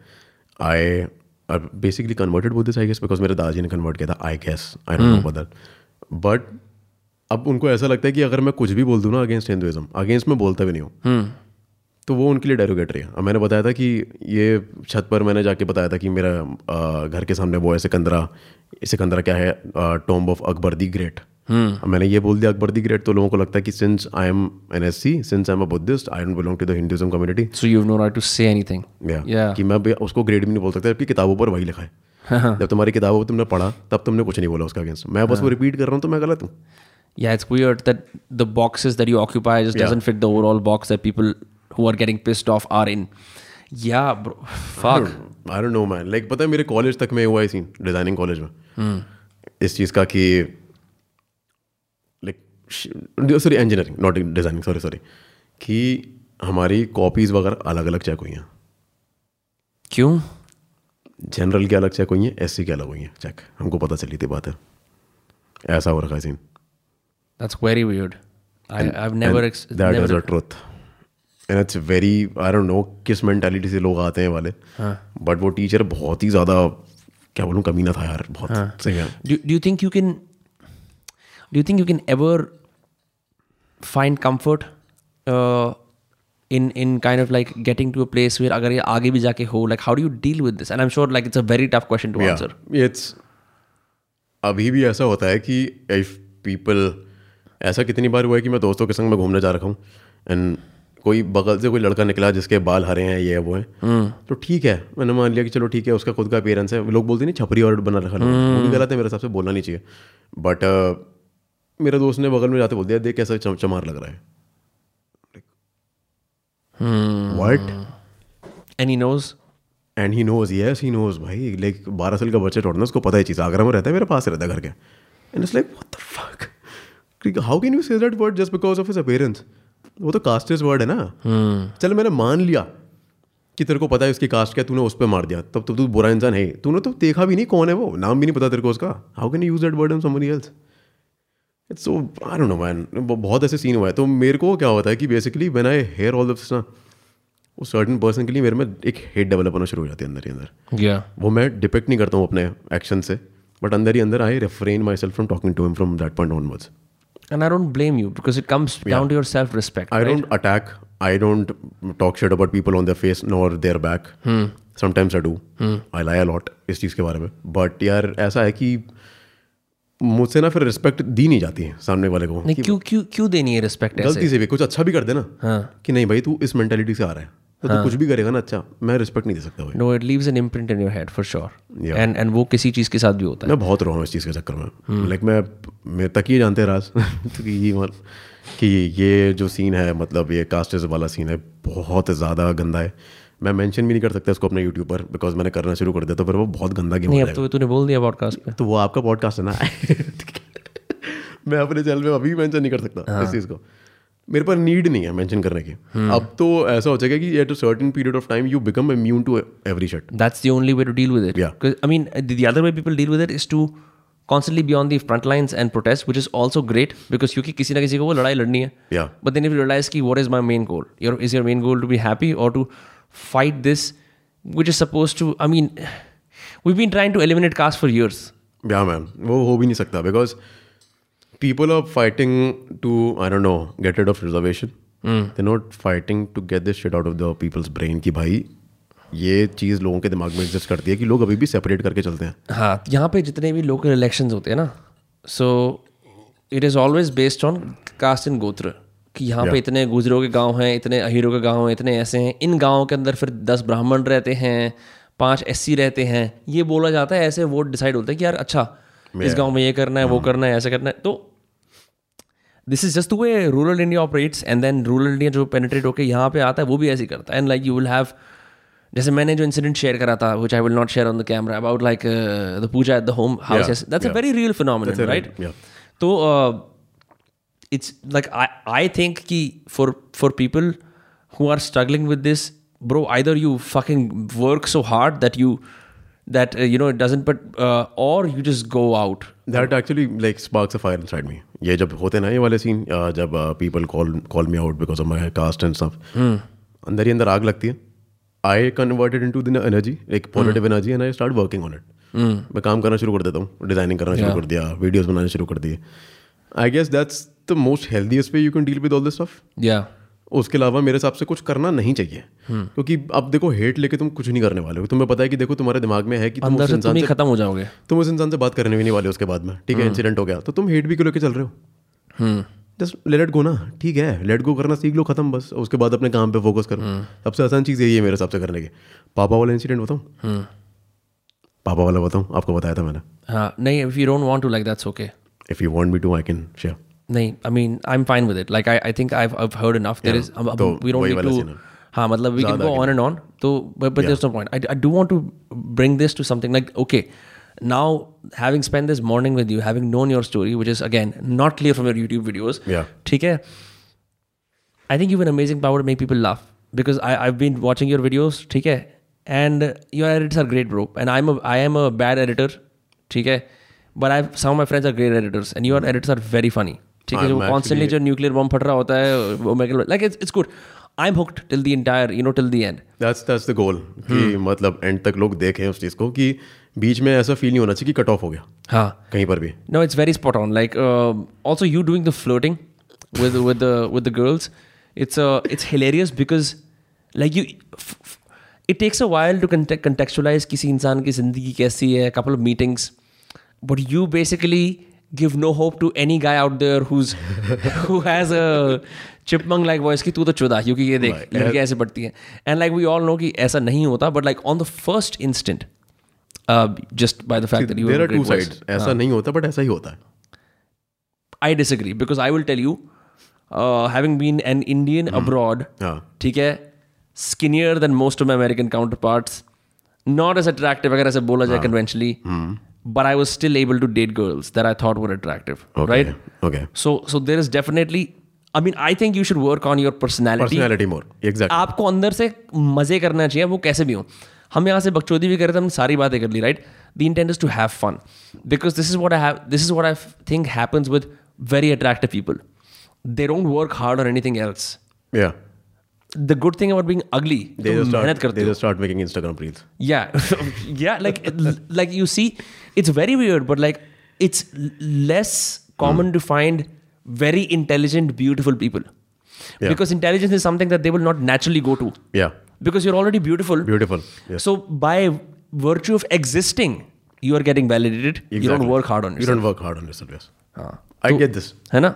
Speaker 2: I basically converted Buddhist I guess because मेरे दादाजी ने कन्वर्ट किया था I guess I don't know about that but अब उनको ऐसा लगता है कि अगर मैं कुछ भी बोल दूँ ना अगेंस्ट हिंदुइज्म अगेंस्ट मैं बोलता भी नहीं हूँ तो वो उनके लिए डेरोगेटरी है अब मैंने बताया था कि ये छत पर मैंने जाके बताया था कि मेरा अ, घर के सामने वो है सिकंदरा सिकंदरा क्या है tomb of Akbar the great अब मैंने ये बोल दिया अकबर दी ग्रेट तो लोगों को लगता है कि since I am an S C since I am a Buddhist I don't belong to the Hinduism community
Speaker 1: so you know right to say anything
Speaker 2: या कि मैं भी उसको ग्रेड भी नहीं बोल सकता जबकि किताबों पर वही लिखा है जब तुम्हारी किताबों को तुमने पढ़ा तब तुमने कुछ नहीं बोला उसका अगेंस्ट मैं बस वो रिपीट कर रहा हूँ तो मैं गलत हूँ
Speaker 1: Yeah, it's weird that the boxes that you occupy just
Speaker 2: Yeah.
Speaker 1: doesn't fit the overall box that people who are getting pissed off are in. Yeah, bro. Fuck.
Speaker 2: I don't know man like पता है मेरे college तक में हुआ है scene designing college
Speaker 1: Hmm.
Speaker 2: में इस चीज़ का कि like sorry engineering not designing sorry sorry कि हमारी कॉपीज वगैरह अलग अलग चेक हुई हैं
Speaker 1: क्यों?
Speaker 2: जनरल की अलग चेक हुई हैं एस की अलग हुई हैं चेक हमको पता चली थी बात है ऐसा हो रखा है scene
Speaker 1: That's very weird. I, I've never. Ex-
Speaker 2: that is
Speaker 1: never
Speaker 2: a truth and it's very I don't know किस मेंटालिटी से लोग आते हैं वाले
Speaker 1: हाँ।
Speaker 2: बट वो टीचर बहुत ही ज़्यादा क्या बोलूँ कमीना था यार
Speaker 1: हाँ।
Speaker 2: बहुत सही है
Speaker 1: do, do you think you can do you think you can ever find comfort uh, in in kind of like getting to a place where agar ye aage bhi jaake ho like how do you deal with this and i'm sure like it's a very tough question to answer
Speaker 2: it's अभी भी ऐसा होता है कि if people ऐसा कितनी बार हुआ है कि मैं दोस्तों के संग मैं घूमने जा रखा हूँ एंड कोई बगल से कोई लड़का निकला जिसके बाल हरे हैं ये है वो है
Speaker 1: हम्म।
Speaker 2: तो ठीक है मैंने मान लिया कि चलो ठीक है उसका खुद का अपेयरेंस है लोग बोलते नहीं छपरी और बना रखा है वो
Speaker 1: हम्म।
Speaker 2: भी गलत है मेरे हिसाब से बोलना नहीं चाहिए बट मेरे दोस्त ने बगल में जाते बोल दिया देख कैसा चम- चमार लग रहा है
Speaker 1: हम्म।
Speaker 2: What
Speaker 1: and he knows
Speaker 2: and he knows yes he knows भाई लाइक बारह साल का बच्चा छोड़ना उसको पता है चीज़ आगरा में रहता है मेरे पास रहता है घर के and it's like what the fuck how can you say that word just because of his appearance वो तो कास्टेज वर्ड है ना चल मैंने मान लिया कि तेरे को पता है उसकी कास्ट क्या तूने उस पर मार दिया तब तो तू बुरा इंसान है ही। तूने तो देखा भी नहीं कौन है वो नाम भी नहीं पता तेरे को उसका how can use that word on somebody else it's so I don't know man बहुत ऐसे सीन हुआ है तो मेरे को क्या होता है कि basically when I hear all this ना उस सर्टन पर्सन के लिए मेरे में एक हेट डेवलप होना शुरू हो जाती है अंदर ही अंदर
Speaker 1: गया
Speaker 2: वो मैं डिपेक्ट नहीं करता हूँ अपने एक्शन से बट अंदर ही अंदर I refrain myself from talking to him from that point onwards
Speaker 1: and I don't blame you because it comes down to your self respect
Speaker 2: I don't attack. I don't talk shit about people on their face nor their back.
Speaker 1: Hmm.
Speaker 2: Sometimes I do. I lie a lot इस चीज़ के बारे में but यार ऐसा है कि मुझसे ना फिर रिस्पेक्ट दी नहीं जाती है सामने वाले को
Speaker 1: नहीं क्यों क्यों क्यों देनी है रिस्पेक्ट ऐसे हाँ।
Speaker 2: गलती से भी कुछ अच्छा भी कर देना कि नहीं भाई तू इस मेंटेलिटी से आ रहा है तो तू कुछ भी करेगा ना अच्छा मैं रिस्पेक्ट नहीं दे सकता भाई
Speaker 1: no it leaves an imprint in your head for sure
Speaker 2: Yeah.
Speaker 1: And and वो किसी चीज के साथ भी होता है
Speaker 2: मैं बहुत रहा हूँ इस चीज़ के चक्कर में लाइक मैं मेरे तक ही जानते हैं राज तो कि ये मत- कि ये जो सीन है मतलब ये कास्टेज वाला सीन है बहुत ज़्यादा गंदा है मैं मेंशन भी नहीं कर सकता इसको अपने यूट्यूब पर बिकॉज मैंने करना शुरू कर दिया तो फिर वो बहुत गंदा गेम
Speaker 1: नहीं अब तो तूने बोल दिया पॉडकास्ट पे
Speaker 2: तो वो आपका पॉडकास्ट है ना मैं अपने चैनल में अभी मेंशन नहीं कर सकता इस चीज़ को मेरे पर नीड नहीं है मेंशन करने की अब तो ऐसा हो जाएगा कि at a certain period of time you become immune to every shit
Speaker 1: that's the only way to deal with it.
Speaker 2: Yeah.
Speaker 1: 'Cause, I mean, the, the other way people deal with it is to constantly be on the front lines and protest, which is also great because क्योंकि किसी ना किसी को वो लड़ाई लड़नी है.
Speaker 2: Yeah.
Speaker 1: But then if you realize कि what is my main goal? Your is your main goal to be happy or to fight this, which is supposed to? I mean, we've been trying to eliminate caste for years.
Speaker 2: या ma'am वो हो भी नहीं सकता because people are fighting to I don't know get it of reservation they not fighting to get this shit out of the people's brain कि भाई ये चीज़ लोगों के दिमाग में एग्जिस्ट करती है कि लोग अभी भी सेपरेट करके चलते हैं
Speaker 1: हाँ यहाँ पे जितने भी लोकल इलेक्शंस होते हैं ना so it is always based on caste in गोत्र कि यहाँ पे इतने गुजरों के गांव हैं इतने अहीरों के गांव हैं इतने ऐसे हैं इन गांवों के अंदर फिर दस ब्राह्मण रहते हैं पांच एस रहते हैं ये बोला जाता है ऐसे वोट डिसाइड होते हैं कि यार अच्छा इस गांव में ये करना है वो करना है ऐसा करना है तो this is just the way rural India operates and then rural India जो पेनिट्रेट होकर यहाँ पे आता है वो भी ऐसे ही करता है and like you will have जैसे मैंने जो इंसिडेंट शेयर करा था which I will not share on the camera about like the puja at the home house that's a very real phenomenon right
Speaker 2: yeah.
Speaker 1: तो इट्स लाइक आई थिंक कि for for people who are struggling with this bro either you fucking work so hard that you that you know it doesn't but और you just go out
Speaker 2: that actually like sparks a fire inside me ये जब होते ना ये वाले scene जब uh, people call call me out because of my caste and stuff
Speaker 1: Hmm.
Speaker 2: अंदर ही अंदर आग लगती है I converted into the energy like positive
Speaker 1: Hmm.
Speaker 2: Energy and I start working on it मैं काम करना शुरू कर देता हूँ डिजाइनिंग करना शुरू कर दिया वीडियोस बनाना शुरू कर दिए I guess that's the most healthiest way you can deal with all this stuff
Speaker 1: या
Speaker 2: उसके अलावा मेरे हिसाब से कुछ करना नहीं चाहिए
Speaker 1: Hmm.
Speaker 2: क्योंकि अब देखो हेट लेके तुम कुछ नहीं करने वाले हो तुम्हें पता है कि देखो तुम्हारे दिमाग में है कि तुम
Speaker 1: अंदर
Speaker 2: उस
Speaker 1: से तुम
Speaker 2: इंसान
Speaker 1: ही
Speaker 2: से
Speaker 1: खत्म हो जाओगे
Speaker 2: तुम उस इंसान से बात करने भी नहीं वाले उसके बाद में ठीक
Speaker 1: हम्म।
Speaker 2: है इंसिडेंट हो गया तो तुम हेट भी क्यों लेके चल रहे हो जस्ट लेट गो ना ठीक है लेट गो करना सीख लो खत्म बस उसके बाद अपने काम पे फोकस करो
Speaker 1: हम्म।
Speaker 2: सबसे आसान चीज़ यही है मेरे हिसाब से करने की पापा वाला इंसिडेंट बताऊँ
Speaker 1: हम्म।
Speaker 2: पापा वाला बताऊँ आपको बताया था मैंने
Speaker 1: हाँ नहीं if you don't want to like that's okay
Speaker 2: if you want me to I can share
Speaker 1: नहीं I mean I am fine with it like I I think I have heard enough there is
Speaker 2: तो
Speaker 1: we don't
Speaker 2: वही
Speaker 1: need
Speaker 2: वाला
Speaker 1: to
Speaker 2: scene है।
Speaker 1: हाँ मतलब we can go on and on तो but but there is no point I I do want to bring this to something like okay now having spend this morning with you having known your story which is again not clear from your YouTube videos
Speaker 2: Yeah.
Speaker 1: ठीक है I think you an amazing power make people laugh because I I been watching your videos ठीक है and your edits are great bro and I am I am a bad editor ठीक है but I some my friends are great editors and your edits are very funny ठीक है
Speaker 2: I'm
Speaker 1: जो constantly
Speaker 2: actually-
Speaker 1: जो nuclear bomb फट रहा होता है वो मैं like it's good I am hooked till the entire you know till the end
Speaker 2: that's that's the goal कि
Speaker 1: हम्म।
Speaker 2: मतलब एंड तक लोग देखें उस चीज़ को कि बीच में ऐसा फील नहीं होना चाहिए कि कट ऑफ हो गया
Speaker 1: हाँ
Speaker 2: कहीं पर भी
Speaker 1: No, it's very spot on. Like um also you doing the flirting with with the with the girls. It's uh it's hilarious because like you f- f- it takes a while to conte- contextualize किसी इंसान की जिंदगी कैसी है couple of meetings but you basically give no hope to any guy out there who's who has a chipmunk like voice कि तू तो चुदा क्योंकि ये देख
Speaker 2: Right.
Speaker 1: लड़कियां ऐसे बढ़ती हैं and like we all know कि ऐसा नहीं होता but like on the first instant just uh, by the fact that you हाँ।
Speaker 2: There
Speaker 1: have a
Speaker 2: are too
Speaker 1: great voice.
Speaker 2: Side ऐसा नहीं होता बट ऐसा ही होता है
Speaker 1: I disagree because I will tell you, uh, having been an Indian abroad,
Speaker 2: हाँ
Speaker 1: ठीक है, skinnier than most of my American counterparts, not as attractive अगर ऐसे बोला जाए conventionally, but I was still able to date girls that I thought were attractive, right?
Speaker 2: Okay
Speaker 1: So so there is definitely, I mean, I think you should work on your personality.
Speaker 2: Personality more exact
Speaker 1: आपको अंदर से मजे करना चाहिए वो कैसे भी हो हम यहाँ से बकचोदी भी कर रहे थे हमने सारी बातें कर ली right the intent is to have fun because this is what I have this is what I think happens with very attractive people they don't work hard और एनीथिंग एल्स
Speaker 2: या
Speaker 1: the good thing about being ugly
Speaker 2: they just
Speaker 1: मेहनत
Speaker 2: start
Speaker 1: करते
Speaker 2: they
Speaker 1: हो
Speaker 2: just start making Instagram reels
Speaker 1: yeah yeah like like you see it's very weird but like it's l- less common to find very intelligent beautiful people
Speaker 2: Yeah.
Speaker 1: because intelligence is something that they will not naturally go to
Speaker 2: या
Speaker 1: because you're already beautiful
Speaker 2: beautiful yes
Speaker 1: so by virtue of existing you are getting validated you don't work hard on
Speaker 2: You
Speaker 1: yourself Ah.
Speaker 2: don't work hard on yourself, yes. I get this.
Speaker 1: है ना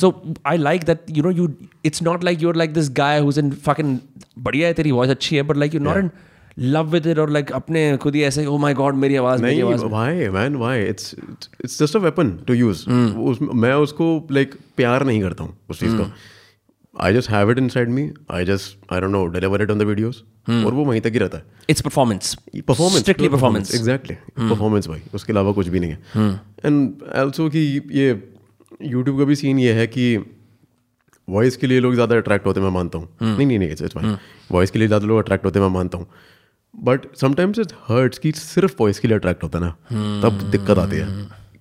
Speaker 1: so I like that you know you it's not like your like this guy whose in fucking बढ़िया है तेरी voice अच्छी है but like you not in love with it और like अपने खुद ही ऐसे ओ माय गॉड मेरी आवाज मेरी आवाज
Speaker 2: नहीं why man why it's it's- it's just a weapon to use
Speaker 1: Hmm.
Speaker 2: उस, मैं उसको like प्यार नहीं करता हूँ उस चीज़ का
Speaker 1: Hmm.
Speaker 2: I just have it inside me. I just I don't know deliver it on the videos
Speaker 1: Hmm.
Speaker 2: और वो वहीं तक ही रहता है
Speaker 1: it's performance
Speaker 2: performance
Speaker 1: strictly performance
Speaker 2: exactly performance भाई उसके अलावा कुछ भी नहीं है एंड ऑल्सो कि ये यूट्यूब का भी सीन ये है कि वॉइस के लिए लोग ज़्यादा अट्रैक्ट होते हैं मैं मानता हूँ नहीं नहीं नहीं इट्स फाइन वॉइस के लिए ज़्यादा लोग अट्रैक्ट होते हैं मैं मानता हूँ बट समटाइम्स इट हर्ट्स कि सिर्फ वॉइस के लिए अट्रैक्ट होता है ना तब दिक्कत आती है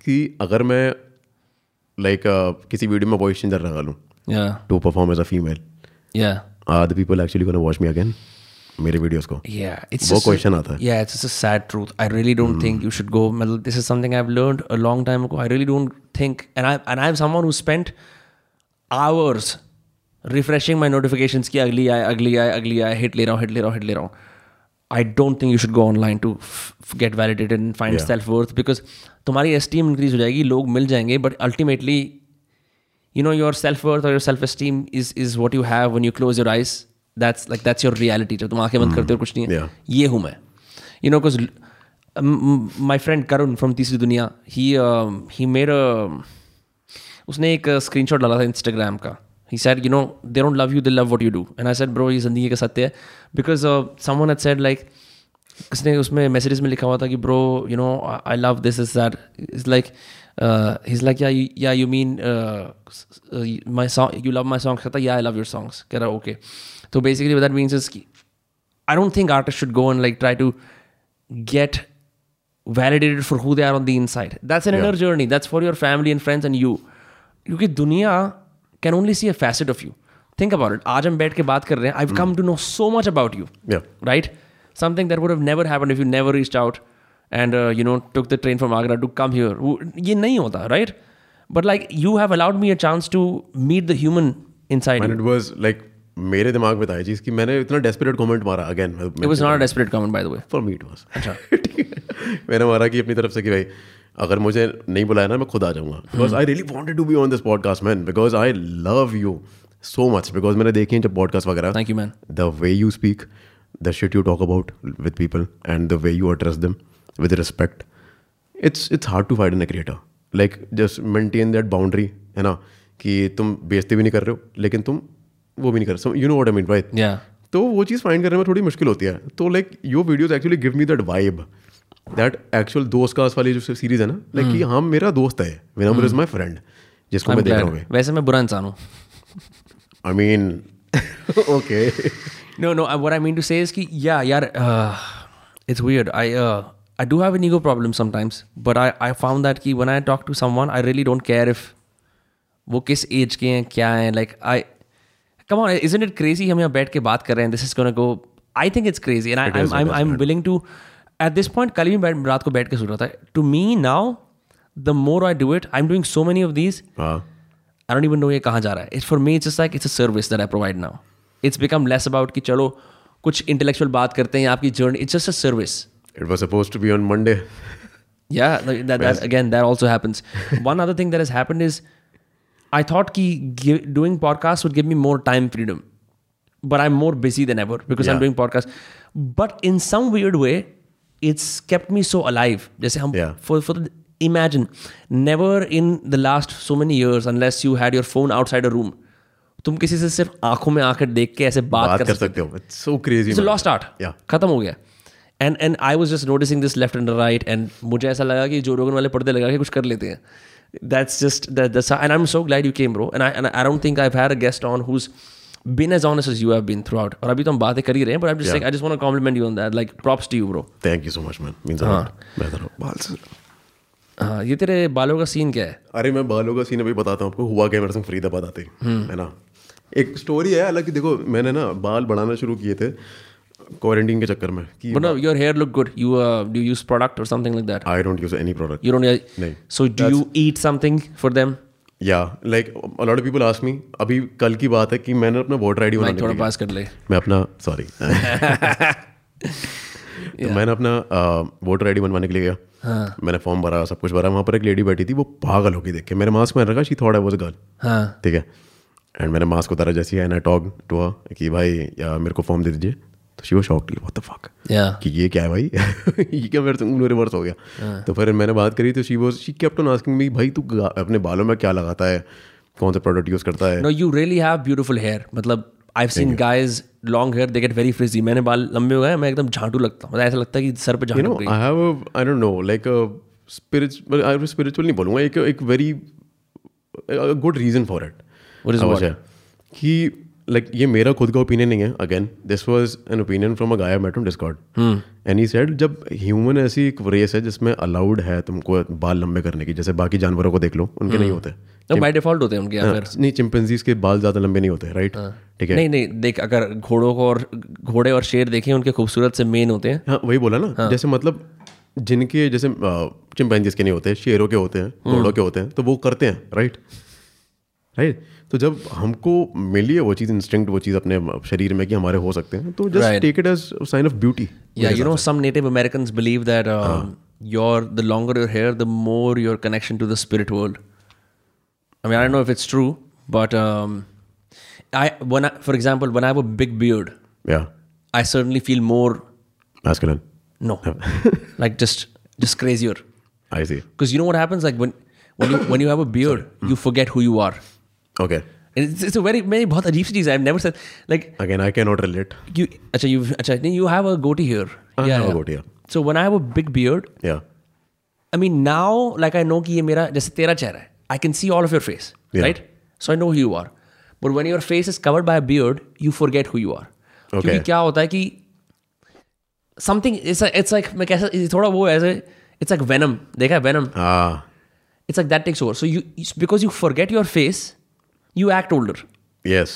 Speaker 2: कि अगर मैं लाइक किसी वीडियो में वॉइस चेंजर लगा लूँ
Speaker 1: या
Speaker 2: to perform as a female
Speaker 1: या
Speaker 2: are the people actually gonna watch me again मेरे वीडियोस को
Speaker 1: Yeah, it's
Speaker 2: वो
Speaker 1: just
Speaker 2: question आता है। Hmm.
Speaker 1: Yeah, it's just a sad truth. I really don't think you should go. मतलब, This is something I've learned a long time ago. I really don't think, and I and I'm someone who spent hours refreshing my notifications कि अगली आए अगली आए अगली आए hit ले रहा हूँ hit ले रहा हूँ hit ले रहा हूँ. I don't think you should go online to f- get validated and find
Speaker 2: Yeah.
Speaker 1: self worth because तुम्हारी esteem increase हो जाएगी लोग मिल जाएंगे but ultimately you know your self worth or your self esteem is is what you have when you close your eyes that's like that's your reality जब तुम आंखें बंद करते हो और कुछ नहीं है
Speaker 2: Hmm. Yeah.
Speaker 1: ये हूँ मैं you know because my friend Karun from Teesri Duniya he he made उसने एक स्क्रीन शॉट डाला था इंस्टाग्राम का he said you know they don't love you they love what you do and I said bro ये जिंदगी का सत्य है uh, because someone had said like किसने उसमें मैसेजेस में लिखा हुआ था कि bro you know I love this is that is like is like या या you mean uh, my song you love my songs कहता या आई लव योर सॉन्ग्स कह रहा ओके तो बेसिकली दैट मीन्स इज की I don't think artists should go and like try to get validated for who they are on the inside. That's an inner journey. That's for your family and friends and you. क्योंकि दुनिया can only see a facet of you. Think about it. आज हम बैठ के बात कर रहे हैं. I've come to know so much about you.
Speaker 2: Yeah.
Speaker 1: Right? Something that would have never happened if you never reached out and uh, you know took the train from Agra to come here. वो- ये नहीं होता, right? But like you have allowed me a chance to meet the human inside.
Speaker 2: And
Speaker 1: you.
Speaker 2: It was like मेरे दिमाग में था ये चीज कि मैंने इतना डेस्परेट कमेंट मारा अगेन
Speaker 1: It was not अच्छा। a desperate comment, by the way.
Speaker 2: For me it was मैंने मारा कि अपनी तरफ से कि भाई अगर मुझे नहीं बुलाया ना मैं खुद आ जाऊंगा
Speaker 1: हम्म।
Speaker 2: Because I really wanted to be on this podcast man because I love you so much because मैंने देखे हैं जब पॉडकास्ट वगैरह
Speaker 1: Thank you, man.
Speaker 2: The way you speak the shit you talk about with people and the way you address them with respect it's it's hard to find in a creator like just maintain that boundary है ना कि तुम बेइज्जती भी नहीं कर रहे हो लेकिन तुम वो भी नहीं कर रहे you know what I mean right
Speaker 1: Yeah.
Speaker 2: तो वो चीज़ फाइंड करने में थोड़ी मुश्किल होती है तो like your videos actually give me that vibe that actual Dostcast वाली जो सीरीज है ना लाइक कि हाँ मेरा दोस्त है विनम्र इज माई फ्रेंड जिसको
Speaker 1: Hmm. I'm
Speaker 2: मैं देख रहा
Speaker 1: glad.
Speaker 2: हूँ
Speaker 1: वैसे मैं बुरा इंसान हूँ
Speaker 2: I mean okay
Speaker 1: No, no. uh, What I mean to say is कि yeah, यार, uh, it's weird. I uh, I do have an ego problem sometimes, but I I found that कि when I talk to someone, I really don't care if वो किस as के हैं क्या हैं like I come on isn't it crazy हम यहाँ बैठ के बात कर रहे हैं this is gonna go I think it's crazy and I,
Speaker 2: It
Speaker 1: I'm
Speaker 2: is, it
Speaker 1: I'm
Speaker 2: is,
Speaker 1: I'm willing to at this point कल भी मैं रात को बैठ के सो रहा था to me now the more I do it I'm doing so many of these
Speaker 2: हाँ
Speaker 1: आई डोंट इवन नो ये कहाँ जा रहा है it's for me it's like it's a service that I provide now it's become less about कि चलो कुछ intellectual बात करते हैं या आपकी journey it's just a service
Speaker 2: it was suppose to be on Monday
Speaker 1: Yeah, like that, that again, that also happens. One other thing that has happened is I thought ki gi- doing podcasts would give me more time freedom, but I'm more busy than ever because I'm
Speaker 2: Yeah.
Speaker 1: doing podcasts. But in some weird way, it's kept me so alive. Just hum,
Speaker 2: Yeah.
Speaker 1: for, for the, imagine, never in the last so many years, unless you had your phone outside a room, तुम किसी से सिर्फ आंखों में आंखें देख के ऐसे बात
Speaker 2: बात
Speaker 1: कर
Speaker 2: कर सकते हो it's so crazy
Speaker 1: it's lost art
Speaker 2: Yeah.
Speaker 1: खत्म हो गया and and I was just noticing this left and right and मुझे ऐसा लगा कि जो रोगन वाले पर्दे लगा के कुछ कर लेते हैं that's just that's and I am so glad you came bro and I and I don't think I have had a guest on who's been as honest as you have been throughout और अभी तो हम बातें कर ही रहे हैं but I just like I just want to compliment you on that like props to you bro
Speaker 2: thank you so much man means बेहतर हो बाल से
Speaker 1: हाँ ये तेरे बालों का सीन क्या है
Speaker 2: अरे मैं बालों का सीन अभी बताता हूँ आपको हुआ क्या मेरे संग फरीदाबाद आते ही,
Speaker 1: हम्म।
Speaker 2: है ना एक स्टोरी है हालांकि देखो मैंने ना बाल बढ़ाना शुरू किए थे क्वारंटीन के चक्कर में कि
Speaker 1: but no your hair look good you do use product और something like that
Speaker 2: I don't use any product
Speaker 1: you
Speaker 2: नहीं,
Speaker 1: don't so do you eat something for them
Speaker 2: या like a lot of people ask me अभी कल की बात है कि मैंने अपना वोटर आईडी बनाने के
Speaker 1: थोड़ा
Speaker 2: लिए-
Speaker 1: पास कर ले
Speaker 2: मैं अपना सॉरी तो मैंने अपना वोटर आईडी बनवाने के लिए गया मैंने फॉर्म भरा सब कुछ भरा वहाँ पर एक लेडी बैठी थी वो पागल हो गई देख के मैंने मास्क पहन रखा she thought I was girl
Speaker 1: हाँ
Speaker 2: ठीक है एंड मैंने मास्क उतारा जैसे and I talk to her कि भाई या मेरे को फॉर्म दे दीजिए तो शी वो शॉक व्हाट द फक
Speaker 1: या
Speaker 2: कि ये क्या है भाई ये क्या मेरे संग रिवर्स हो गया तो फिर मैंने बात करी तो शी वो she kept on asking me भाई तू गा- अपने बालों में क्या लगाता है कौन सा प्रोडक्ट यूज़ करता है
Speaker 1: no you really have beautiful hair मतलब I seen guys long hair they get very frizzy मैंने बाल लंबे हो गए हैं, मैं एकदम झांटू लगता हूँ मतलब ऐसा लगता है कि सर पे
Speaker 2: you
Speaker 1: झांटू
Speaker 2: know
Speaker 1: पड़ी।
Speaker 2: i have a i don't know like a spiritual i spiritual नहीं बोलूंगा एक एक very a good reason for it
Speaker 1: What is
Speaker 2: I
Speaker 1: what?
Speaker 2: was there. कि like ये मेरा खुद का ओपिनियन नहीं है again this was an opinion from a guy met on
Speaker 1: Hmm.
Speaker 2: Discord and he said जब ह्यूमन ऐसी एक रेस है जिसमें अलाउड है तुमको बाल लंबे करने की जैसे बाकी जानवरों को देख लो उनके नहीं होते
Speaker 1: तो बाय डिफॉल्ट होते हैं उनके यहाँ फिर
Speaker 2: नहीं चिंपन्जीज के बाल ज्यादा लंबे नहीं होते राइट हाँ,
Speaker 1: हाँ।
Speaker 2: ठीक है
Speaker 1: नहीं नहीं देख अगर घोड़ों को और घोड़े और शेर देखें उनके खूबसूरत से मेन होते हैं
Speaker 2: हाँ वही बोला ना जैसे मतलब जिनके जैसे चिंपैंजीज के नहीं होते शेरों के होते हैं
Speaker 1: हम्म।
Speaker 2: घोड़ों के होते हैं तो वो करते हैं राइट राइट तो जब हमको मिली है वो चीज़ इंस्टिंक्ट वो चीज़ अपने शरीर में कि हमारे हो सकते हैं तो just
Speaker 1: Right.
Speaker 2: Take it as sign of beauty
Speaker 1: Yeah, you know, some Native Americans believe that um,
Speaker 2: हाँ।
Speaker 1: your the longer your hair, the more your connection to the spirit world. I mean, I don't know if it's true, but um, I when I, for example, when I have a big beard,
Speaker 2: या
Speaker 1: I certainly feel more
Speaker 2: masculine
Speaker 1: no, like just just crazier.
Speaker 2: I see
Speaker 1: Because you know what happens, like when when you when you have a beard,
Speaker 2: Hmm.
Speaker 1: you forget who you are.
Speaker 2: Okay
Speaker 1: And It's, it's a very very बहुत अजीब सी चीज़ है. I've never said like
Speaker 2: again I can not relate
Speaker 1: you अच्छा you अच्छा नहीं you have a goatee here.
Speaker 2: I have a goatee, Ah, oh, yeah.
Speaker 1: So when I have a big beard,
Speaker 2: या
Speaker 1: I mean, now, like, I know कि ये मेरा जैसे तेरा चेहरा है I can see all of your face
Speaker 2: Yeah.
Speaker 1: Right so I know who you are but when your face is covered by beard you forget who you are क्योंकि क्या होता है कि समथिंग इट्स लाइक मैं कैसा ये थोड़ा वो एज इट्स लाइक venom देखा है venom
Speaker 2: हाँ
Speaker 1: it's like that takes over so you because you forget your face you act older
Speaker 2: yes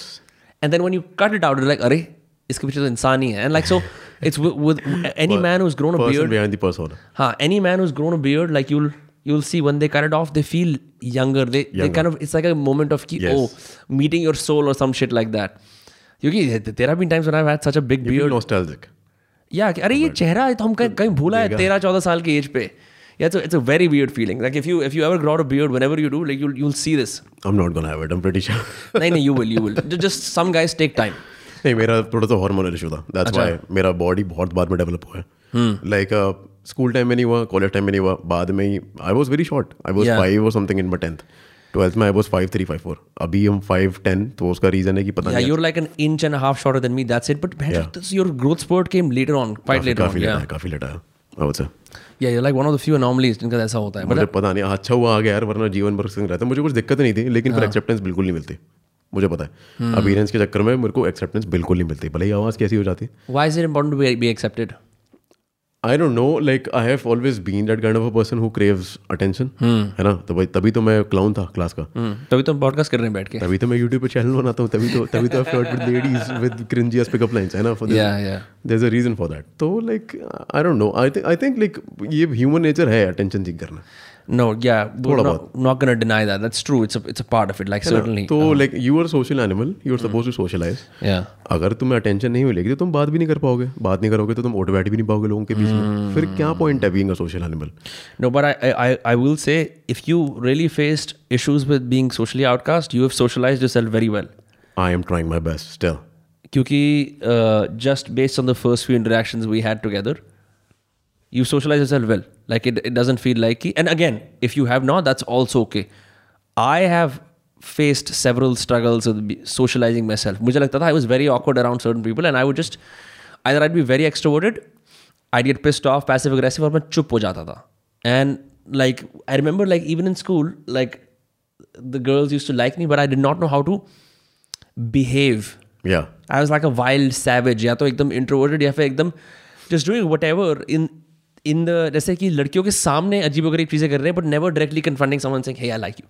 Speaker 1: and then when you cut it out you're like अरे इसके पीछे तो इंसान ही है and like so it's with, with any man who's grown a
Speaker 2: person
Speaker 1: beard
Speaker 2: behind the person
Speaker 1: Huh, any man who's grown a beard, like you'll you'll see when they cut it off, they feel younger. They they
Speaker 2: Younger.
Speaker 1: kind of it's like a moment of ki-
Speaker 2: Yes.
Speaker 1: oh meeting your soul or some shit like that. क्योंकि th- there have been times when I've had such a big beard.
Speaker 2: Nostalgic
Speaker 1: Yeah, कि अरे ये चेहरा तो हम कहीं कहीं भूला है तेरह चौदह साल की एज पे. Yeah, so it's a very weird feeling. Like if you if you ever grow out a beard, whenever you do, like you'll you'll see this.
Speaker 2: I am not gonna have it I am pretty sure
Speaker 1: नहीं नहीं you will you will. Ju- Just some guys take time.
Speaker 2: नहीं मेरा थोड़ा सा hormonal issue था that's
Speaker 1: अच्छा।
Speaker 2: Why मेरा body बहुत बाद में डेवलप हुआ है
Speaker 1: हम्म।
Speaker 2: लाइक स्कूल टाइम में नहीं हुआ कॉलेज टाइम में नहीं हुआ बाद में ही I was very short I was
Speaker 1: Yeah.
Speaker 2: Five और something in my tenth twelfth में I was five three five four अभी हम फाइव टेन तो उसका रीजन है कि पता
Speaker 1: Yeah,
Speaker 2: नहीं
Speaker 1: you're like an inch and a half shorter than me. That's it. But man,
Speaker 2: Oh, Yeah.
Speaker 1: this, your growth spurt came later on, quite
Speaker 2: काफी-
Speaker 1: later on.
Speaker 2: काफी लेट
Speaker 1: Yeah.
Speaker 2: आया काफी लेट आया I would say
Speaker 1: yeah, you're like one of the few anomalies जिनका ऐसा होता है. But
Speaker 2: मुझे पता नहीं अच्छा हुआ आ गया यार वरना जीवन भर सिंह रहता मुझे कुछ दिक्कत नहीं थी लेकिन फिर
Speaker 1: हाँ।
Speaker 2: एक्सेप्टेंस बिल्कुल नहीं मिलती मुझे पता है
Speaker 1: हम्म।
Speaker 2: अपीयरेंस के चक्कर में मेरे को एक्सेप्टेंस बिल्कुल नहीं मिलती भले ही आवाज़ कैसी हो जाती
Speaker 1: Why is it important to be, be accepted?
Speaker 2: I don't know like I have always been that kind of a person who craves attention
Speaker 1: Hmm.
Speaker 2: है ना तो भाई तभी तो मैं क्लाउन था क्लास का
Speaker 1: तभी तो पॉडकास्ट कर रहे हैं बैठ के
Speaker 2: तभी तो मैं यूट्यूब पे चैनल बनाता हूँ तभी तो तभी तो flirt with ladies with cringeous pickup lines है ना for
Speaker 1: Yeah, yeah.
Speaker 2: There is a reason for that तो like I don't know I think I think like ये ह्यूमन नेचर है अटेंशन सीक करना
Speaker 1: No, yeah, we're
Speaker 2: थोड़ा
Speaker 1: not, not going to deny that. That's true. It's a it's a part of it. Like certainly, Uh-huh.
Speaker 2: तो like you are social animal you are suppose to socialise
Speaker 1: yeah.
Speaker 2: अगर तुम्हें attention नहीं मिलेगी तो तुम बात भी नहीं कर पाओगे बात नहीं करोगे तो तुम ऑटो बैठ भी नहीं पाओगे लोगों के बीच में फिर क्या पॉइंट है being a social animal
Speaker 1: No, but I, I I- I will say if you really faced issues with being socially outcast, you have socialized yourself very well.
Speaker 2: I am trying my best still
Speaker 1: Kyuki, uh, just based on the first few interactions we had together, you socialize yourself well. Like it, it doesn't feel like. And again, if you have not, that's also okay. I have faced several struggles with be- socializing myself. मुझे लगता था I was very awkward around certain people, and I would just either I'd be very extroverted, I'd get pissed off, passive aggressive, और मैं चुप हो जाता था. And like I remember, like even in school, like the girls used to like me, but I did not know how to behave.
Speaker 2: या
Speaker 1: I was like a wild savage या तो एकदम इंट्रोवर्टेड या फिर एकदम just doing whatever in in the जैसे कि लड़कियों के सामने अजीब गरीब चीज़ें कर रहे हैं but never directly confronting someone saying hey I like you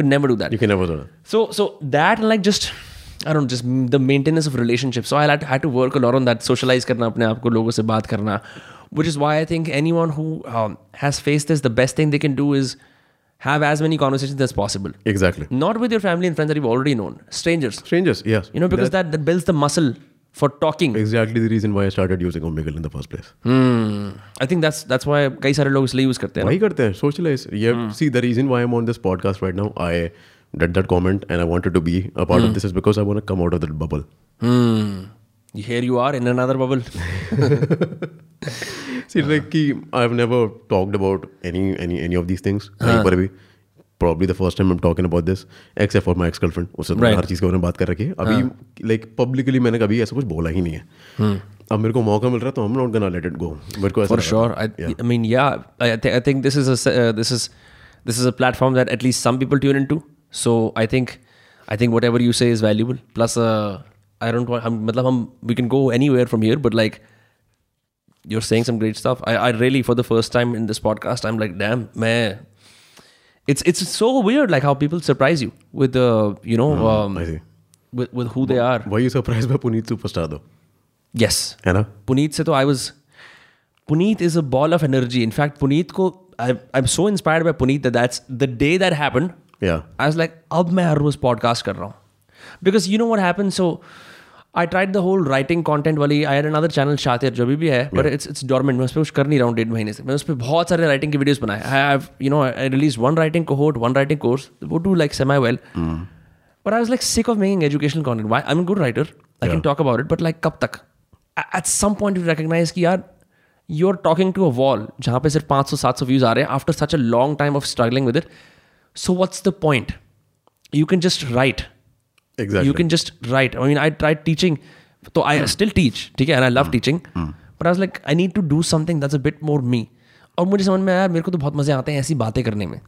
Speaker 1: could never do that
Speaker 2: you can never do
Speaker 1: so so that and like just i don't know just m- the maintenance of relationships so i had, had to work a lot on that socialize करना अपने आप को लोगों से बात करना which is why i think anyone who um, has faced this the best thing they can do is have as many conversations as possible
Speaker 2: exactly
Speaker 1: not with your family and friends that you've already known strangers
Speaker 2: strangers yes
Speaker 1: you know because that, that builds the muscle for talking
Speaker 2: exactly the reason why I started using Omegle in the first place
Speaker 1: hmm I think that's that's why कई सारे लोग इसलिए use करते हैं
Speaker 2: वही करते हैं socialise ये
Speaker 1: Hmm.
Speaker 2: See the reason why I am on this podcast right now I did that comment and I wanted to be a
Speaker 1: Hmm.
Speaker 2: Part of this is because I want to come out of that bubble
Speaker 1: hmm here you are in another bubble
Speaker 2: See, like, ki, I've never talked about any any any of these things. कहीं पर भी. Probably the first time I'm talking about this, except for my ex-girlfriend. उससे तो मैंने
Speaker 1: Right.
Speaker 2: हर चीज़ के बारे में बात कर रखी है अभी लाइक पब्लिकली मैंने कभी ऐसा कुछ बोला ही नहीं
Speaker 1: Hmm.
Speaker 2: है अब मेरे को मौका मिल रहा है तो हम not gonna let it go मेरे को ऐसा
Speaker 1: फॉर
Speaker 2: लगा।
Speaker 1: श्योर आई आई मीन या I I think this is this is this is a platform that at least some people tune into so I think I think whatever you say is valuable plus I don't हम मतलब हम we can go anywhere from here but like you're saying some great stuff. I, I really, for the first time in this podcast, I'm like, damn, man. It's it's so weird, like how people surprise you with the you know
Speaker 2: Mm, I
Speaker 1: um,
Speaker 2: see.
Speaker 1: with with who they are.
Speaker 2: वही surprise में Puneet superstar दो
Speaker 1: Yes,
Speaker 2: है ना
Speaker 1: Puneet se to I was. Puneet is a ball of energy. In fact, Puneet ko I, I'm so inspired by Puneet that that's the day that happened.
Speaker 2: या
Speaker 1: I was like, अब मैं हर रोज podcast कर रहा हूँ because you know what happen so I tried the whole writing content वाली आई had another channel Shatir जो अभी भी है बट इट्स इट्स डॉर्मेंट मैं उस पर कुछ कर नहीं रहा हूँ डेढ़ महीने से मैं उस पर बहुत सारे राइटिंग की वीडियोज बनाए I have you know I release one writing cohort one writing course वो do like semi well but I was like sick of making education content why I am good writer I can talk about it but like कब तक at some point you recognise कि यार you are talking to a wall जहाँ पे सिर्फ पाँच सौ सात सौ व्यूज आ रहे हैं after such a long time of struggling with it so what's the point you can just write you
Speaker 2: exactly
Speaker 1: can just write. I mean, I tried teaching, so I still teach, ठीक है, and I love teaching. But I was like, I need to do something that's a bit more me. और मुझे समझ में आया मेरे को तो बहुत मजे आते हैं ऐसी बातें करने में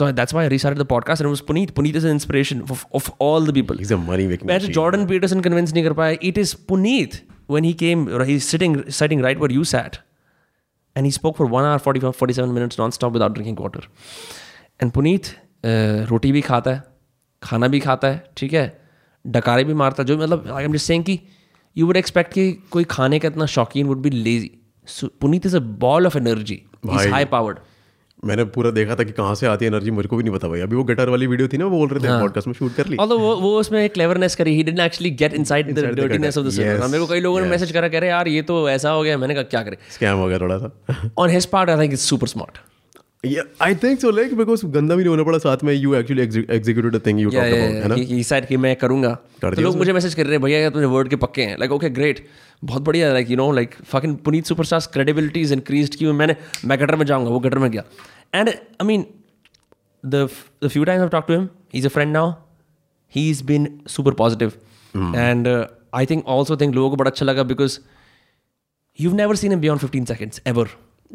Speaker 1: so that's why restart the podcast and Puneet Puneet is inspiration of all the people
Speaker 2: is a money
Speaker 1: मैं तो जो
Speaker 2: मेकिंग
Speaker 1: जॉर्डन पीटरसन कन्विंस नहीं कर पाया it is Puneet when he came he sitting sitting right where you sat and he spoke for 1 hour 45 47 minutes non-stop without drinking water and Puneet अ, रोटी भी खाता है खाना भी खाता है ठीक है डकारे भी मारता है जो मतलब आई एम जस्ट सेइंग कि यू वुड एक्सपेक्ट कि कोई खाने का इतना शौकीन would be lazy Puneet is a ball of energy is
Speaker 2: भाई।
Speaker 1: हाई पावर्ड
Speaker 2: मैंने पूरा देखा था कि कहाँ से आती है एनर्जी मेरे को भी नहीं पता भाई अभी वो गिटार वाली वीडियो थी ना वो बोल रहे थे
Speaker 1: हाँ।
Speaker 2: पॉडकास्ट में शूट कर ली
Speaker 1: Although वो वो उसमें क्लेवरनेस करी ही didn't actually get inside the
Speaker 2: Inside the
Speaker 1: dirtiness of the
Speaker 2: gutter.
Speaker 1: Server
Speaker 2: Yes,
Speaker 1: मेरे को कई लोगों ने मैसेज करा कह रहे यार ये तो ऐसा हो गया मैंने कहा क्या करें
Speaker 2: स्कैम हो गया थोड़ा सा
Speaker 1: on his part I think it's super smart
Speaker 2: I think so like because गंदा भी नहीं होना पड़ा साथ में you actually executed thing you talk about है ना
Speaker 1: ही साइड कि मैं करूंगा तो
Speaker 2: दिया
Speaker 1: लोग मुझे मैसेज कर रहे हैं भैया तुम्हारे वर्ड के पक्के हैं लाइक ओके ग्रेट बहुत बढ़िया like you know like fucking Puneet superstars credibility is increased कि मैंने मैं गटर में जाऊंगा वो गटर में गया and I mean the f- the few times I've talked to him, he's a friend now. He's been super positive,
Speaker 2: Hmm.
Speaker 1: and uh, I think also think logo but acha laga अच्छा because you've never seen him beyond 15 seconds ever.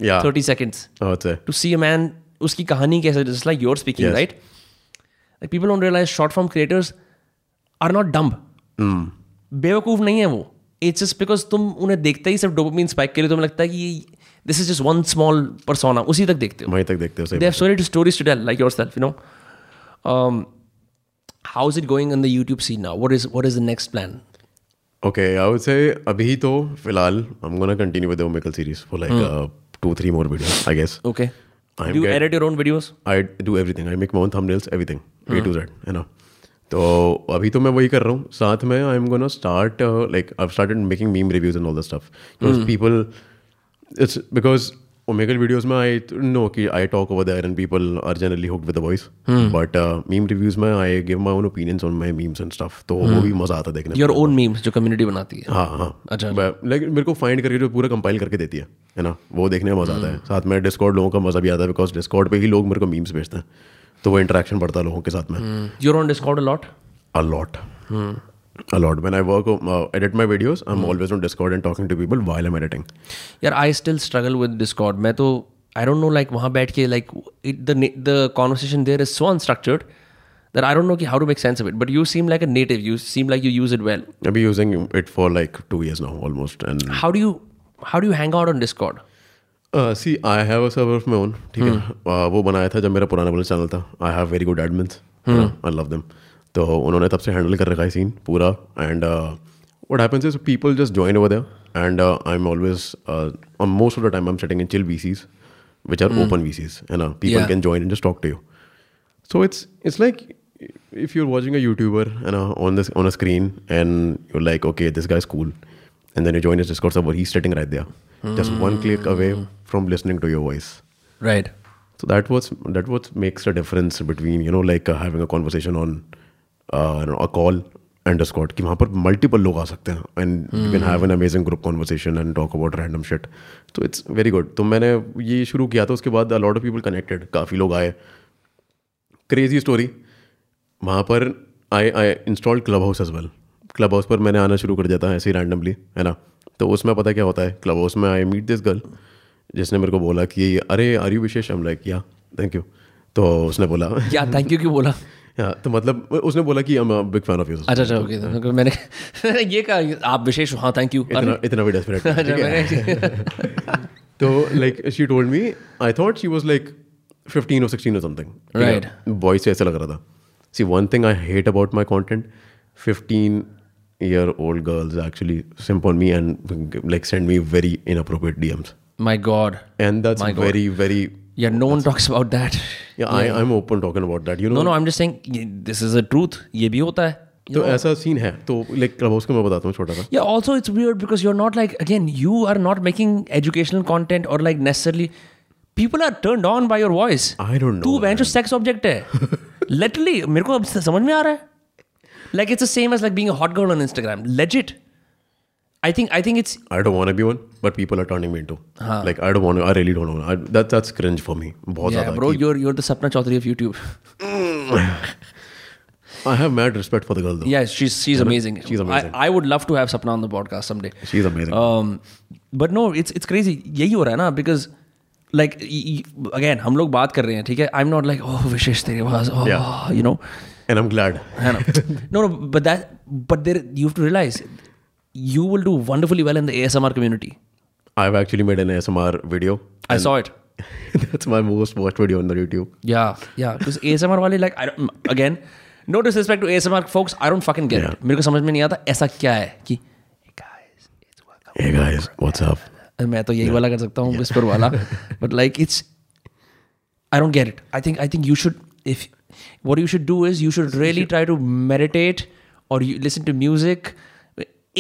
Speaker 2: Yeah.
Speaker 1: 30 seconds
Speaker 2: Oh, it's a
Speaker 1: to see a man uski kahani kaise just like you're speaking
Speaker 2: Yes.
Speaker 1: right. Like people don't realize short form creators are not dumb.
Speaker 2: Hmm.
Speaker 1: बेवकूफ नहीं है वो it's just because तुम उन्हें देखते ही सिर्फ dopamine spike के लिए तुम्हें लगता है कि this is just one small persona उसी तक देखते हो
Speaker 2: वहीं तक देखते हो
Speaker 1: they
Speaker 2: सही
Speaker 1: have so many stories to tell, like yourself, you know. Um, how's it going in the YouTube scene now? What is what is the next plan?
Speaker 2: Okay I would say अभी तो uh, फिलहाल I am gonna continue with the Omegle series for like two three more videos I guess
Speaker 1: Okay.
Speaker 2: I'm
Speaker 1: Do हाँ। you
Speaker 2: get-
Speaker 1: edit your own videos?
Speaker 2: I do everything I make my thumbnails everything A to Z है ना तो अभी तो मैं वही कर रहा हूँ साथ में I am gonna start like I started making meme reviews and all the stuff people it's because Omegle videos में आई नो कि I talk over there and people are generally hooked with the voice but meme reviews uh, में I give my own opinions on my memes and stuff तो वो भी मजा आता है देखने में
Speaker 1: योर ओन मीम्स जो कम्युनिटी बनाती है
Speaker 2: हाँ हाँ
Speaker 1: अच्छा।
Speaker 2: लाइक मेरे को फाइंड करके जो पूरा कंपाइल करके देती है है ना वो देखने में मजा आता है साथ में डिस्कॉर्ड लोगों का मजा भी आता है बिकॉज डिस्कॉर्ड पे ही लोग मेरे को मीम्स भेजते हैं तो वो इंटरेक्शन बढ़ता है लोगों के साथ में
Speaker 1: your on Discord a lot
Speaker 2: a lot a lot when I work edit my videos I am always on Discord and talking to people while I am editing
Speaker 1: यार I still struggle with Discord मैं तो I don't know like वहाँ बैठ के like the conversation there is so unstructured that I don't know कि how to make sense of it but you seem like a native you seem like you use it well
Speaker 2: I be using it for like two years now almost and
Speaker 1: how do you how do you hang out on Discord
Speaker 2: see I have a server of my own ठीक है Uh, वो बनाया था जब मेरा पुराना वाला channel था I have very good admins I love them तो उन्होंने तब से हैंडल कर रखा है सीन पूरा uh, and what happens is people just join over there and I am always most of the time I am setting in chill VCs which are open VCs है ना people
Speaker 1: Yeah.
Speaker 2: Can join and just talk to you So it's it's like if you're watching a YouTuber and uh, on this on a screen and you're like, okay, this guy's cool, and then you join his Discord server, he's sitting right there, just one click away from listening to your voice.
Speaker 1: Right
Speaker 2: So that was that what makes a difference between you know like uh, having a conversation on uh, you know, a call and Discord. कि वहाँ पर multiple लोग आ सकते हैं and you can have an amazing group conversation and talk about random shit. So it's very good. तो मैंने ये शुरू किया था उसके बाद a lot of people connected. काफ़ी लोग आए क्रेजी स्टोरी वहाँ पर I I install Clubhouse as well Clubhouse पर मैंने आना शुरू कर दिया था ऐसे ही रैंडमली है ना तो उसमें पता क्या होता है क्लब हाउस में आई मीट दिस गर्ल जिसने मेरे को बोला कि अरे are you Vishesh hmm like yeah thank you तो उसने बोला
Speaker 1: या थैंक यू क्यों बोला
Speaker 2: या तो मतलब उसने बोला कि I am big fan of you
Speaker 1: अच्छा अच्छा ओके मैंने मैंने ये कहा आप विशेष हो, हाँ थैंक यू
Speaker 2: इतना इतना भी डेस्परेट
Speaker 1: अच्छा मैंने
Speaker 2: तो like she told me I thought she was like 15 और 16 और समथिंग
Speaker 1: Right.
Speaker 2: वॉइस से ऐसा लग रहा था see one thing I hate about my content 15 year old girls actually simp on me and like send me very inappropriate DMs
Speaker 1: my God
Speaker 2: and that's very very
Speaker 1: यार no one talks about that
Speaker 2: I I am open talking about that you
Speaker 1: know
Speaker 2: no
Speaker 1: no I am just saying this is a truth ये भी होता है
Speaker 2: तो ऐसा scene है तो like Clubhouse का मैं बताता हूँ छोटा सा
Speaker 1: Yeah, also it's weird because you're not like again, you are not making educational content or like necessarily people are turned on by your voice.
Speaker 2: I don't
Speaker 1: to
Speaker 2: know
Speaker 1: bench sex object है literally मेरे को अब समझ में आ रहा है like it's the same as like being a hot girl on Instagram legit I think I think it's
Speaker 2: I don't want to be one, but people are turning me into. Like I don't want to. I really don't want. To. I, that that's cringe for me. बहुत ज़्यादा
Speaker 1: bro you're you're the Sapna Choudhary of YouTube
Speaker 2: I have mad respect for the girl though.
Speaker 1: yeah she's she's amazing
Speaker 2: She's amazing.
Speaker 1: I, I would love to have sapna on the podcast someday
Speaker 2: She's amazing.
Speaker 1: um, but no it's it's crazy यही हो रहा है ना because like y- y- again हम लोग बात कर रहे हैं ठीक है I am not like oh Vishesh oh, तेरे पास
Speaker 2: Yeah.
Speaker 1: Oh you know
Speaker 2: and I'm glad.
Speaker 1: है ना no no but that but there you have to realize you will do wonderfully well in the ASMR community
Speaker 2: I've actually made an ASMR video.
Speaker 1: I saw it
Speaker 2: that's my most watched video on the YouTube.
Speaker 1: Yeah yeah because ASMR वाले like I again no disrespect to ASMR folks I don't fucking get it मेरे को समझ में नहीं आता ऐसा क्या है कि "Hey guys, it's welcome."
Speaker 2: Hey guys, what's up?
Speaker 1: मैं तो यही वाला कर सकता हूँ विस्पर वाला but like it's I don't get it I think I think you should if what you should do is you should really try to meditate और listen to music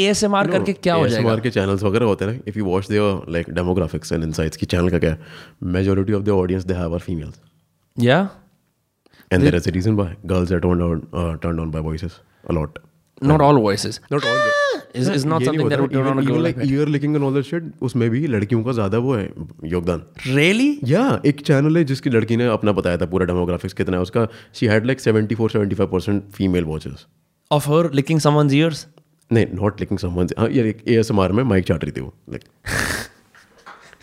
Speaker 1: asmr करके क्या हो जाएगा
Speaker 2: ASMR के channels वगैरह होते हैं ना if you watch there like demographics and insights की चैनल का क्या है majority of the audience they have are females
Speaker 1: या
Speaker 2: and there is a reason why girls are turn on turn on by voices a lot
Speaker 1: not all voices
Speaker 2: not all
Speaker 1: is is not
Speaker 2: ये नहीं
Speaker 1: something that
Speaker 2: होता,
Speaker 1: would turn on
Speaker 2: even-
Speaker 1: a
Speaker 2: even
Speaker 1: girl
Speaker 2: like ear licking and all that shit, उसमें भी लड़कियों का ज्यादा वो है योगदान
Speaker 1: really
Speaker 2: या एक चैनल है जिसकी लड़की ने अपना बताया था पूरा डेमोग्राफिक्स कितना है उसका she had like 74 75 percent female watchers
Speaker 1: of her licking someone's ears
Speaker 2: नहीं नॉट लिकिंग समवन हाँ ये एक एएसएमआर में माइक चाट रही थी वो like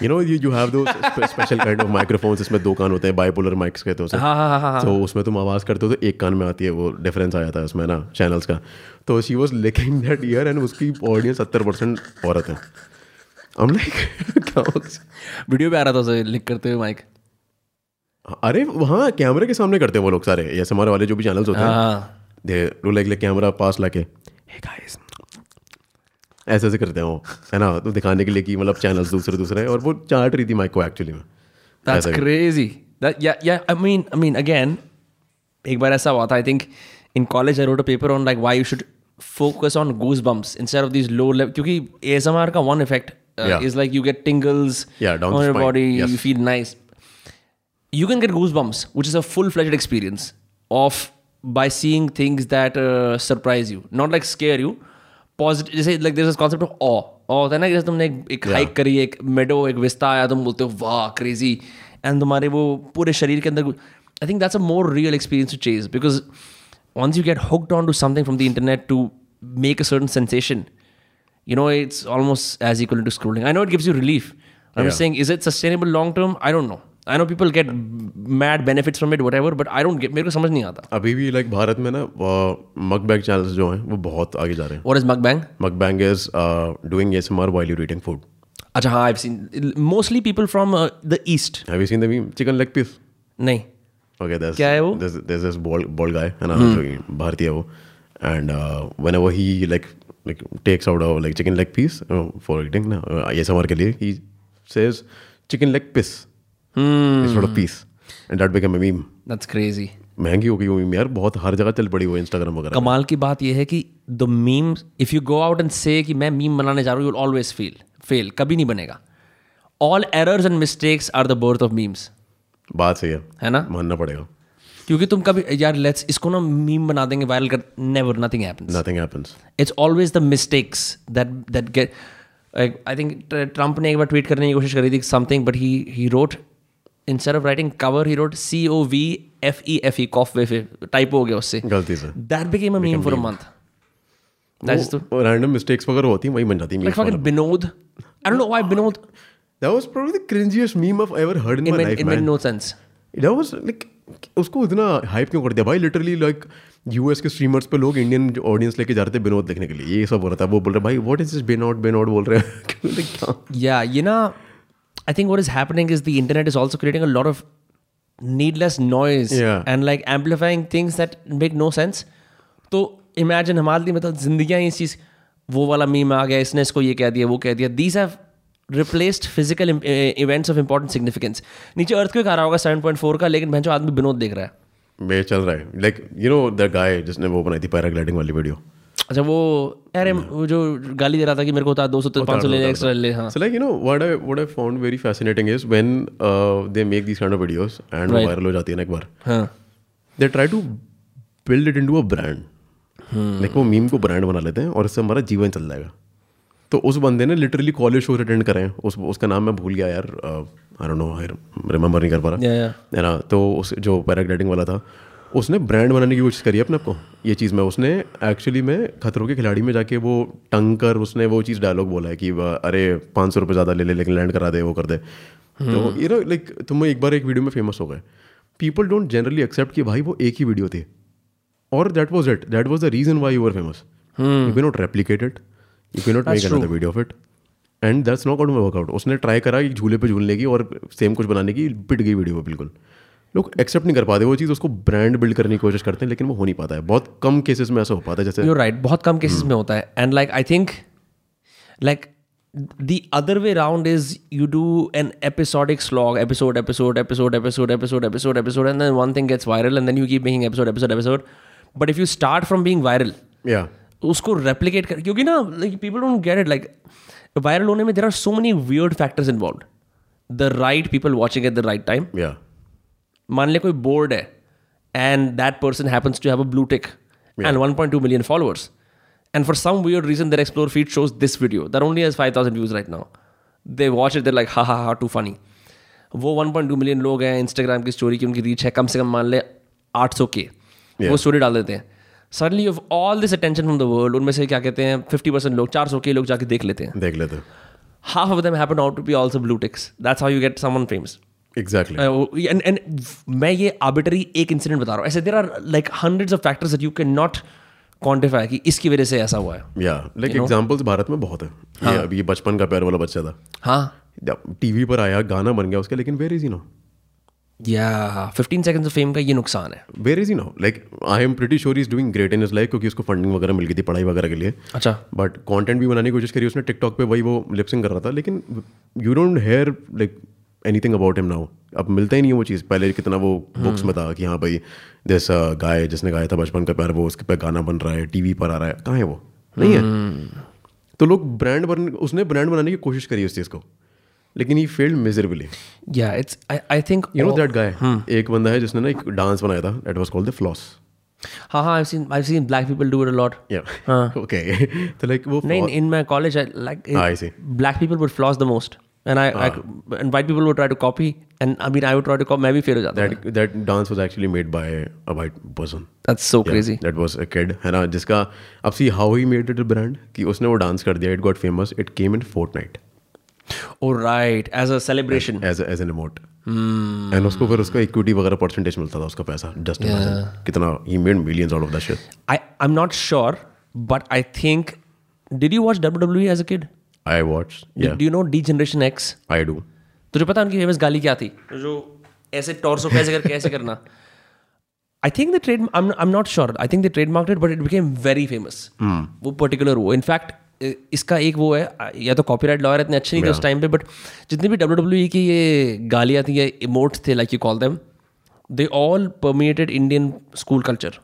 Speaker 2: you know you you have दो स्पेशल काइंड ऑफ माइक्रोफोन्स इसमें दो कान होते हैं बाइपोलर माइक्स कहते हैं उसे
Speaker 1: हाँ हाँ हाँ हाँ
Speaker 2: तो उसमें तुम आवाज करते हो तो एक कान में आती है वो डिफरेंस आ जाता है उसमें ना चैनल्स का तो she was liking that year and उसकी ऑडियंस सत्तर परसेंट औरत है हम लाइक क्या हो सकता-
Speaker 1: वीडियो पे आ रहा था उसे लिक करते हुए माइक
Speaker 2: अरे वहाँ कैमरे के सामने करते हैं वो लोग सारे एस हमारे वाले जो भी चैनल्स होते हैं
Speaker 1: हाँ
Speaker 2: they're like like camera पास लाके "Hey guys." ऐसे ऐसे करते हैं वो है ना तो दिखाने के लिए कि मतलब चैनल्स दूसरे दूसरे हैं और वो चाट रही थी माइक को एक्चुअली में
Speaker 1: That's
Speaker 2: ऐसा ही।
Speaker 1: crazy. That yeah yeah. I mean I mean again, एक बार ऐसा हुआ था. I think in college I wrote a paper on like why you should focus on goosebumps instead of these low level. क्योंकि ASMR का one effect uh,
Speaker 2: Yeah.
Speaker 1: is like you get tingles
Speaker 2: Yeah, down
Speaker 1: on
Speaker 2: the
Speaker 1: your
Speaker 2: spine.
Speaker 1: body.
Speaker 2: Yes.
Speaker 1: You feel nice. You can get goosebumps, which is a full fledged experience of by seeing things that uh, surprise you, not like scare you. Positive, जैसे like there's this concept of awe. Awe होता है ना कि जैसे तुमने एक- एक hike करी एक मेडो एक विस्ता आया तुम बोलते हो वाह क्रेजी एंड तुम्हारे वो पूरे शरीर के अंदर I think that's a more real experience to chase because once you get hooked onto something from the internet to make a certain sensation, you know, it's almost as equivalent to scrolling. I know it gives you relief. I'm just
Speaker 2: Yeah.
Speaker 1: saying, is it sustainable long term? I don't know. I know people get m- mad benefits from it, whatever, but I don't get. मेरे को समझ नहीं आता.
Speaker 2: अभी भी like Bharat में ना mukbang channels जो हैं वो बहुत आगे जा रहे हैं uh,
Speaker 1: What is mukbang?
Speaker 2: Mukbang is doing S M R while you eating food
Speaker 1: अच्छा हाँ, I've seen mostly people from uh, the east.
Speaker 2: Have you seen the meme chicken leg piece
Speaker 1: नहीं.
Speaker 2: Okay, there's
Speaker 1: क्या है वो? Hmm.
Speaker 2: There's, there's this bald, bald guy, and mm. Bharti है वो, and uh, whenever he like like takes out a like chicken leg piece uh, for eating ना uh, ASMR के लिए, he says chicken leg piss
Speaker 1: Hmm.
Speaker 2: mm. instead of piece, and that became a meme.
Speaker 1: That's crazy.
Speaker 2: महंगी हो गई वो meme यार बहुत हर जगह चल पड़ी वो Instagram वगैरह
Speaker 1: कमाल की बात यह है कि the meme if you go out and say कि मैं मीम बनाने जा रहा हूँ यू ऑलवेज फेल फेल कभी नहीं बनेगा all errors and mistakes are the birth of memes
Speaker 2: बात सही है
Speaker 1: है ना
Speaker 2: मानना पड़ेगा
Speaker 1: क्योंकि तुम कभी यार लेट्स इसको ना मीम बना देंगे वायरल कर never nothing happens
Speaker 2: nothing happens
Speaker 1: it's always the mistakes that that get I think Trump ने एक बार ट्वीट करने की कोशिश करी थी something but he he wrote instead of writing cover he wrote C O V F E F E covfefe type हो गया उससे
Speaker 2: गलती से
Speaker 1: that became a meme for a month That's
Speaker 2: Oh,
Speaker 1: the-
Speaker 2: random mistakes वगैरह होती हैं वही बन जाती है
Speaker 1: Like fucking Binod. I don't know why Binod.
Speaker 2: that was probably the cringiest meme I've ever heard in
Speaker 1: It
Speaker 2: my
Speaker 1: made,
Speaker 2: life
Speaker 1: it
Speaker 2: man
Speaker 1: made no sense.
Speaker 2: That was like उसको इतना hype क्यों कर दिया भाई literally like US के streamers पे लोग Indian audience लेके जा रहे थे विनोद देखने के लिए ये सब हो रहा था वो बोल रहे भाई व्हाट इज दिस बेनॉट बेनॉट बोल रहे हैं क्यों? Like, क्या
Speaker 1: Yeah, you know, I think what is happening is the internet is also creating a lot of needless noise
Speaker 2: Yeah.
Speaker 1: and like amplifying things that make no sense. तो imagine हमारे लिए मतलब जिंदगियां इस चीज वो वाला मीम आ गया इसने इसको ये कह दिया वो कह दिया these have replaced physical im- eh, events of important significance नीचे अर्थ क्यों आ रहा होगा 7.4 का लेकिन भैंसो आदमी विनोद देख रहा है
Speaker 2: वे चल रहा है like you know the guy जिसने वो बनाई थी पैराग्लाइडिंग वाली वीडियो
Speaker 1: अच्छा वो अरे वो जो गाली दे रहा था कि मेरे को उतार Hmm. दो सौ पाँच सौ ले ले एक्स्ट्रा ले हाँ
Speaker 2: So like you know what I what I found very fascinating is when uh, they make these kind of videos and वो
Speaker 1: Right.
Speaker 2: viral हो जाती है ना एक बार
Speaker 1: हाँ
Speaker 2: they try to build it into a brand
Speaker 1: Hmm.
Speaker 2: Like वो meme को brand बना लेते हैं और इससे हमारा जीवन चल जाएगा तो उस बंदे ने लिटरली कॉलेज शोज अटेंड करे हैं उस उसका नाम मैं भूल गया यार Uh, I don't know I remember नहीं कर पा रहा
Speaker 1: Yeah, yeah.
Speaker 2: है ना तो उस जो पैराग्लाइडिंग वाला था उसने ब्रांड बनाने की कोशिश करी अपने आप को ये चीज़ में उसने एक्चुअली में खतरों के खिलाड़ी में जाके वो टंग कर उसने वो चीज़ डायलॉग बोला है कि वह, अरे पाँच सौ रुपये ज़्यादा ले ले लेकिन लैंड करा दे वो कर दे तो यू नो लाइक तुम एक बार एक वीडियो में फेमस हो गए पीपल डोंट जनरली एक्सेप्ट कि भाई वो एक ही वीडियो थी और that was it that was the reason why you are famous you can not replicate it you can not make another video of it and that's not got workout उसने try करा कि झूले पे झूलने की और सेम कुछ बनाने की पिट गई वीडियो पे बिल्कुल लोग एक्सेप्ट नहीं कर पाते वो चीज़ उसको ब्रांड बिल्ड करने की कोशिश करते हैं लेकिन वो हो नहीं पाता है बहुत कम केसेस में ऐसा हो पाता है जैसे
Speaker 1: you're right बहुत कम केसेस में होता है and like I think like the other way round is you do an episodic slog episode episode episode episode episode episode episode and then one thing gets viral and then you keep making episode episode episode but if you start from being viral
Speaker 2: या
Speaker 1: उसको replicate कर क्योंकि ना like people don't get it like viral होने में there are so many weird factors involved the right people watching at the right time
Speaker 2: या
Speaker 1: मान ले कोई बोर्ड है and that person happens to have a blue tick and 1.2 million followers and for some weird reason there explore feed shows this video that only has 5000 views right now they watch it there like हा हा हा to funny वो 1.2 million लोग हैं Instagram की story की उनकी reach है कम से कम मान ले 800 के वो स्टोरी डाल देते हैं suddenly of all this attention from the world उनमें से क्या कहते हैं 50% परसेंट लोग 400 के लोग जाके देख लेते हैं
Speaker 2: देख लेते
Speaker 1: half of them happen out to be also blue ticks that's how you get someone famous
Speaker 2: exactly
Speaker 1: Uh, वो- and- and मैं ये आर्बिटरी एक इंसिडेंट बता रहा हूँ ऐसे there are like hundreds of factors that you can not quantify कि इसकी वजह से ऐसा हुआ है
Speaker 2: या लाइक एग्जाम्पल्स भारत में बहुत है ये अभी बचपन का पैर वाला बच्चा था
Speaker 1: हाँ
Speaker 2: टीवी पर आया गाना बन गया उसका लेकिन वेर इज यू नो
Speaker 1: या फिफ्टीन सेकेंड्स ऑफ फेम का ये नुकसान है
Speaker 2: where is you know like I am pretty sure is doing great in is life क्योंकि उसको फंडिंग वगैरह मिल गई थी पढ़ाई वगैरह के लिए
Speaker 1: अच्छा
Speaker 2: बट कंटेंट भी बनाने की कोशिश करी उसने टिकटॉक पे वही वो लिपसिंग कर रहा था लेकिन you don't hear like anything about him now अब मिलता ही नहीं है वो चीज़ पहले कितना वो बुक्स में था कि हाँ भाई जैसा गाय जिसने गाया था बचपन का प्यार वो उसके पे गाना बन रहा है टीवी पर आ रहा है कहाँ है वो नहीं है तो लोग ब्रांड बन उसने ब्रांड बनाने की कोशिश करी उस चीज़ को लेकिन he failed measurably
Speaker 1: yeah it's i, I think
Speaker 2: you know that guy एक बंदा है जिसने ना एक डांस बनाया था that was called the floss
Speaker 1: ha ha हाँ, i've seen i've seen black people do it a lot
Speaker 2: या
Speaker 1: हाँ।
Speaker 2: ओके तो लाइक वो
Speaker 1: no, in, in my college i like it-
Speaker 2: Ah, I see. Ah.
Speaker 1: black people would floss the most and I, I and white people would try to copy and i mean i would try to copy मैं भी fail हो जाता था
Speaker 2: that that dance was actually made by a white person
Speaker 1: that's so crazy
Speaker 2: that was a kid है ना जिसका अब see how he made it a brand कि उसने वो डांस कर दिया it got famous it came in Fortnite
Speaker 1: oh right as a celebration
Speaker 2: as as an amount
Speaker 1: Hmm.
Speaker 2: And उसको फिर उसका इक्विटी वगैरह परसेंटेज मिलता था उसका पैसा जस्ट कितना ही made millions out of that shit
Speaker 1: i i'm not sure but i think did you watch wwe as a kid
Speaker 2: I watch या
Speaker 1: do you know d generation x
Speaker 2: I do
Speaker 1: तुझे पता है उनकी famous गाली क्या थी तो जो ऐसे टॉर्सो कैसे कर कैसे करना I think the trade I am not sure I think the trade market but it became very famous वो पर्टिकुलर वो इनफैक्ट इसका एक वो है या तो कॉपीराइट लॉयर इतने अच्छे नहीं थे उस टाइम पे बट जितने भी डब्ल्यू डब्ल्यू की ये गालियाँ थी ये इमोट थे like you call them they all permeated Indian school culture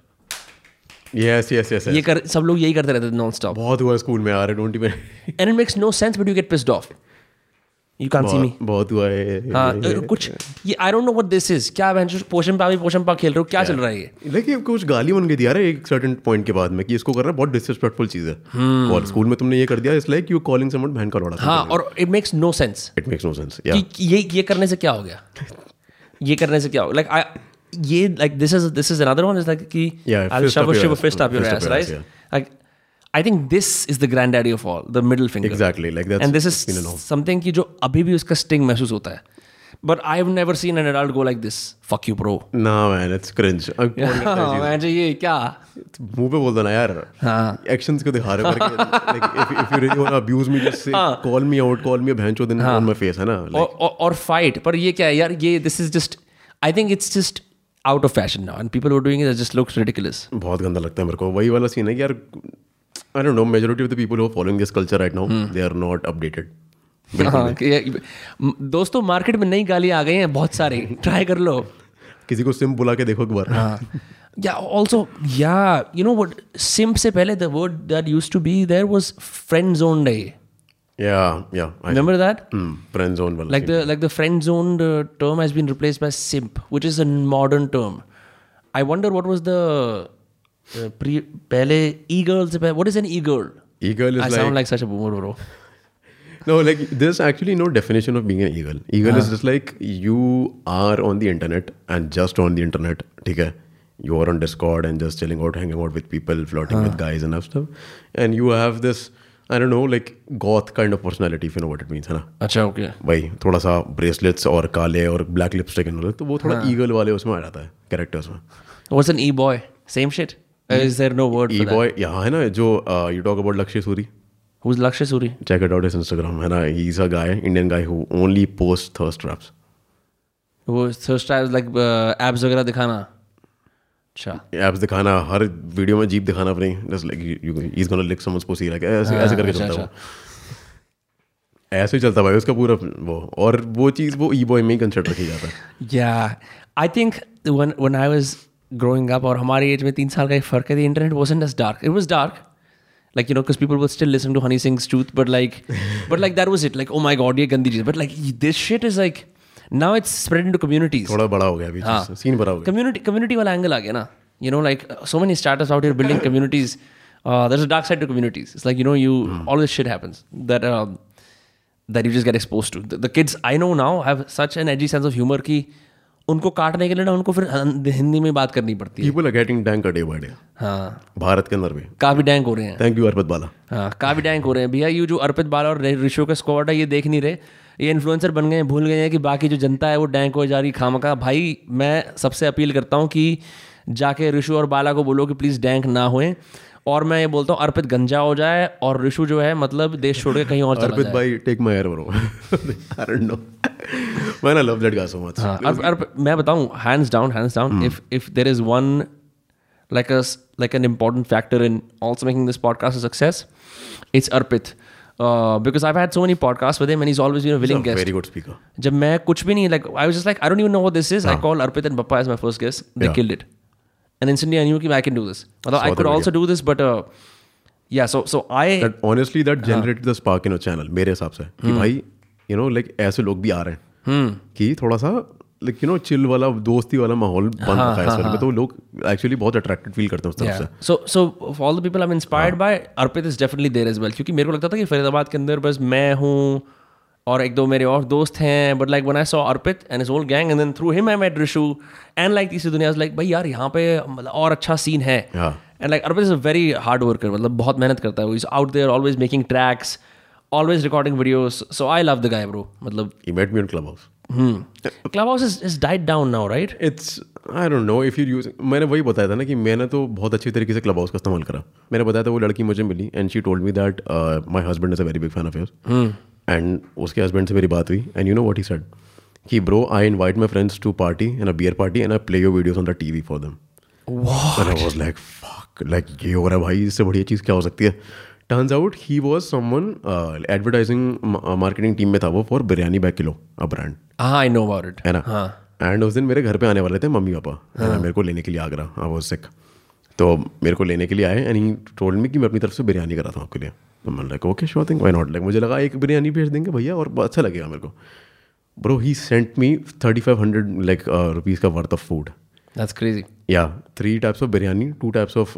Speaker 2: yes yes yes
Speaker 1: ये कर सब लोग यही करते रहते थे नॉन स्टॉप
Speaker 2: बहुत हुआ स्कूल में यार don't even
Speaker 1: and it makes no sense but you get pissed off you can see me
Speaker 2: बहुत हुआ है
Speaker 1: हाँ, अ, कुछ ये I don't know what this is क्या बहन पोषण पा भी पोषण पा खेल रहे हो क्या चल रहा है ये
Speaker 2: लेकिन कुछ गाली बन गई थी यार एक सर्टेन पॉइंट के बाद में कि इसको कर रहा है बहुत डिसरिस्पेक्टफुल चीज है और स्कूल में तुमने ये कर दिया it's like you calling someone बहन का लौड़ा
Speaker 1: हम्म। हाँ और it makes no sense
Speaker 2: it makes no sense या
Speaker 1: कि ये ये करने से क्या हो गया ये करने से क्या हो लाइक आई ये like this is this is another one is like कि
Speaker 2: Yeah,
Speaker 1: I
Speaker 2: fist up
Speaker 1: shove
Speaker 2: your
Speaker 1: शिव
Speaker 2: ass.
Speaker 1: Fist up your
Speaker 2: Fist up
Speaker 1: ass
Speaker 2: your ass,
Speaker 1: right like I think this is the grand daddy of all the middle finger
Speaker 2: exactly like that's
Speaker 1: and this is something कि जो अभी भी उसका sting महसूस होता है but I have never seen an adult go like this fuck you bro
Speaker 2: ना man it's cringe
Speaker 1: हाँ, ये क्या
Speaker 2: मुंह पे बोल दो ना यार
Speaker 1: हाँ।
Speaker 2: एक्शंस को दिखा रहे हो करके like if if you really want abuse me just say
Speaker 1: हाँ।
Speaker 2: Call me out call me बहन चोद इन ऑन माय फेस है ना
Speaker 1: और और- और फाइट पर ये क्या है यार ये this is just I think it's just out of fashion now and people are doing it just looks ridiculous
Speaker 2: बहुत गंदा लगता है मेरे को वही वाला सीन है कि यार I don't know majority of the people who are following this culture right now
Speaker 1: hmm.
Speaker 2: They are not updated
Speaker 1: हाँ, दोस्तों मार्केट में नई गालियां आ गई हैं बहुत सारी ट्राई कर लो
Speaker 2: किसी को सिम बुला के देखो एक
Speaker 1: हाँ।
Speaker 2: बार
Speaker 1: या ऑल्सो या यू नो वट सिम से पहले the word that use to be there was friend zone day
Speaker 2: या या
Speaker 1: remember that
Speaker 2: friend zone Hmm, वाला
Speaker 1: Like the like the friend zoned uh, term has been replaced by simp, which is a modern term. I wonder what was the uh, pre pehle e girl se pehle, what is an e girl?
Speaker 2: Eagle is
Speaker 1: I
Speaker 2: like
Speaker 1: sound like such a boomer bro.
Speaker 2: no, like there's actually no definition of being an eagle. Eagle
Speaker 1: Uh-huh.
Speaker 2: is just like you are on the internet and just on the internet. Okay, you are on Discord and just chilling out, hanging out with people, flirting with
Speaker 1: Uh-huh.
Speaker 2: guys and stuff. And you have this, I don't know, like goth kind of personality, if you know what it means, है ना?
Speaker 1: अच्छा okay.
Speaker 2: भाई थोड़ा सा bracelets और काले और black lipstick and all that, तो वो थोड़ा
Speaker 1: हाँ।
Speaker 2: ईगल वाले उसमें आ जाता है कैरेक्टर्स में
Speaker 1: What's an e boy? Same shit. Uh, is there no word
Speaker 2: e
Speaker 1: for that?
Speaker 2: Boy यहाँ है ना जो uh, you talk about Lakshya Suri
Speaker 1: Who's Lakshya Suri?
Speaker 2: check it out his Instagram. And I, he's a guy, Indian guy who only posts thirst traps.
Speaker 1: वो thirst traps like uh, abs वगैरह दिखाना. अच्छा.
Speaker 2: Abs दिखाना हर वीडियो में jeep दिखाना अपनी just like is gonna lick someone pussy like ऐसे ऐसे करके
Speaker 1: अच्छा,
Speaker 2: चलता है वो ऐसे ही चलता है भाई उसका पूरा वो और वो चीज़ वो ई बॉय में ही कंसिडर रखी जाता है
Speaker 1: Yeah, I think when when I was growing up, or हमारी एज में तीन साल का एक फर्क है the internet wasn't as dark. It was dark. Like you know, because people would still listen to Honey Singh's Truth, but like, but like that was it. Like, oh my god, ये गंदी चीज. But like this shit is like now it's spread into communities.
Speaker 2: थोड़ा बड़ा हो गया अभी
Speaker 1: हाँ।
Speaker 2: Scene बड़ा हो गया
Speaker 1: Community community वाला angle आ गया ना. You know, like uh, so many startups out here building communities. Uh, there's a dark side to communities. It's like you know, you all this shit happens that um, that you just get exposed to. The, the kids I know now have such an edgy sense of humor कि उनको काटने के लिए ना उनको फिर हं- हिंदी में बात करनी पड़ती है
Speaker 2: people are getting tank day by day
Speaker 1: हाँ
Speaker 2: भारत के अंदर भी
Speaker 1: काफी डैंक हो रहे हैं
Speaker 2: थैंक यू अर्पत बाला
Speaker 1: हाँ काफी डैंक हो रहे हैं भैया ये जो अर्पित बाला और ऋषो का स्क्वाड है ये देख नहीं रहे ये इन्फ्लुएंसर बन गए हैं भूल गए हैं कि बाकी जो जनता है वो डैंक हो जा रही खाम का भाई मैं सबसे अपील करता हूँ कि जाके ऋषु और बाला को बोलो कि प्लीज़ डैंक ना होए और मैं ये बोलता हूँ अर्पित गंजा हो जाए और ऋषु जो है मतलब देश छोड़ के कहीं और चला
Speaker 2: अर्पित
Speaker 1: जाए
Speaker 2: भाई take my air bro I don't know man I love that guy so much
Speaker 1: हाँ, अर्प- अर्प- मैं बताऊं hands down hands down if if there is one like a s- like an important factor in also making this podcast a success it's arpit Uh, because I had so many podcast with him and is always been a willing guest
Speaker 2: very good speaker
Speaker 1: जब मैं कुछ भी नहीं like I was just like I don't even know what this is I call Arpit and Bappa as my first guest they
Speaker 2: Yeah.
Speaker 1: Killed it and instantly I knew कि I can do this मतलब I
Speaker 2: Saw
Speaker 1: could
Speaker 2: the
Speaker 1: also do this but या so so I
Speaker 2: that honestly that generated the spark in channel मेरे हिसाब से कि भाई you know like ऐसे लोग भी आ रहे हैं कि थोड़ा सा लाइक यू नो चिल वाला दोस्ती वाला माहौल बन रखा है इस वाले में तो लोग एक्चुअली बहुत अट्रैक्टेड फील करते हैं उस तरफ से हाँ।
Speaker 1: So so all the people I am inspired by Arpit is definitely there as well क्योंकि मेरे को लगता था कि फरीदाबाद के अंदर बस मैं हूँ और एक दो मेरे और दोस्त हैं but like one I saw Arpit and is old gang and then through him I met Rishu and like तीसरी दुनिया लाइक भाई यार यहाँ पे मतलब और अच्छा सीन है
Speaker 2: Yeah.
Speaker 1: And like Arpit is a very hard worker मतलब बहुत मेहनत करता है वो is out there always making tracks always recording videos so I love the guy bro मतलब
Speaker 2: he met me on Clubhouse
Speaker 1: Clubhouse is died down now right
Speaker 2: it's I don't know if you use मैंने वही बताया था ना कि मैंने तो बहुत अच्छी तरीके से क्लब हाउस का इस्तेमाल करा मैंने बताया था वो लड़की मुझे मिली and she told me that my husband is a very big fan of your and उसके हस्बैंड से मेरी बात हुई and you know what he said कि bro I invite my friends to party and a beer party and I play your videos on the TV for them And I was like, fuck, like ये हो रहा है भाई इससे बढ़िया चीज़ क्या हो सकती है turns out he was someone advertising marketing team uh, में था वो for Biryani by kilo a brand
Speaker 1: हाँ आई नो अबाउट इट
Speaker 2: है ना एंड उस दिन मेरे घर पे आने वाले थे मम्मी पापा है ना, मेरे को लेने के लिए आगरा आई वाज सिक तो मेरे को लेने के लिए आए एंड ही टोल्ड मी कि मैं अपनी तरफ से बिरयानी कराता हूँ आपके लिए तो मैं like okay sure thing why not like मुझे लगा एक बिरयानी भेज देंगे भैया और अच्छा लगेगा मेरे को bro he sent me thirty five hundred like rupees uh, का worth of food
Speaker 1: that's crazy
Speaker 2: या three types of biryani two types of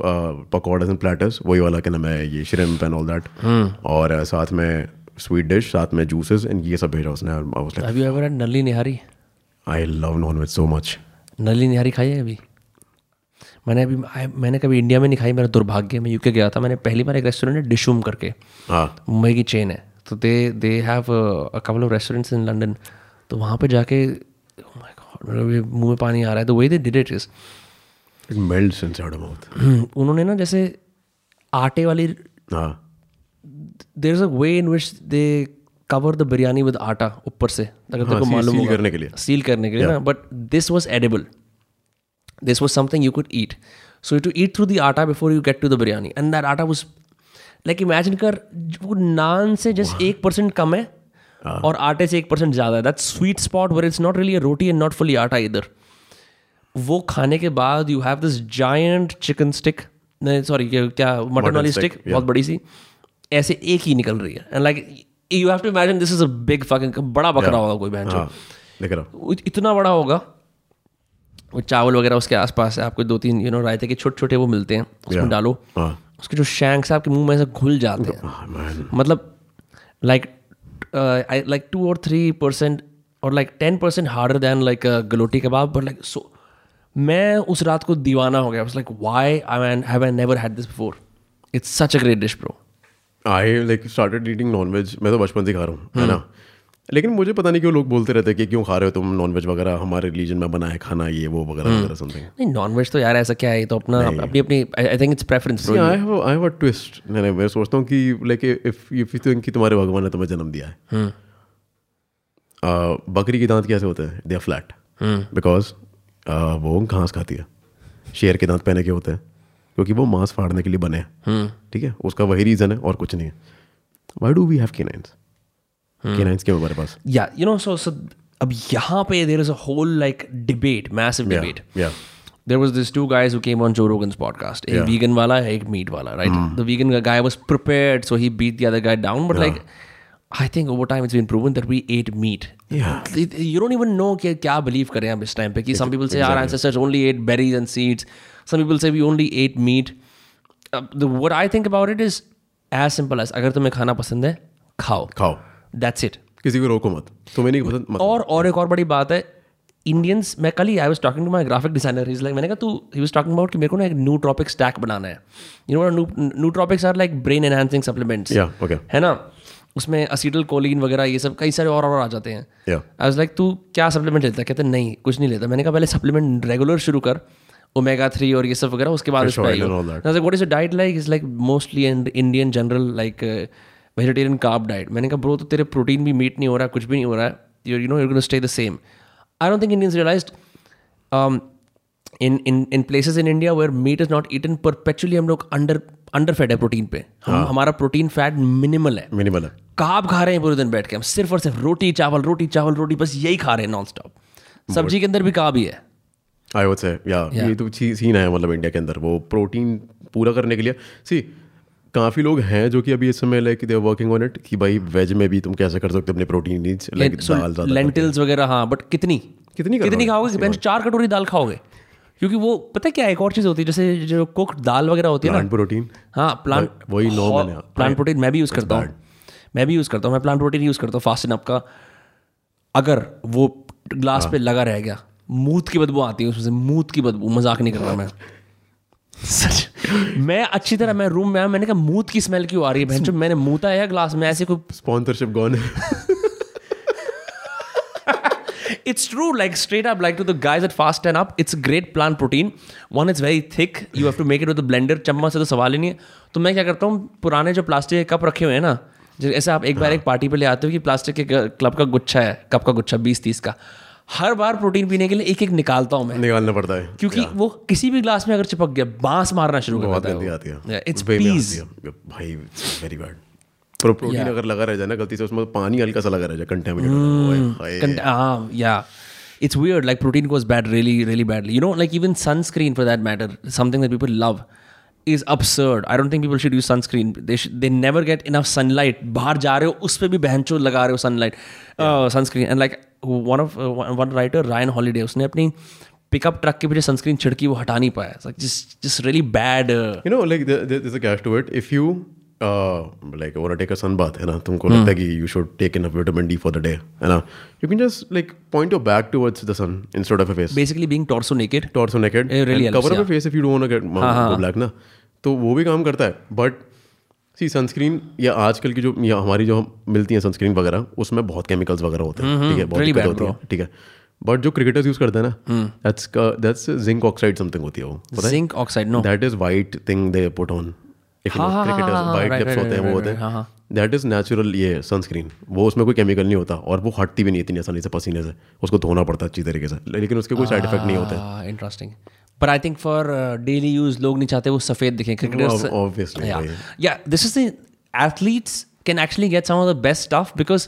Speaker 2: pakodas and platters वही वाला क्या नाम है ये श्रिम्प एंड ऑल दैट और uh, साथ में स्वीट डिश साथ में जूसेस एंड ये सब भेजा उसने I
Speaker 1: have you ever ate nalli nihari
Speaker 2: love non veg so much
Speaker 1: nalli निहारी खाई है अभी मैंने अभी I- मैंने कभी इंडिया में नहीं खाई मेरा दुर्भाग्य है, मैं यूके गया था मैंने पहली बार एक रेस्टोरेंट है डिशूम करके
Speaker 2: हाँ
Speaker 1: मुंबई की चेन है तो they they have couple of restaurants in London तो वहाँ पे जाके oh my God, मेरे अभी मुंह में पानी आ रहा है तो वही they did it is
Speaker 2: it melts inside mouth
Speaker 1: उन्होंने ना जैसे आटे वाली
Speaker 2: हाँ
Speaker 1: there is a way in which they cover the biryani with atta ऊपर से अगर तेरे को
Speaker 2: seal-
Speaker 1: मालूम
Speaker 2: seal
Speaker 1: होगा हाँ,
Speaker 2: करने के लिए।
Speaker 1: सील करने के लिए ना but this was edible this was something you could eat so you had to eat through the atta before you get to the biryani and that atta was like imagine कर वो नान से just एक percent कम है
Speaker 2: हाँ।
Speaker 1: और आटे से एक परसेंट ज़्यादा है that's sweet spot where it's not really a roti and not fully आटा either वो खाने के बाद you have this giant chicken stick नहीं सॉरी क्या मटन
Speaker 2: Mutton
Speaker 1: वाली
Speaker 2: stick,
Speaker 1: स्टिक बहुत बड़ी सी ऐसे एक ही निकल रही है and like you have to imagine this is a big fucking बड़ा बकरा होगा कोई बहन
Speaker 2: हाँ देख रहा हूँ
Speaker 1: वो इतना बड़ा होगा वो चावल वगैरह उसके आसपास है आपको दो तीन यू नो रायते के छोटे छोटे वो मिलते हैं उसमें
Speaker 2: Yeah.
Speaker 1: डालो
Speaker 2: हाँ
Speaker 1: उसके जो शैंक्स है आपके मुंह में ऐसे घुल जाते हैं
Speaker 2: हाँ, man.
Speaker 1: मतलब uh, like I like two और थ्री परसेंट और like ten percent harder than like galouti kebab but like so मैं उस रात को दीवाना हो गया like why I have I never had this before it's such a great dish bro
Speaker 2: I like started eating non veg मैं तो बचपन से खा रहा हूँ है
Speaker 1: हम्म।
Speaker 2: ना लेकिन मुझे पता नहीं क्यों लोग बोलते रहते हैं कि क्यों खा रहे हो तुम नॉनवेज वगैरह हमारे रिलीजन में बना है खाना ये वो वगैरह
Speaker 1: हम्म।
Speaker 2: वगैरह समथिंग
Speaker 1: नहीं नॉनवेज तो यार ऐसा क्या है ये तो अपना अपनी अपनी I think it's preference
Speaker 2: See, I have a, I have a twist. नहीं नहीं मैं सोचता हूँ कि like if if you think कि तुम्हारे भगवान ने तुम्हें जन्म दिया है अ, बकरी के दांत कैसे होते हैं दे आर फ्लैट बिकॉज वो घास खाती है शेर के दांत पहने के होते हैं क्योंकि वो मांस फाड़ने के लिए बने हैं ठीक है उसका वही रीज़न है और कुछ नहीं है why do we have canines canines क्यों हमारे पास
Speaker 1: या यू नो सो सो अब यहाँ पे there is a whole like debate massive debate
Speaker 2: या
Speaker 1: there was this two guys who came on जो रोगन्स पॉडकास्ट एक वीगन वाला है एक मीट वाला right the vegan guy was prepared so he beat the other guy down but like I think over time it's been proven that we ate meat
Speaker 2: Yeah.
Speaker 1: You don't even know कि क्या believe करें आप इस time पे कि some people से our ancestors only ate berries and seeds some people से we only ate meat the what I think about it is as simple as अगर तुम्हें खाना पसंद है खाओ
Speaker 2: खाओ
Speaker 1: दैट्स इट
Speaker 2: किसी को रोको मत तुम्हें नहीं पसंद मत
Speaker 1: और और एक और बड़ी बात है इंडियंस मैं कल ही I was talking to my graphic designer is like मैंने कहा तू ही वाज टॉकिंग अबाउट कि मेरे को ना एक न्यू ट्रॉपिक स्टैक बनाना है you know nootropics are like brain enhancing supplements
Speaker 2: या ओके
Speaker 1: है ना उसमें असीटल कोलिन वगैरह ये सब कई सारे और और आ जाते हैं
Speaker 2: या
Speaker 1: आई वाज लाइक तू क्या सप्लीमेंट लेता है कहते नहीं कुछ नहीं लेता मैंने कहा पहले सप्लीमेंट रेगुलर शुरू कर ओमेगा थ्री और ये सब वगैरह उसके बाद उसमें
Speaker 2: oil
Speaker 1: आइयो।
Speaker 2: and all that.
Speaker 1: And I was like, what is your diet like? He's like, mostly an Indian general, like uh, vegetarian carb diet. मैंने कहा ब्रो तो तेरे प्रोटीन भी मीट नहीं हो रहा कुछ भी नहीं हो रहा है you you know you gonna stay the same I don't think Indians um, realise in in in places in India where meat is not eaten perpetually हम लोग अंडर अंडर फेड है प्रोटीन पे
Speaker 2: हाँ।
Speaker 1: हम हमारा प्रोटीन फैट मिनिमल है
Speaker 2: minimal है
Speaker 1: काब खा रहे हैं पूरे दिन बैठ के हम सिर्फ और सिर्फ रोटी चावल रोटी चावल रोटी बस यही खा रहे हैं नॉन स्टॉप सब्जी के अंदर भी काब ही है
Speaker 2: आई वुड से या ये तो सीन है मतलब इंडिया के अंदर वो प्रोटीन पूरा करने के लिए सी काफ़ी लोग हैं जो कि अभी इस समय like they working on it कि भाई वेज में भी तुम कैसे कर सकते हो अपने प्रोटीन नीड्स लाइक दाल ज़्यादा
Speaker 1: लेंटिल्स वगैरह हाँ बट कितनी
Speaker 2: कितनी कर
Speaker 1: कितनी
Speaker 2: रहे हो?
Speaker 1: खाओगे बेंच चार कटोरी दाल खाओगे क्योंकि वो पता है क्या एक और चीज़ होती है जैसे जो कुक दाल वगैरह होती है ना
Speaker 2: प्लांट प्रोटीन
Speaker 1: हाँ प्लांट
Speaker 2: वही- वही लो मैंने।
Speaker 1: प्लांट प्रोटीन मैं भी यूज़ करता हूँ मैं भी यूज़ करता हूँ मैं प्लांट प्रोटीन यूज़ करता हूँ फास्ट इनअप का अगर वो ग्लास पे लगा रह गया मूत की बदबू आती है उसमें से मूत की बदबू मजाक नहीं कर रहा मैं सच मैं अच्छी तरह मैं रूम में आया मैंने कहा मूत की स्मेल क्यों आ रही है बहन चो मैंने मूता है ग्लास में ऐसे कोई
Speaker 2: sponsorship gone
Speaker 1: it's true like straight up like to the guys at fast 10 up it's a great plant protein one it's very thick you have to make it with a blender चम्मच से तो सवाल ही नहीं है तो मैं क्या करता हूँ पुराने जो प्लास्टिक के कप रखे हुए हैं ना जैसे आप एक बार एक पार्टी पे ले आते हो कि प्लास्टिक के क्लब का गुच्छा है कप का गुच्छा बीस तीस का हर बार प्रोटीन पीने के लिए एक एक निकालता हूँ मैं
Speaker 2: निकालना पड़ता है
Speaker 1: क्योंकि वो किसी भी ग्लास में अगर चिपक गया बांस मारना शुरू कर
Speaker 2: बहुत
Speaker 1: देता है
Speaker 2: गंदी
Speaker 1: वो।
Speaker 2: आती
Speaker 1: Yeah,
Speaker 2: है
Speaker 1: it's
Speaker 2: वे में
Speaker 1: peas.
Speaker 2: आती है। भाई वेरी बैड पर प्रोटीन अगर लगा रह जाए ना गलती से उसमें तो पानी हल्का सा लगा रह जाए
Speaker 1: Hmm.
Speaker 2: Contaminate
Speaker 1: Cont- ah, yeah. It's weird. Like protein goes bad really, really badly. You know, like even sunscreen for that matter, something that people love, is absurd. I don't think people should use sunscreen. They should, they never get enough sunlight. बाहर जा रहे हो उस पे भी बहनचो लगा रहे हो sunlight, uh, sunscreen. And like one of uh, one one writer Ryan Holiday, उसने अपनी पिकअप ट्रक के पीछे सनस्क्रीन छिड़की वो हटा नहीं पाया like just just really bad
Speaker 2: you know like there, there- there's a catch to it if you uh, like want to take a sun bath है ना तुमको
Speaker 1: Hmm.
Speaker 2: लगता है कि you should take enough vitamin D for the day है ना you can just like point your back towards the sun instead of your face
Speaker 1: basically being torso naked
Speaker 2: torso naked
Speaker 1: It really
Speaker 2: and
Speaker 1: helps,
Speaker 2: cover up
Speaker 1: yeah. हाँ,
Speaker 2: your face if you don't want to get go black ना तो वो भी काम करता है but see sunscreen या आजकल की जो या हमारी जो हम मिलती है सनस्क्रीन वगैरह उसमें बहुत केमिकल्स वगैरह होते हैं ठीक है बहुत
Speaker 1: हम्म, really
Speaker 2: दिक्कत
Speaker 1: bad, हम्म.
Speaker 2: होती है ठीक है बट जो क्रिकेटर्स यूज करते हैं ना uh, that's that's zinc oxide something होती है वो पता है
Speaker 1: zinc oxide no
Speaker 2: that is white thing they put on if you know
Speaker 1: हाँ, हाँ,
Speaker 2: cricketers
Speaker 1: हाँ, हाँ,
Speaker 2: white
Speaker 1: right,
Speaker 2: tips
Speaker 1: right,
Speaker 2: होते हैं
Speaker 1: right,
Speaker 2: वो
Speaker 1: right,
Speaker 2: होते
Speaker 1: हाँ,
Speaker 2: हैं दैट इज नेचुरल ये सनस्क्रीन वो उसमें कोई केमिकल नहीं होता और वो हटती भी नहीं इतनी आसानी से पसीने से उसको धोना पड़ता है अच्छी तरीके से लेकिन उसके कोई साइड इफेक्ट नहीं होते
Speaker 1: Ah, इंटरेस्टिंग पर I think for daily use uh, लोग नहीं चाहते वो सफेद दिखें cricketers
Speaker 2: obviously
Speaker 1: yeah yeah this is the athletes can actually get some of the best stuff because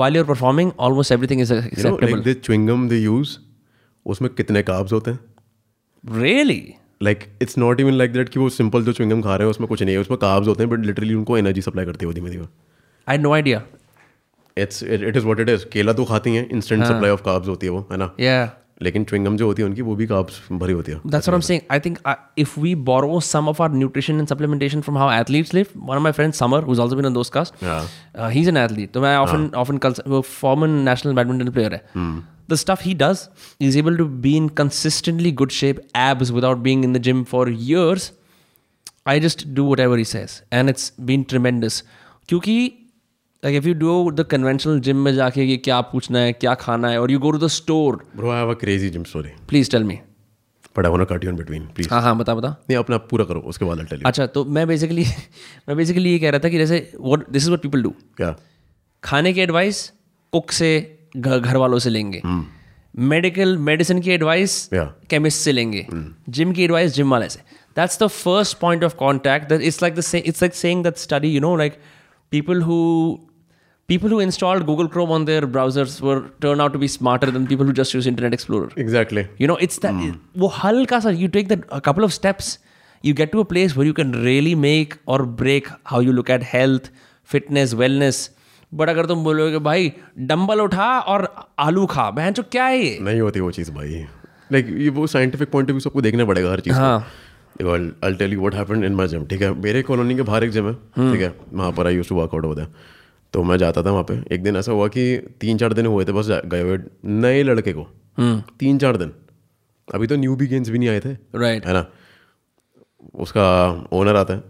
Speaker 1: while you're performing almost everything is
Speaker 2: you know
Speaker 1: acceptable
Speaker 2: like this chewing gum they use उसमें कितने carbs होते हैं
Speaker 1: really
Speaker 2: like it's not even like that कि वो simple जो chewing gum खा रहे हैं उसमें कुछ नहीं है उसमें कार्ब्स होते हैं बट लिटरली उनको एनर्जी सप्लाई करती है वो धीमे धीमे
Speaker 1: i had no idea
Speaker 2: it's it is what it is केला तो खाती हैं इंस्टेंट
Speaker 1: हाँ।
Speaker 2: सप्लाई ऑफ कार्ब्स होती है वो है ना
Speaker 1: yeah
Speaker 2: लेकिन च्युइंगम जो होती है उनकी वो भी कार्ब्स भरी होती है
Speaker 1: that's what i'm saying i think uh, if we borrow some of our nutrition and supplementation from how athletes live one of my friends summer who's also been on those cast
Speaker 2: Yeah.
Speaker 1: uh, he's an athlete so i often often call वो former national badminton player है. the stuff he does he's able to be in consistently good shape abs without being in the gym for years I just do whatever he says, and it's been tremendous. क्योंकि like if you do the conventional gym में जाके कि क्या पूछना है क्या खाना है और you go to the store,
Speaker 2: Bro, I have a crazy gym story,
Speaker 1: please tell me.
Speaker 2: but I want to cut you in between, please.
Speaker 1: हाँ हाँ बता बता
Speaker 2: नहीं अपना पूरा करो उसके बाद I'll tell you.
Speaker 1: अच्छा तो मैं बेसिकली मैं बेसिकली ये कह रहा था कि जैसे what this is what people do
Speaker 2: क्या
Speaker 1: खाने की एडवाइस कुक से घ- घर वालों से लेंगे मेडिकल मेडिसिन की एडवाइस
Speaker 2: Yeah.
Speaker 1: केमिस्ट से लेंगे जिम की एडवाइस जिम वाले से that's the first point of contact that it's like the it's like saying that study you know like people who people who installed google chrome on their browsers were turned out to be smarter than people who just use internet explorer
Speaker 2: Exactly.
Speaker 1: you know it's that
Speaker 2: Hmm.
Speaker 1: वो हल्का सा you take that a couple of steps you get to a place where you can really make or break how you look at health fitness wellness but अगर तुम बोलोगे भाई dumbbell उठा और आलू खा बहन चो क्या है ये
Speaker 2: नहीं होती वो चीज़ भाई लाइक ये वो साइंटिफिक पॉइंट ऑफ व्यू सबको देखना पड़ेगा हर चीज़
Speaker 1: हाँ।
Speaker 2: देखो I tell you what happened in my gym ठीक है मेरे कॉलोनी के बाहर एक जिम है ठीक है वहाँ पर आई यूज टू वर्कआउट होता है तो मैं जाता था वहाँ पे एक दिन ऐसा हुआ कि तीन चार दिन हुए थे बस जा- गए हुए नए लड़के को तीन चार दिन अभी तो न्यू भी गेंस भी नहीं आए थे
Speaker 1: राइट
Speaker 2: है ना उसका ओनर आता है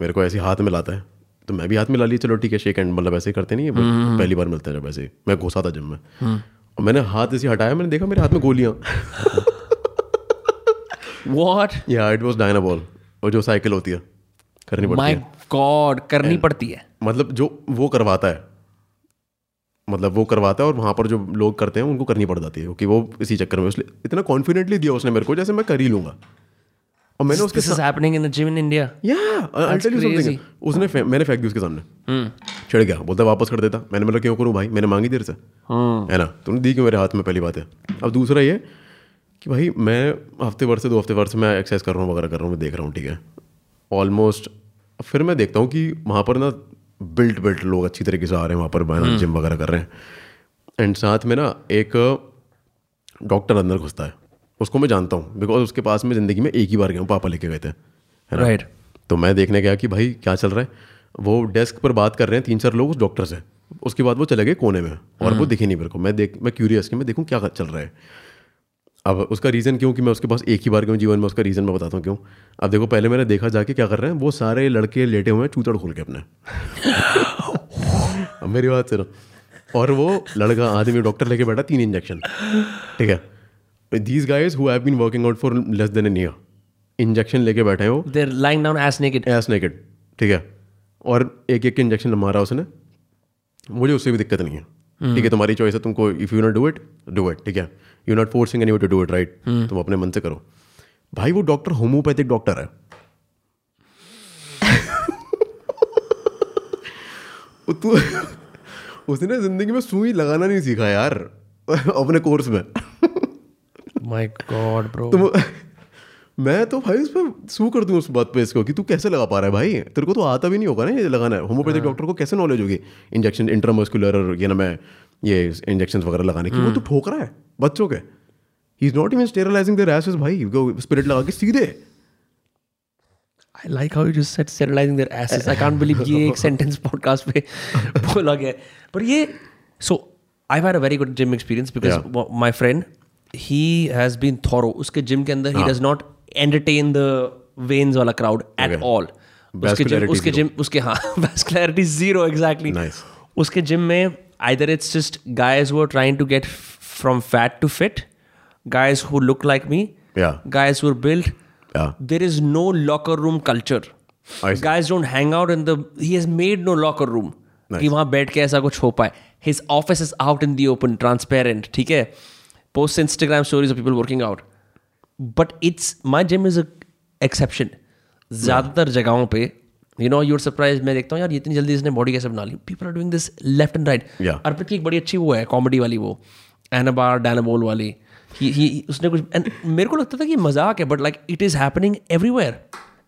Speaker 2: मेरे को ऐसे ही हाथ मिलाता है तो मैं भी हाथ मिला लिया चलो ठीक है शेक एंड मतलब ऐसे ही करते नहीं है but पहली बार मिलते हैं जब ऐसे ही। मैं घुसा था जिम में और मैंने हाथ ऐसे हटाया मैंने देखा मेरे हाथ में गोलियां
Speaker 1: वॉट
Speaker 2: या इट वॉज डायना बॉल और जो साइकिल होती है करनी पड़ती
Speaker 1: माई
Speaker 2: है
Speaker 1: गॉड करनी पड़ती है
Speaker 2: मतलब जो वो करवाता है मतलब वो करवाता है और वहाँ पर जो लोग करते हैं उनको करनी पड़ जाती है क्योंकि वो इसी चक्कर में उसने इतना कॉन्फिडेंटली दिया उसने मेरे को जैसे मैं कर ही लूंगा और मैंने उसके
Speaker 1: this is happening in the gym in India
Speaker 2: या आई टेल यू समथिंग उसने फे- मैंने फेंक दी उसके सामने चढ़ गया बोलता वापस कर देता मैंने बोला क्यों करूँ भाई मैंने मांगी देर से है ना तूने दी क्यों मेरे हाथ में पहली बात है अब दूसरा ये कि भाई मैं हफ्ते भर से दो हफ्ते भर से मैं एक्सरसाइज कर रहा हूँ वगैरह कर रहा हूँ मैं देख रहा हूँ ठीक है ऑलमोस्ट फिर मैं देखता हूँ कि वहाँ पर ना बिल्ट बिल्ट लोग अच्छी तरीके से आ रहे हैं वहाँ पर जिम वगैरह कर रहे हैं एंड साथ में ना एक डॉक्टर अंदर घुसता है उसको मैं जानता हूँ बिकॉज उसके पास में ज़िंदगी में एक ही बार गया हूँ पापा लेके गए थे है ना?
Speaker 1: Right.
Speaker 2: तो मैं देखने गया कि भाई क्या चल रहा है वो डेस्क पर बात कर रहे हैं तीन चार लोग उस डॉक्टर से उसके बाद वो चले गए कोने में और वो दिखे नहीं मेरे को मैं देख मैं क्यूरियस कि मैं देखूँ क्या चल रहा है अब उसका रीज़न क्यों कि मैं उसके पास एक ही बार क्यों जीवन में उसका रीज़न मैं बताता हूँ क्यों अब देखो पहले मैंने देखा जाके क्या कर रहे हैं वो सारे लड़के लेटे हुए हैं चूतड़ खोल के अपने अब मेरी बात सुनो और वो लड़का आदमी डॉक्टर लेके बैठा तीन इंजेक्शन ठीक है these guys who have been working out for less than an year injection लेके बैठे हैं वो
Speaker 1: they are lying down ass naked
Speaker 2: ass naked ठीक है और एक एक इंजेक्शन मारा उसने मुझे उससे भी दिक्कत नहीं है ठीक है तुम्हारी चॉइस है तुमको if you not do it do it ठीक है you not forcing any to do it right तुम अपने मन से करो भाई वो डॉक्टर होम्योपैथिक डॉक्टर है वो तू उसने जिंदगी में सुई लगाना नहीं सीखा यार अपने कोर्स में
Speaker 1: माय गॉड ब्रो
Speaker 2: तो वो- मैं तो भाई उस पर सू कर दूं उस बात पे इसको कि तू कैसे लगा पा रहा है भाई तेरे को तो आता भी नहीं होगा ना ये लगाना है होम्योपैथिक डॉक्टर को कैसे नॉलेज होगी इंजेक्शन इंट्रामस्कुलर और ये ना मैं ये इंजेक्शन वगैरह लगाने की वो तो ठोक रहा है बच्चों के ही is not even sterilising their asses भाई स्पिरिट लगा के सीधे
Speaker 1: I like how you just said sterilising their asses I can't believe ये एक सेंटेंस पॉडकास्ट पे बोला गया है पर ये so I had a very good gym experience because my friend he has been thorough उसके जिम के अंदर he does not entertain the veins वाला क्राउड एट
Speaker 2: Okay.
Speaker 1: ऑल उसके जिम
Speaker 2: Vascularity
Speaker 1: उसके
Speaker 2: zero.
Speaker 1: जिम उसके हाँ वैस्कुलैरिटी जीरो एग्जैक्टली
Speaker 2: Nice.
Speaker 1: उसके gym में आइदर इट्स जस्ट गाइज वो trying to get from fat to fit guys who look like me
Speaker 2: Yeah.
Speaker 1: Guys were built
Speaker 2: Yeah.
Speaker 1: there is no locker room culture
Speaker 2: I see.
Speaker 1: guys don't hang out in the he has made no locker room कि वहाँ बैठ के ऐसा कुछ हो पाए his office is out in the open transparent ठीक है posts instagram stories of people working out but it's my gym is a exception ज़्यादातर जगहों पे यू नो यूर सरप्राइज मैं देखता हूँ यार ये इतनी जल्दी इसने बॉडी कैसे बना ली people are doing this left and right
Speaker 2: Yeah.
Speaker 1: Arpit की एक बड़ी अच्छी वो है कॉमेडी वाली वो एनाबार डायनाबोल वाली he, he, उसने कुछ and मेरे को लगता था कि ये मजाक है but like it is happening everywhere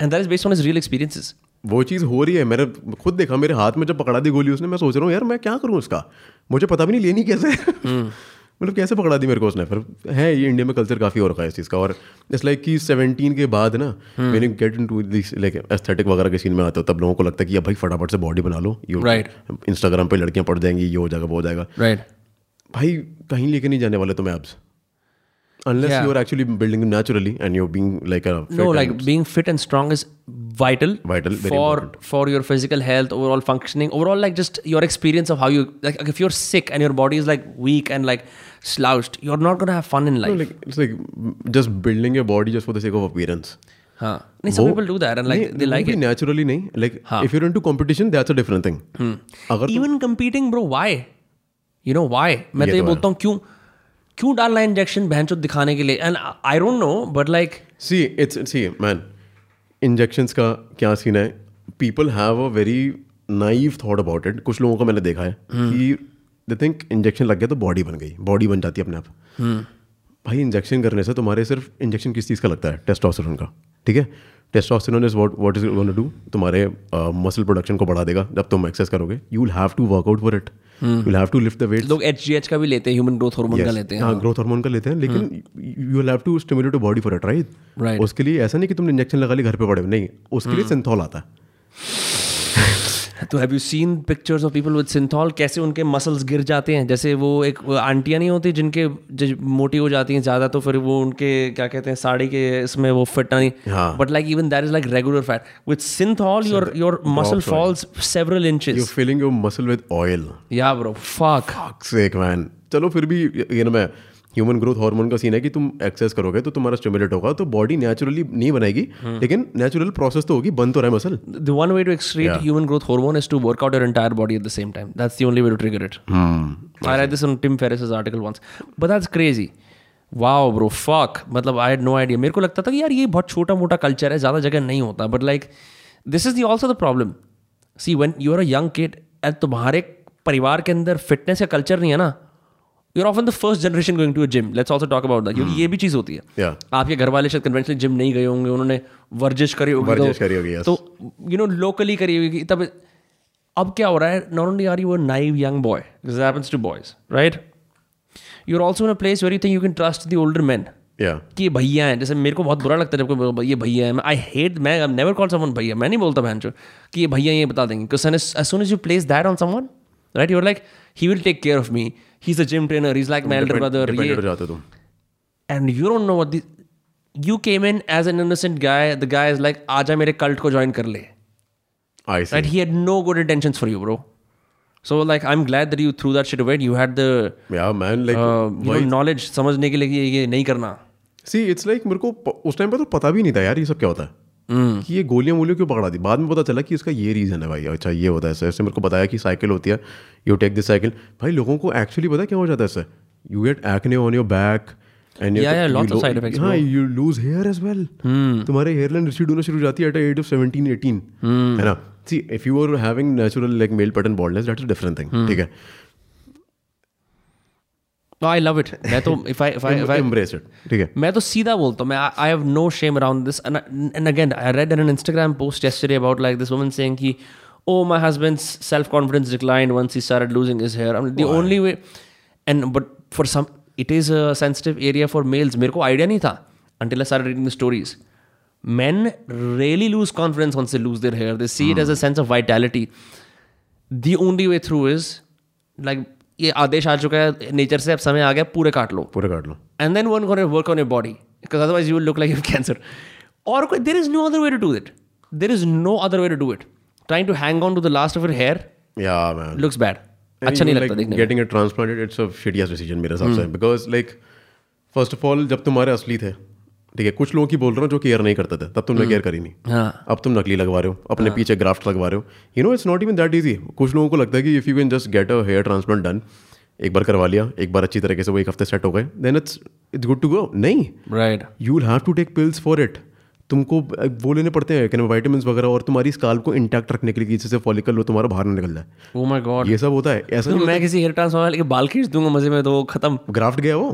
Speaker 1: and that is based on his real experiences
Speaker 2: वो चीज़ हो रही है मैंने खुद देखा मेरे हाथ में जब पकड़ा दी गोली उसने मैं सोच रहा हूँ यार मैं क्या करूँ उसका मुझे पता भी नहीं लेनी कैसे
Speaker 1: हम्म।
Speaker 2: मतलब कैसे पकड़ा दी मेरे को उसने फिर है ये इंडिया में कल्चर काफ़ी हो रखा है इस चीज़ का और इट्स लाइक कि सेवनटीन के बाद ना
Speaker 1: हम्म।
Speaker 2: मैंने get in to like aesthetic वगैरह के सीन में आता हूँ तब लोगों को लगता है कि अब भाई फटाफट से बॉडी बना लो यू
Speaker 1: Right.
Speaker 2: इंस्टाग्राम पे लड़कियाँ पड़ जाएंगी ये हो जाएगा वो हो जाएगा
Speaker 1: राइट
Speaker 2: भाई कहीं लेके नहीं जाने वाले तुम्हें abs unless
Speaker 1: Yeah.
Speaker 2: You are actually building naturally and you being like a
Speaker 1: no like being fit and strong is vital
Speaker 2: Vital, very
Speaker 1: for for your physical health overall functioning overall like just your experience of how you like if you are sick and your body is like weak and like slouched you are not gonna have fun in life
Speaker 2: like it's like just building your body just for the sake of appearance
Speaker 1: हां नहीं some people do that and like they like
Speaker 2: it naturally नहीं like if you into competition that's a different thing अगर
Speaker 1: even competing bro why you know why मैं तो ये
Speaker 2: तो है।
Speaker 1: बोलता हूँ क्यों क्यों डालना इंजेक्शन भैंसो दिखाने के लिए and I don't know but like
Speaker 2: see it's see man injections का क्या सीन है people have a very naive thought about it कुछ लोगों को मैंने देखा है कि दे थिंक इंजेक्शन लग गया तो बॉडी बन गई बॉडी बन जाती है अपने आप भाई इंजेक्शन करने से तुम्हारे सिर्फ इंजेक्शन किस चीज़ का लगता है टेस्टोस्टेरोन का ठीक है testosterone is what what is gonna do तुम्हारे मसल प्रोडक्शन को बढ़ा देगा जब तुम एक्सेस करोगे you will have to work out for it you will have to lift the weight
Speaker 1: लोग एच जी एच का भी लेते हैं ह्यूमन ग्रोथ हार्मोन का लेते हैं हाँ।
Speaker 2: हाँ ग्रोथ हार्मोन का लेते हैं लेकिन you have to stimulate body for it
Speaker 1: Right. हाँ।
Speaker 2: राइट उसके लिए ऐसा नहीं कि तुमने इंजेक्शन लगा ली घर पे पड़े हो, नहीं उसके लिए सिंथॉल आता है
Speaker 1: तो have you seen pictures of people with synthol कैसे उनके मसल्स गिर जाते हैं जैसे वो एक वो आंटियाँ नहीं होती जिनके जो मोटी हो जाती हैं ज़्यादा तो फिर वो उनके क्या कहते हैं साड़ी के इसमें वो फिट नहीं
Speaker 2: हाँ।
Speaker 1: But like even that is like regular fat with synthol your your muscle falls several
Speaker 2: you
Speaker 1: inches
Speaker 2: filling your muscle with oil
Speaker 1: या ब्रो फक
Speaker 2: सेक मैन चलो फिर भी ये ना मैं ह्यूमन ग्रोथ हार्मोन का सीन है कि तुम एक्सेस करोगे तो तुम्हारा स्टिमुलेट होगा तो बॉडी नेचुरली नहीं बनाएगी
Speaker 1: हाँ।
Speaker 2: लेकिन नेचुरल प्रोसेस तो होगी बन तो रहा है muscle
Speaker 1: the one way to excrete
Speaker 2: Yeah.
Speaker 1: human growth hormone is to work out your entire body at the same time. हाँ। That's the only way to trigger it. I read this on Tim Ferriss's article once, but that's crazy. Wow bro fuck मतलब I had no idea मेरे को लगता था कि यार ये बहुत छोटा मोटा कल्चर है ज़्यादा जगह नहीं होता but like this is the also the problem see one you are a young kid and तुम्हारे परिवार के अंदर फिटनेस का कल्चर नहीं है ना you are often the first generation going to a gym let's also talk about that क्योंकि ये भी चीज़ होती है
Speaker 2: Yeah.
Speaker 1: आपके घर वाले शायद कन्वेंशनल जिम नहीं गए होंगे उन्होंने वर्जिश करी होगी
Speaker 2: वर्जिश
Speaker 1: तो-
Speaker 2: करी होगी, yes.
Speaker 1: तो यू नो लोकली करी होगी तब अब क्या हो रहा है not only are you a naive young boy this happens to boys right you are also in a place where you think you can trust the older man
Speaker 2: या
Speaker 1: कि ये भैया हैं जैसे मेरे को बहुत बुरा लगता है जब कोई ये भैया है आई हेट मैं आई नेवर कॉल समवन भैया मैं नहीं बोलता बहन चो कि ये भैया ये बता देंगे because as soon as you place that on someone right you're like he will take care of me he is a gym trainer is like my elder brother
Speaker 2: dependent
Speaker 1: ये
Speaker 2: हो जाते हो तुम
Speaker 1: and you don't know what you came in as an innocent guy the guy is like आजा मेरे cult को join कर ले
Speaker 2: I
Speaker 1: Right? He had no good intentions for you, bro. So like, I'm glad that you threw that shit away. You had the
Speaker 2: या man
Speaker 1: uh,
Speaker 2: like
Speaker 1: you know, knowledge समझने के लिए कि ये- ये नहीं करना.
Speaker 2: सी इट्स लाइक मेरे को प- उस टाइम पर तो पता भी नहीं था यार ये सब क्या होता
Speaker 1: हम्म।
Speaker 2: है कि ये गोलियां वोलियों क्यों पकड़ा दी बाद में पता चला कि इसका ये रीज़न है भाई अच्छा ये होता है सर इससे मेरे को बताया कि साइकिल होती है यू टेक दिस साइकिल भाई लोगों को एक्चुअली पता है क्या हो जाता है sir you get acne on your back and
Speaker 1: Yeah, yeah, lots of side effects, hmm.
Speaker 2: हाँ you lose hair as well तुम्हारे हेयरलाइन रिसीड होना शुरू हो जाती है एट एज ऑफ 17 18
Speaker 1: हम्म।
Speaker 2: है ना see if you are having natural like male pattern baldness that's a different
Speaker 1: hmm.
Speaker 2: Thing ठीक है
Speaker 1: No, I love it. मैं तो if I if I if I
Speaker 2: embrace it ठीक है
Speaker 1: मैं तो सीधा बोलता हूँ मैं I have no shame around this and again I read an Instagram post yesterday about like this woman saying कि "Oh, oh my husband's self confidence declined once he started losing his hair the only way and but for some it is a sensitive area for males मेरे को idea नहीं था until i started reading the stories men really lose confidence once they lose their hair they see it
Speaker 2: Hmm.
Speaker 1: as a sense of vitality the only way through is like ये आदेश आ चुका है nature से अब समय आ गया पूरे काट लो
Speaker 2: पूरा काट लो
Speaker 1: and then one gonna work on your body because otherwise you will look like you have cancer or कोई- there is no other way to do it there is no other way to do it trying to hang on to the last of your hair
Speaker 2: या man
Speaker 1: looks bad अच्छा नहीं लगता देखने में हम्म।
Speaker 2: Getting a transplanted it's a shittiest decision मेरे हिसाब से because like first of all जब तुम्हारे असली थे ठीक है कुछ लोगों की बोल रहा हूँ जो केयर नहीं करते थे तब तुमने केयर करी नहीं
Speaker 1: हाँ
Speaker 2: अब तुम नकली लगवा रहे हो अपने पीछे ग्राफ्ट लगवा रहे हो you know it's not even that easy कुछ लोगों को लगता है कि if you can just get a hair transplant done एक बार करवा लिया एक बार अच्छी तरीके से वो एक हफ्ते सेट हो गए then it's it's good to go नहीं
Speaker 1: right
Speaker 2: you will have to take pills for it तुमको अ, वो लेने पड़ते हैं वाइटामिन वगैरह और तुम्हारी स्काल को इंटैक्ट रखने के लिए कि जिससे फॉलिकल हो तुम्हारा बाहर ना निकल जाए
Speaker 1: oh my god
Speaker 2: ये सब होता है ऐसा
Speaker 1: तो मैं किसी हेयर ट्रांसफॉर्मर के बाल खींच दूंगा मजे में तो वो खत्म
Speaker 2: ग्राफ्ट गया वो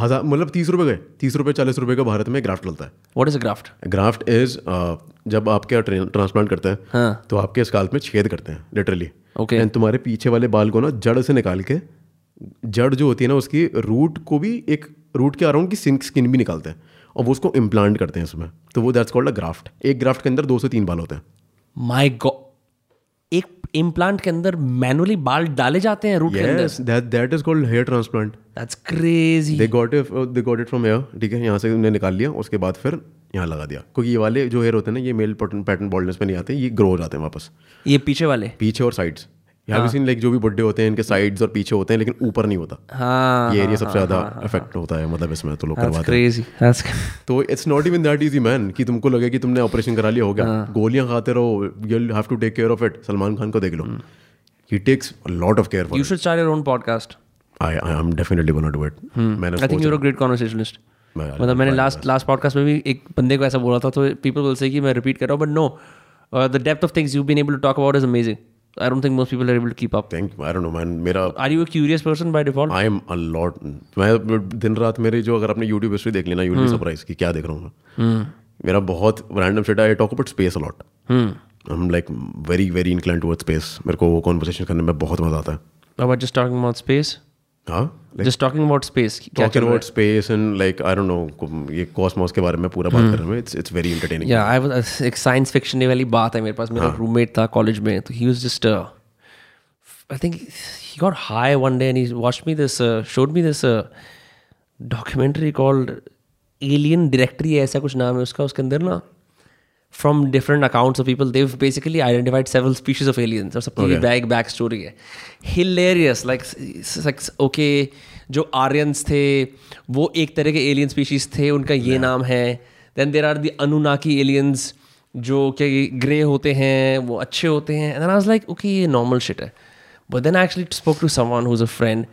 Speaker 2: हजार मतलब तीस रुपए गए तीस रुपए चालीस रुपए का भारत में ग्राफ्ट लगता है
Speaker 1: what is a graft
Speaker 2: graft is जब आपके ट्रांसप्लांट करते हैं
Speaker 1: हाँ
Speaker 2: तो आपके स्काल्प में छेद करते हैं लिटरली
Speaker 1: Okay.
Speaker 2: एंड तुम्हारे पीछे वाले बाल को ना जड़ से निकाल के जड़ जो होती है ना उसकी रूट को भी एक रूट के अराउंड की सिंक स्किन भी निकालते हैं और वो उसको इम्प्लांट करते हैं उसमें तो वो दैट्स कॉल्ड अ ग्राफ्ट एक ग्राफ्ट के अंदर दो से तीन बाल होते हैं
Speaker 1: my god एक implant के अंदर manually बाल डाले जाते हैं root के अंदर
Speaker 2: yes that that is called hair transplant
Speaker 1: that's crazy
Speaker 2: they got if they got it from hair ठीक है यहाँ से उन्हें निकाल लिया उसके बाद फिर यहाँ लगा दिया क्योंकि ये वाले जो हेयर होते हैं ना ये मेल पैटर्न पैटर्न बॉल्डनेस पे नहीं आते ये ग्रो हो जाते हैं वापस
Speaker 1: ये पीछे वाले
Speaker 2: पीछे और साइड्स यहाँ भी सीन लाइक जो भी बुड्ढे होते हैं इनके साइड्स और पीछे होते हैं लेकिन ऊपर नहीं होता
Speaker 1: हाँ
Speaker 2: ये एरिया सबसे ज़्यादा इफेक्ट होता है मतलब इसमें तो लोग
Speaker 1: that's
Speaker 2: करवाते हैं
Speaker 1: crazy that's
Speaker 2: तो it's not even that easy man कि तुमको लगे कि तुमने ऑपरेशन करा लिया हो गया
Speaker 1: हाँ।
Speaker 2: गोलियां खाते रहो you have to take care of it Salman Khan को देख लो he takes lot of care
Speaker 1: You
Speaker 2: for
Speaker 1: should start your own podcast.
Speaker 2: I I am definitely gonna do it मैंने
Speaker 1: I think you're a great conversationalist.
Speaker 2: मैं-
Speaker 1: मतलब मैंने last last podcast में भी एक बंदे को ऐसा बोला था तो पीपल विल से कि मैं रिपीट कर रहा हूँ Uh, but no the depth of things you been able to talk about is amazing I don't think most people are able to keep up
Speaker 2: thank I don't know man मेरा
Speaker 1: are you a curious person by default
Speaker 2: I am a lot मैं दिन रात मेरे जो अगर आपने YouTube history देख लेना
Speaker 1: हम्म।
Speaker 2: यूट्यूब सरप्राइज की क्या देख रहा हूँ मैं मेरा बहुत random shit I talk about space a lot
Speaker 1: hmm.
Speaker 2: I am like very very incline toward space मेरे को वो कॉन्वर्सेशन करने में बहुत मजा आता है
Speaker 1: about just talking about space
Speaker 2: हाँ
Speaker 1: जस्ट टॉकिंग अबाउट स्पेस क्या
Speaker 2: talking about space and like I don't know ये कॉस्मोस के बारे में पूरा
Speaker 1: हम्म।
Speaker 2: बात कर रहे हैं इट्स इट्स वेरी एंटरटेनिंग
Speaker 1: या आई वाज uh, एक साइंस फिक्शन ये वाली बात है मेरे पास मेरा रूममेट था कॉलेज में तो he was just I think he got high one day and he watch me this showed me this uh, documentary called alien directory ऐसा कुछ नाम है उसका उसके अंदर ना from different accounts of people Dev basically identified several species of aliens और सबकी बैक बैक स्टोरी है हिलेरियस लाइक ओके जो आर्यंस थे वो एक तरह के एलियन स्पीशीज थे उनका ये नाम है then there are the Anunnaki aliens जो क्या ग्रे होते हैं वो अच्छे होते हैं and I was like okay ये नॉर्मल शिट है but then I actually spoke to someone who is a friend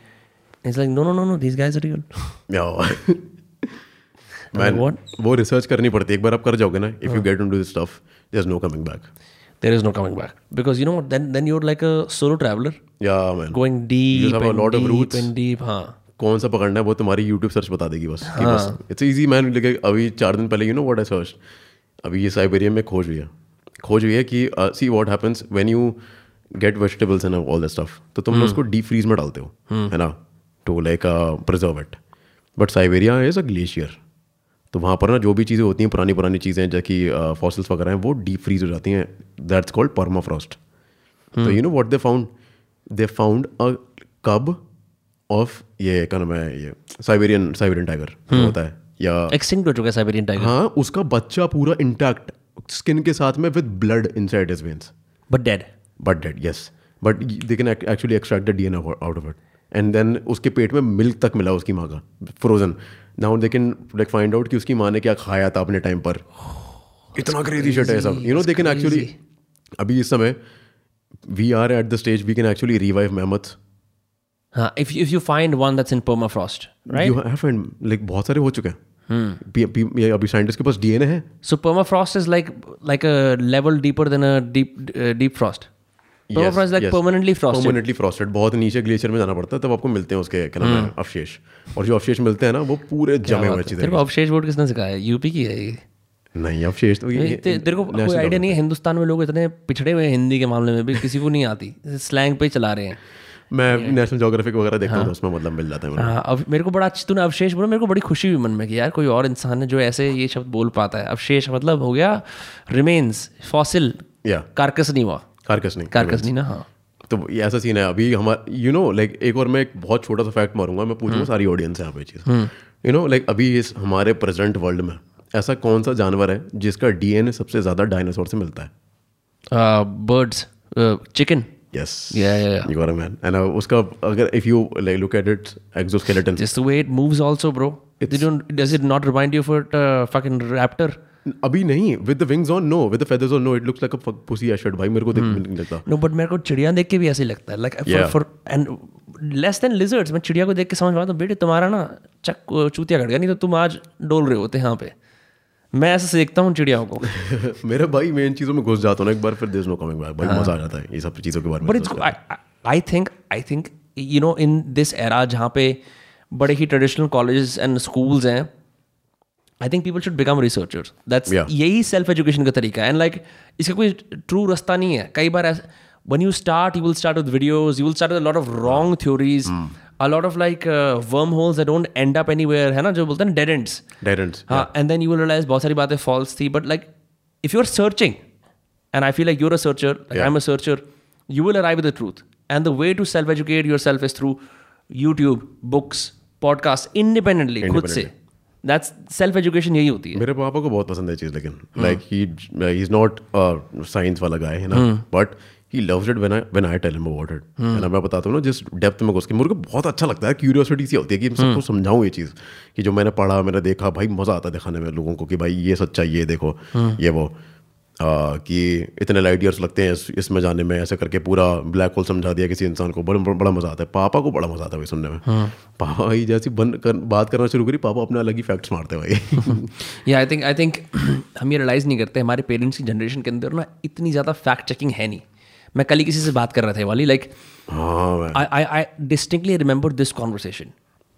Speaker 1: It's like, no, no, no, no, these guys are real.
Speaker 2: Man
Speaker 1: what? हाँ।
Speaker 2: वो रिसर्च करनी पड़ती है एक बार आप कर जाओगे ना if you get into this stuff there is no coming back
Speaker 1: there is no coming back. Because you know what, then, then you're like a solo traveler
Speaker 2: या man
Speaker 1: going deep
Speaker 2: have a
Speaker 1: and
Speaker 2: lot of
Speaker 1: deep
Speaker 2: roots.
Speaker 1: and deep. हाँ.
Speaker 2: कौन सा पकड़ना है वो तुम्हारी YouTube search बता देगी बस कि बस इट्स इजी मैन लेके अभी चार दिन पहले you know what I search अभी ये साइबेरिया में खोज हुई है खोज हुई है कि see what happens when you get vegetables and all that stuff तो तुम उसको डीप फ्रीज में डालते हो है ना तो to like preserve it but Siberia is a glacier तो वहाँ पर ना जो भी चीज़ें होती हैं पुरानी पुरानी चीज़ें जैसे कि फॉसिल्स वगैरह हैं वो डीप फ्रीज हो जाती हैं दैट्स कॉल्ड पर्मा फ्रॉस्ट तो you know what they found they found a cub of ये क्या नाम है ये साइबेरियन साइबेरियन टाइगर होता है या
Speaker 1: Extinct हो चुका है Siberian tiger.
Speaker 2: हाँ उसका बच्चा पूरा इंटैक्ट स्किन के साथ में with blood inside his veins
Speaker 1: But dead.
Speaker 2: But dead yes but they can actually extract the DNA out of it and then उसके पेट में मिल्क तक मिला उसकी माँ का frozen now they can like find out कि उसकी माँ ने क्या खाया था अपने टाइम पर इतना क्रेजी शर्ट है सब you know they can actually अभी इस समय we are at the stage we can actually revive mammoth
Speaker 1: हाँ, if you, if you find one that's in permafrost, right?
Speaker 2: You have and like बहुत सारे हो चुके हैं पी- पी- ये अभी साइंटिस्ट के पास डीएनए है
Speaker 1: So permafrost is like like a level deeper than a deep uh, deep frost. Permafrost is like permanently frosted.
Speaker 2: Permanently frosted बहुत नीचे ग्लेशियर में जाना पड़ता है तब आपको मिलते हैं उसके क्या नाम
Speaker 1: हम्म।
Speaker 2: है अवशेष और जो अवशेष मिलते हैं ना वो पूरे जमे हुए चीजें
Speaker 1: तेरे को अवशेष बोर्ड किसने सिखाया यूपी की है ये
Speaker 2: नहीं अवशेष तो ये-
Speaker 1: ये- ते- तेरे को कोई
Speaker 2: national
Speaker 1: आइडिया नहीं है हिंदुस्तान में लोग इतने पिछड़े हुए हैं हिंदी के मामले में भी किसी को नहीं आती स्लैंग पे चला रहे हैं
Speaker 2: geographic- मैं नेशनल जोग्राफिक वगैरह देखता हूँ तो उसमें मतलब मिल जाता है मेरे को।
Speaker 1: हाँ अब मेरे को बड़ा अच्छा तूने अवशेष बोला मेरे को बड़ी खुशी हुई मन में कि यार कोई और इंसान है जो ऐसे ये शब्द बोल पाता है अवशेष मतलब हो गया रिमेन्स फॉसिल
Speaker 2: या
Speaker 1: कार्कस नहीं हुआ
Speaker 2: कारकस नहीं
Speaker 1: कार्कस नहीं ना हाँ
Speaker 2: तो ये ऐसा सीन है अभी हमारा यू नो लाइक एक और मैं एक बहुत छोटा सा फैक्ट मारूंगा मैं पूछूंगा
Speaker 1: हम्म।
Speaker 2: सारी ऑडियंस है यहाँ पे चीज़ यू नो लाइक अभी इस हमारे प्रेजेंट वर्ल्ड में ऐसा कौन सा जानवर है जिसका डीएनए सबसे ज़्यादा डायनासोर से मिलता है
Speaker 1: Uh, birds chicken
Speaker 2: yes
Speaker 1: Yeah, yeah, yeah.
Speaker 2: You are man and uh, उसका अगर if you like look at it exoskeleton
Speaker 1: Just the way it moves, also, bro. They don't, does it not remind you of a uh, fucking raptor?
Speaker 2: अभी नहीं with the wings on no with the feathers on no it looks like a pussy एशर्ट भाई मेरे को
Speaker 1: Hmm.
Speaker 2: देख नहीं लगता
Speaker 1: No, but मेरे को चिड़िया देख के भी ऐसे ही लगता है like for
Speaker 2: Yeah.
Speaker 1: For and less than lizards मैं चिड़िया को देख के समझ पाता हूँ बेटे तुम्हारा ना चक चूतिया कट गया नहीं तो तुम आज डोल रहे होते यहाँ पे मैं ऐसे देखता हूँ चिड़ियाओं को
Speaker 2: मेरा भाई मैं इन चीज़ों में घुस जाता हूँ ना एक बार फिर देर नो कमिंग बैक
Speaker 1: हाँ।
Speaker 2: भाई मज़ा आ जाता है ये सब चीज़ों के बारे में
Speaker 1: but it's I think I think you know in this era जहाँ पे बड़े ही ट्रेडिशनल कॉलेजेस एंड स्कूल्स हैं I think people should become researchers that's
Speaker 2: Yeah.
Speaker 1: यही सेल्फ एजुकेशन का तरीका है एंड लाइक इसका कोई ट्रू रास्ता नहीं है कई बार when you start you will start with videos you will start lot of wrong theories a lot of like worm holes don't end up any है ना जो बोलते हैं डेड एंड्स
Speaker 2: डायरेंट्स
Speaker 1: हाँ and then you will realise बहुत सारी बातें फॉल्स थी but like if you are searching and I feel like you're a searcher I am a searcher you will arrive the truth and the way to self educate your self is through YouTube books podcast independently खुद से that's self education यही होती है हाँ।
Speaker 2: मेरे पापा को बहुत पसंद है चीज लेकिन uh, like he is not science वाला गाय है ना
Speaker 1: हाँ।
Speaker 2: But he loves it when I when I tell him about it and मैं बताता हूँ ना जिस डेप्थ में घुस के मेरे को बहुत अच्छा लगता है क्यूरियोसिटी सी होती है कि मैं सबको
Speaker 1: हाँ।
Speaker 2: समझाऊं ये चीज़ कि जो मैंने पढ़ा मैंने देखा भाई मज़ा आता है दिखाने में लोगों को कि भाई ये सच्चा ये देखो
Speaker 1: हाँ।
Speaker 2: ये वो अ, कि इतने लाइट ईयर्स लगते हैं इस- इसमें जाने में ऐसे करके पूरा ब्लैक होल समझा दिया किसी इंसान को बड़ा बड़ा मज़ा आता है पापा को बड़ा मज़ा आता है भाई सुनने
Speaker 1: हाँ।
Speaker 2: में पापा ही जैसी बन कर बात करना शुरू करी पापा अपने अलग ही फैक्ट्स मारते हैं भाई
Speaker 1: या आई थिंक आई थिंक हम ये रियलाइज नहीं करते हमारे पेरेंट्स की जनरेशन के अंदर ना इतनी ज़्यादा फैक्ट चेकिंग है नहीं मैं कल ही किसी से बात कर रहा था ये वाली लाइक like,
Speaker 2: हाँ मैं-
Speaker 1: I I I distinctly remember this conversation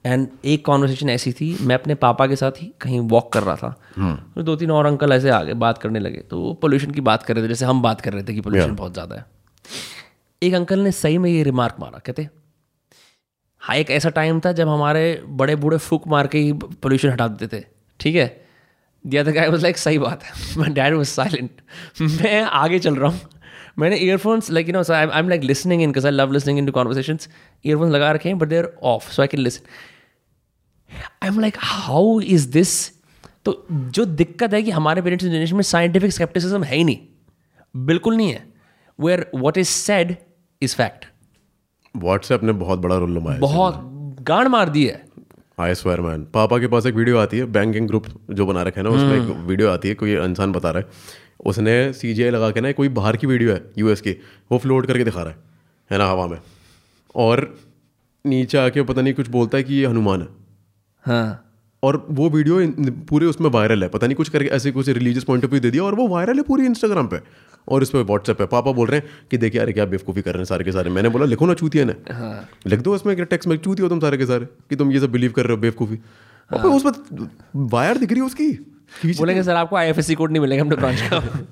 Speaker 1: and एक कॉन्वर्सेशन ऐसी थी मैं अपने पापा के साथ ही कहीं वॉक कर रहा था तो दो तीन और अंकल ऐसे आ गए बात करने लगे तो वो पोल्यूशन की बात कर रहे थे जैसे हम बात कर रहे थे कि पोल्यूशन बहुत ज़्यादा है एक अंकल ने सही में ये रिमार्क मारा कहते हाँ एक ऐसा टाइम था जब हमारे बड़े बूढ़े फूक मार के ही पोल्यूशन हटा देते थे ठीक है दिया था वाज लाइक सही बात है माई डैड वॉज साइलेंट मैं आगे चल रहा हूँ मैंने earphones like you know I am like listening in I love listening in to conversation earphones लगा रखे हैं but they are off so I can listen I am like how is this तो जो दिक्कत है कि हमारे पेरेंट्स जनरेशन में साइंटिफिक स्केप्टिसिज्म है ही नहीं बिल्कुल नहीं है where what is said is fact
Speaker 2: WhatsApp ने बहुत बड़ा रोल निभाया
Speaker 1: बहुत गांड मार दी है
Speaker 2: आई स्वेयर मैन पापा के पास एक वीडियो आती है बैंकिंग ग्रुप जो बना रखा है ना उसमें एक वीडियो आती है कोई इंसान बता रहा है उसने सी लगा के ना कोई बाहर की वीडियो है यूएस की वो फ्लोट करके दिखा रहा है है ना हवा में और नीचे आके पता नहीं कुछ बोलता है कि ये हनुमान है
Speaker 1: हाँ
Speaker 2: और वो वीडियो इन- पूरे उसमें वायरल है पता नहीं कुछ करके ऐसे कुछ रिलीजियस पॉइंट ऑफ व्यू दे दिया और वो वायरल है पूरी इंस्टाग्राम पे और इस पर व्हाट्सएप पे पापा बोल रहे हैं कि देखिए अरे क्या बेवकूफ़ी कर रहे हैं सारे के सारे मैंने बोला लिखो ना चूतिया ने
Speaker 1: हाँ।
Speaker 2: लिख दो उसमें टेक्स्ट में चूतिया हो तुम सारे के सारे कि तुम ये सब बिलीव कर रहे हो बेवकूफ़ी और उस पर वायर दिख रही है उसकी
Speaker 1: हाँ। बोलेंगे सर आपको आईएफएससी कोड नहीं मिलेगा तो अपने ब्रांच का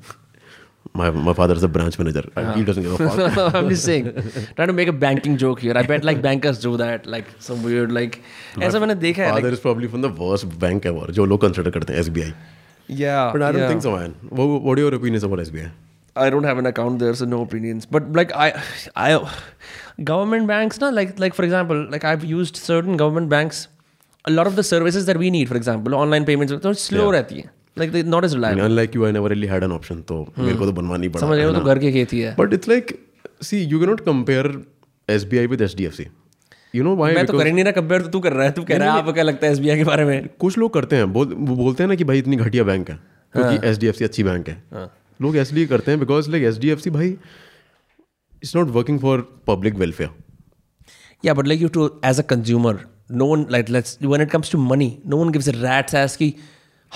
Speaker 2: my father is a branch manager
Speaker 1: I'm just saying trying to make a banking joke here I bet like bankers do that like some weird like ऐसा मैंने देखा है
Speaker 2: father is probably from the worst bank ever जो लोग consider करते हैं S B I
Speaker 1: yeah
Speaker 2: but I don't
Speaker 1: yeah.
Speaker 2: Think so man what your opinion about S B I
Speaker 1: I don't have an account there, so no opinions. But like I, I, government banks, na like like for example, like I've used certain government banks. A lot of the services that we need, for example, online payments, तो slow रहती है. Like they're not as reliable.
Speaker 2: Unlike you I never really had an option तो मेरे को तो बनवानी पड़ा
Speaker 1: समझ रहे हो तो घर के खेती है.
Speaker 2: But it's like see you can not compare S B I with H D F C you know why
Speaker 1: मैं तो कर ही नहीं रहा कंपेयर तो तू कर रहा है तू कह रहा है आपको क्या लगता है एसबीआई के बारे में
Speaker 2: कुछ लोग करते हैं बोल, वो बोलते हैं ना कि भाई इतनी घटिया बैंक है क्योंकि
Speaker 1: हाँ।
Speaker 2: एच डी एफ सी अच्छी बैंक है लोग इसलिए करते हैं because like H D F C भाई it's not working for public welfare
Speaker 1: या but like you too as a consumer no one like let's when it comes to money no one gives a rat's ass कि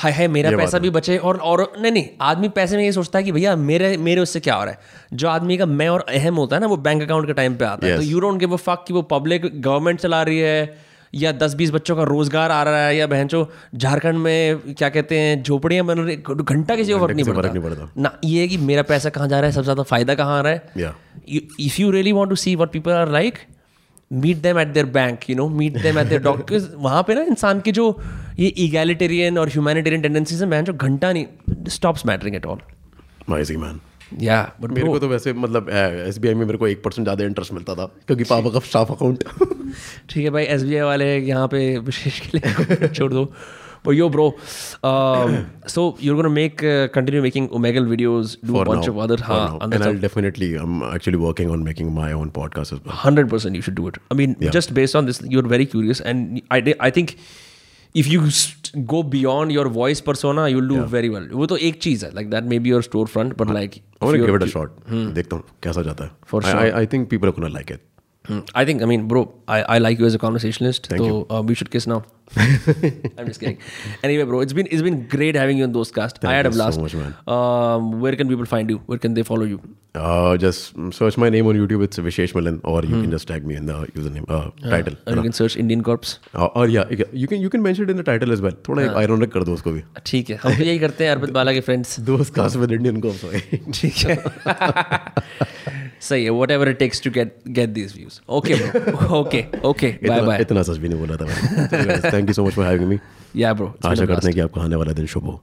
Speaker 1: हाय हाय मेरा पैसा भी बचे और और नहीं नहीं आदमी पैसे में ये सोचता है कि भैया मेरे मेरे उससे क्या हो रहा है जो आदमी का मैं और अहम होता है ना वो बैंक अकाउंट के टाइम पे आता है तो
Speaker 2: Yes.
Speaker 1: You don't give a fuck कि वो पब्लिक गवर्नमेंट चला रही है या दस बीस बच्चों का रोजगार आ रहा है या बहनचो झारखंड में क्या कहते हैं झोपड़ियां बन रही घंटा किसी को फर्क नहीं
Speaker 2: किसी को
Speaker 1: पड़ता
Speaker 2: फर्क नहीं पड़ता।
Speaker 1: ना ये है कि मेरा पैसा कहाँ जा रहा है सबसे ज़्यादा फायदा कहाँ आ रहा है
Speaker 2: Yeah.
Speaker 1: you, if you really want to see what people are like meet them at their bank you know meet them at their doctors वहाँ पे ना इंसान के जो ये egalitarian और humanitarian tendencies हैं मैं जो घंटा नहीं stops mattering at all
Speaker 2: माइजी मैन
Speaker 1: yeah but
Speaker 2: मेरे
Speaker 1: bro
Speaker 2: को तो वैसे मतलब एस बी आई में मेरे को एक परसेंट ज़्यादा इंटरेस्ट मिलता था क्योंकि पापा का स्टाफ अकाउंट
Speaker 1: ठीक है भाई एस वाले यहाँ पे विशेष के लिए छोड़ दो But yo, bro, um, so you're gonna make uh, continue making Omegle videos, do a bunch of other हाँ,
Speaker 2: and
Speaker 1: other
Speaker 2: I'll definitely I'm actually working on making my own podcast as well.
Speaker 1: hundred percent you should do it. I mean, just based on this, you're very curious, and I di- I think if you st- go beyond your voice persona, you'll do very well. वो तो एक चीज है, like that may be your storefront, but like
Speaker 2: I'm gonna give it a shot. देखता हूँ कैसा जाता है. Hmm. For I, sure. I, I think people are gonna like it.
Speaker 1: hmm, I think I mean, bro, I I like you as a conversationalist, so uh, we should kiss now. I'm just kidding. Anyway, bro, it's been it's been great having you on those cast. I had a
Speaker 2: you so
Speaker 1: blast.
Speaker 2: much, man.
Speaker 1: Um, where can people find you? Where can they follow you?
Speaker 2: Uh, just search my name on YouTube. It's Vishesh Milan, or you can just tag me in the username uh, title.
Speaker 1: Or you can search Indian Corps.
Speaker 2: Uh, or yeah, you can you can mention it in the title as well. थोड़ा एक ironic कर दो उसको भी.
Speaker 1: ठीक है हम तो यही करते हैं अर्पित बाला के friends
Speaker 2: Those cast with Indian cops. भाई.
Speaker 1: ठीक है सही है whatever it takes to get get this views okay okay okay bye
Speaker 2: इतना
Speaker 1: बाय
Speaker 2: इतना सच भी नहीं बोला था मैंने. Thank you so much for having me.
Speaker 1: या ब्रो
Speaker 2: आशा करते हैं कि आपका आने वाला दिन शुभ हो.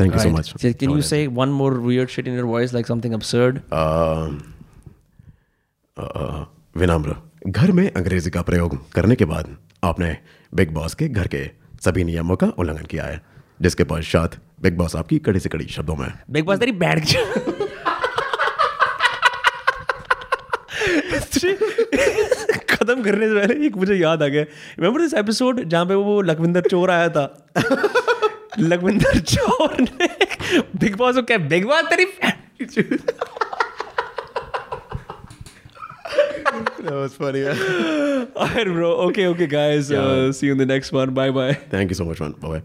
Speaker 2: Thank you Uh, so much.
Speaker 1: Can you say one more weird shit in your voice like something absurd
Speaker 2: um, uh, विनम्र घर में अंग्रेजी का प्रयोग करने के बाद आपने बिग बॉस के घर के सभी नियमों का उल्लंघन किया है जिसके पश्चात बिग बॉस आपकी कड़ी से कड़ी शब्दों में
Speaker 1: बिग बॉस तेरी बैठ खत्म करने से पहले एक मुझे याद आ गया रिमेंबर दिस एपिसोड जहाँ पे वो लखविंदर चोर आया था लखविंदर चोर ने बिग बॉस को क्या बिग बॉस तेरी All right, bro. Okay, okay, guys. Uh, see you in the next one. Bye bye.
Speaker 2: Thank you so much man bye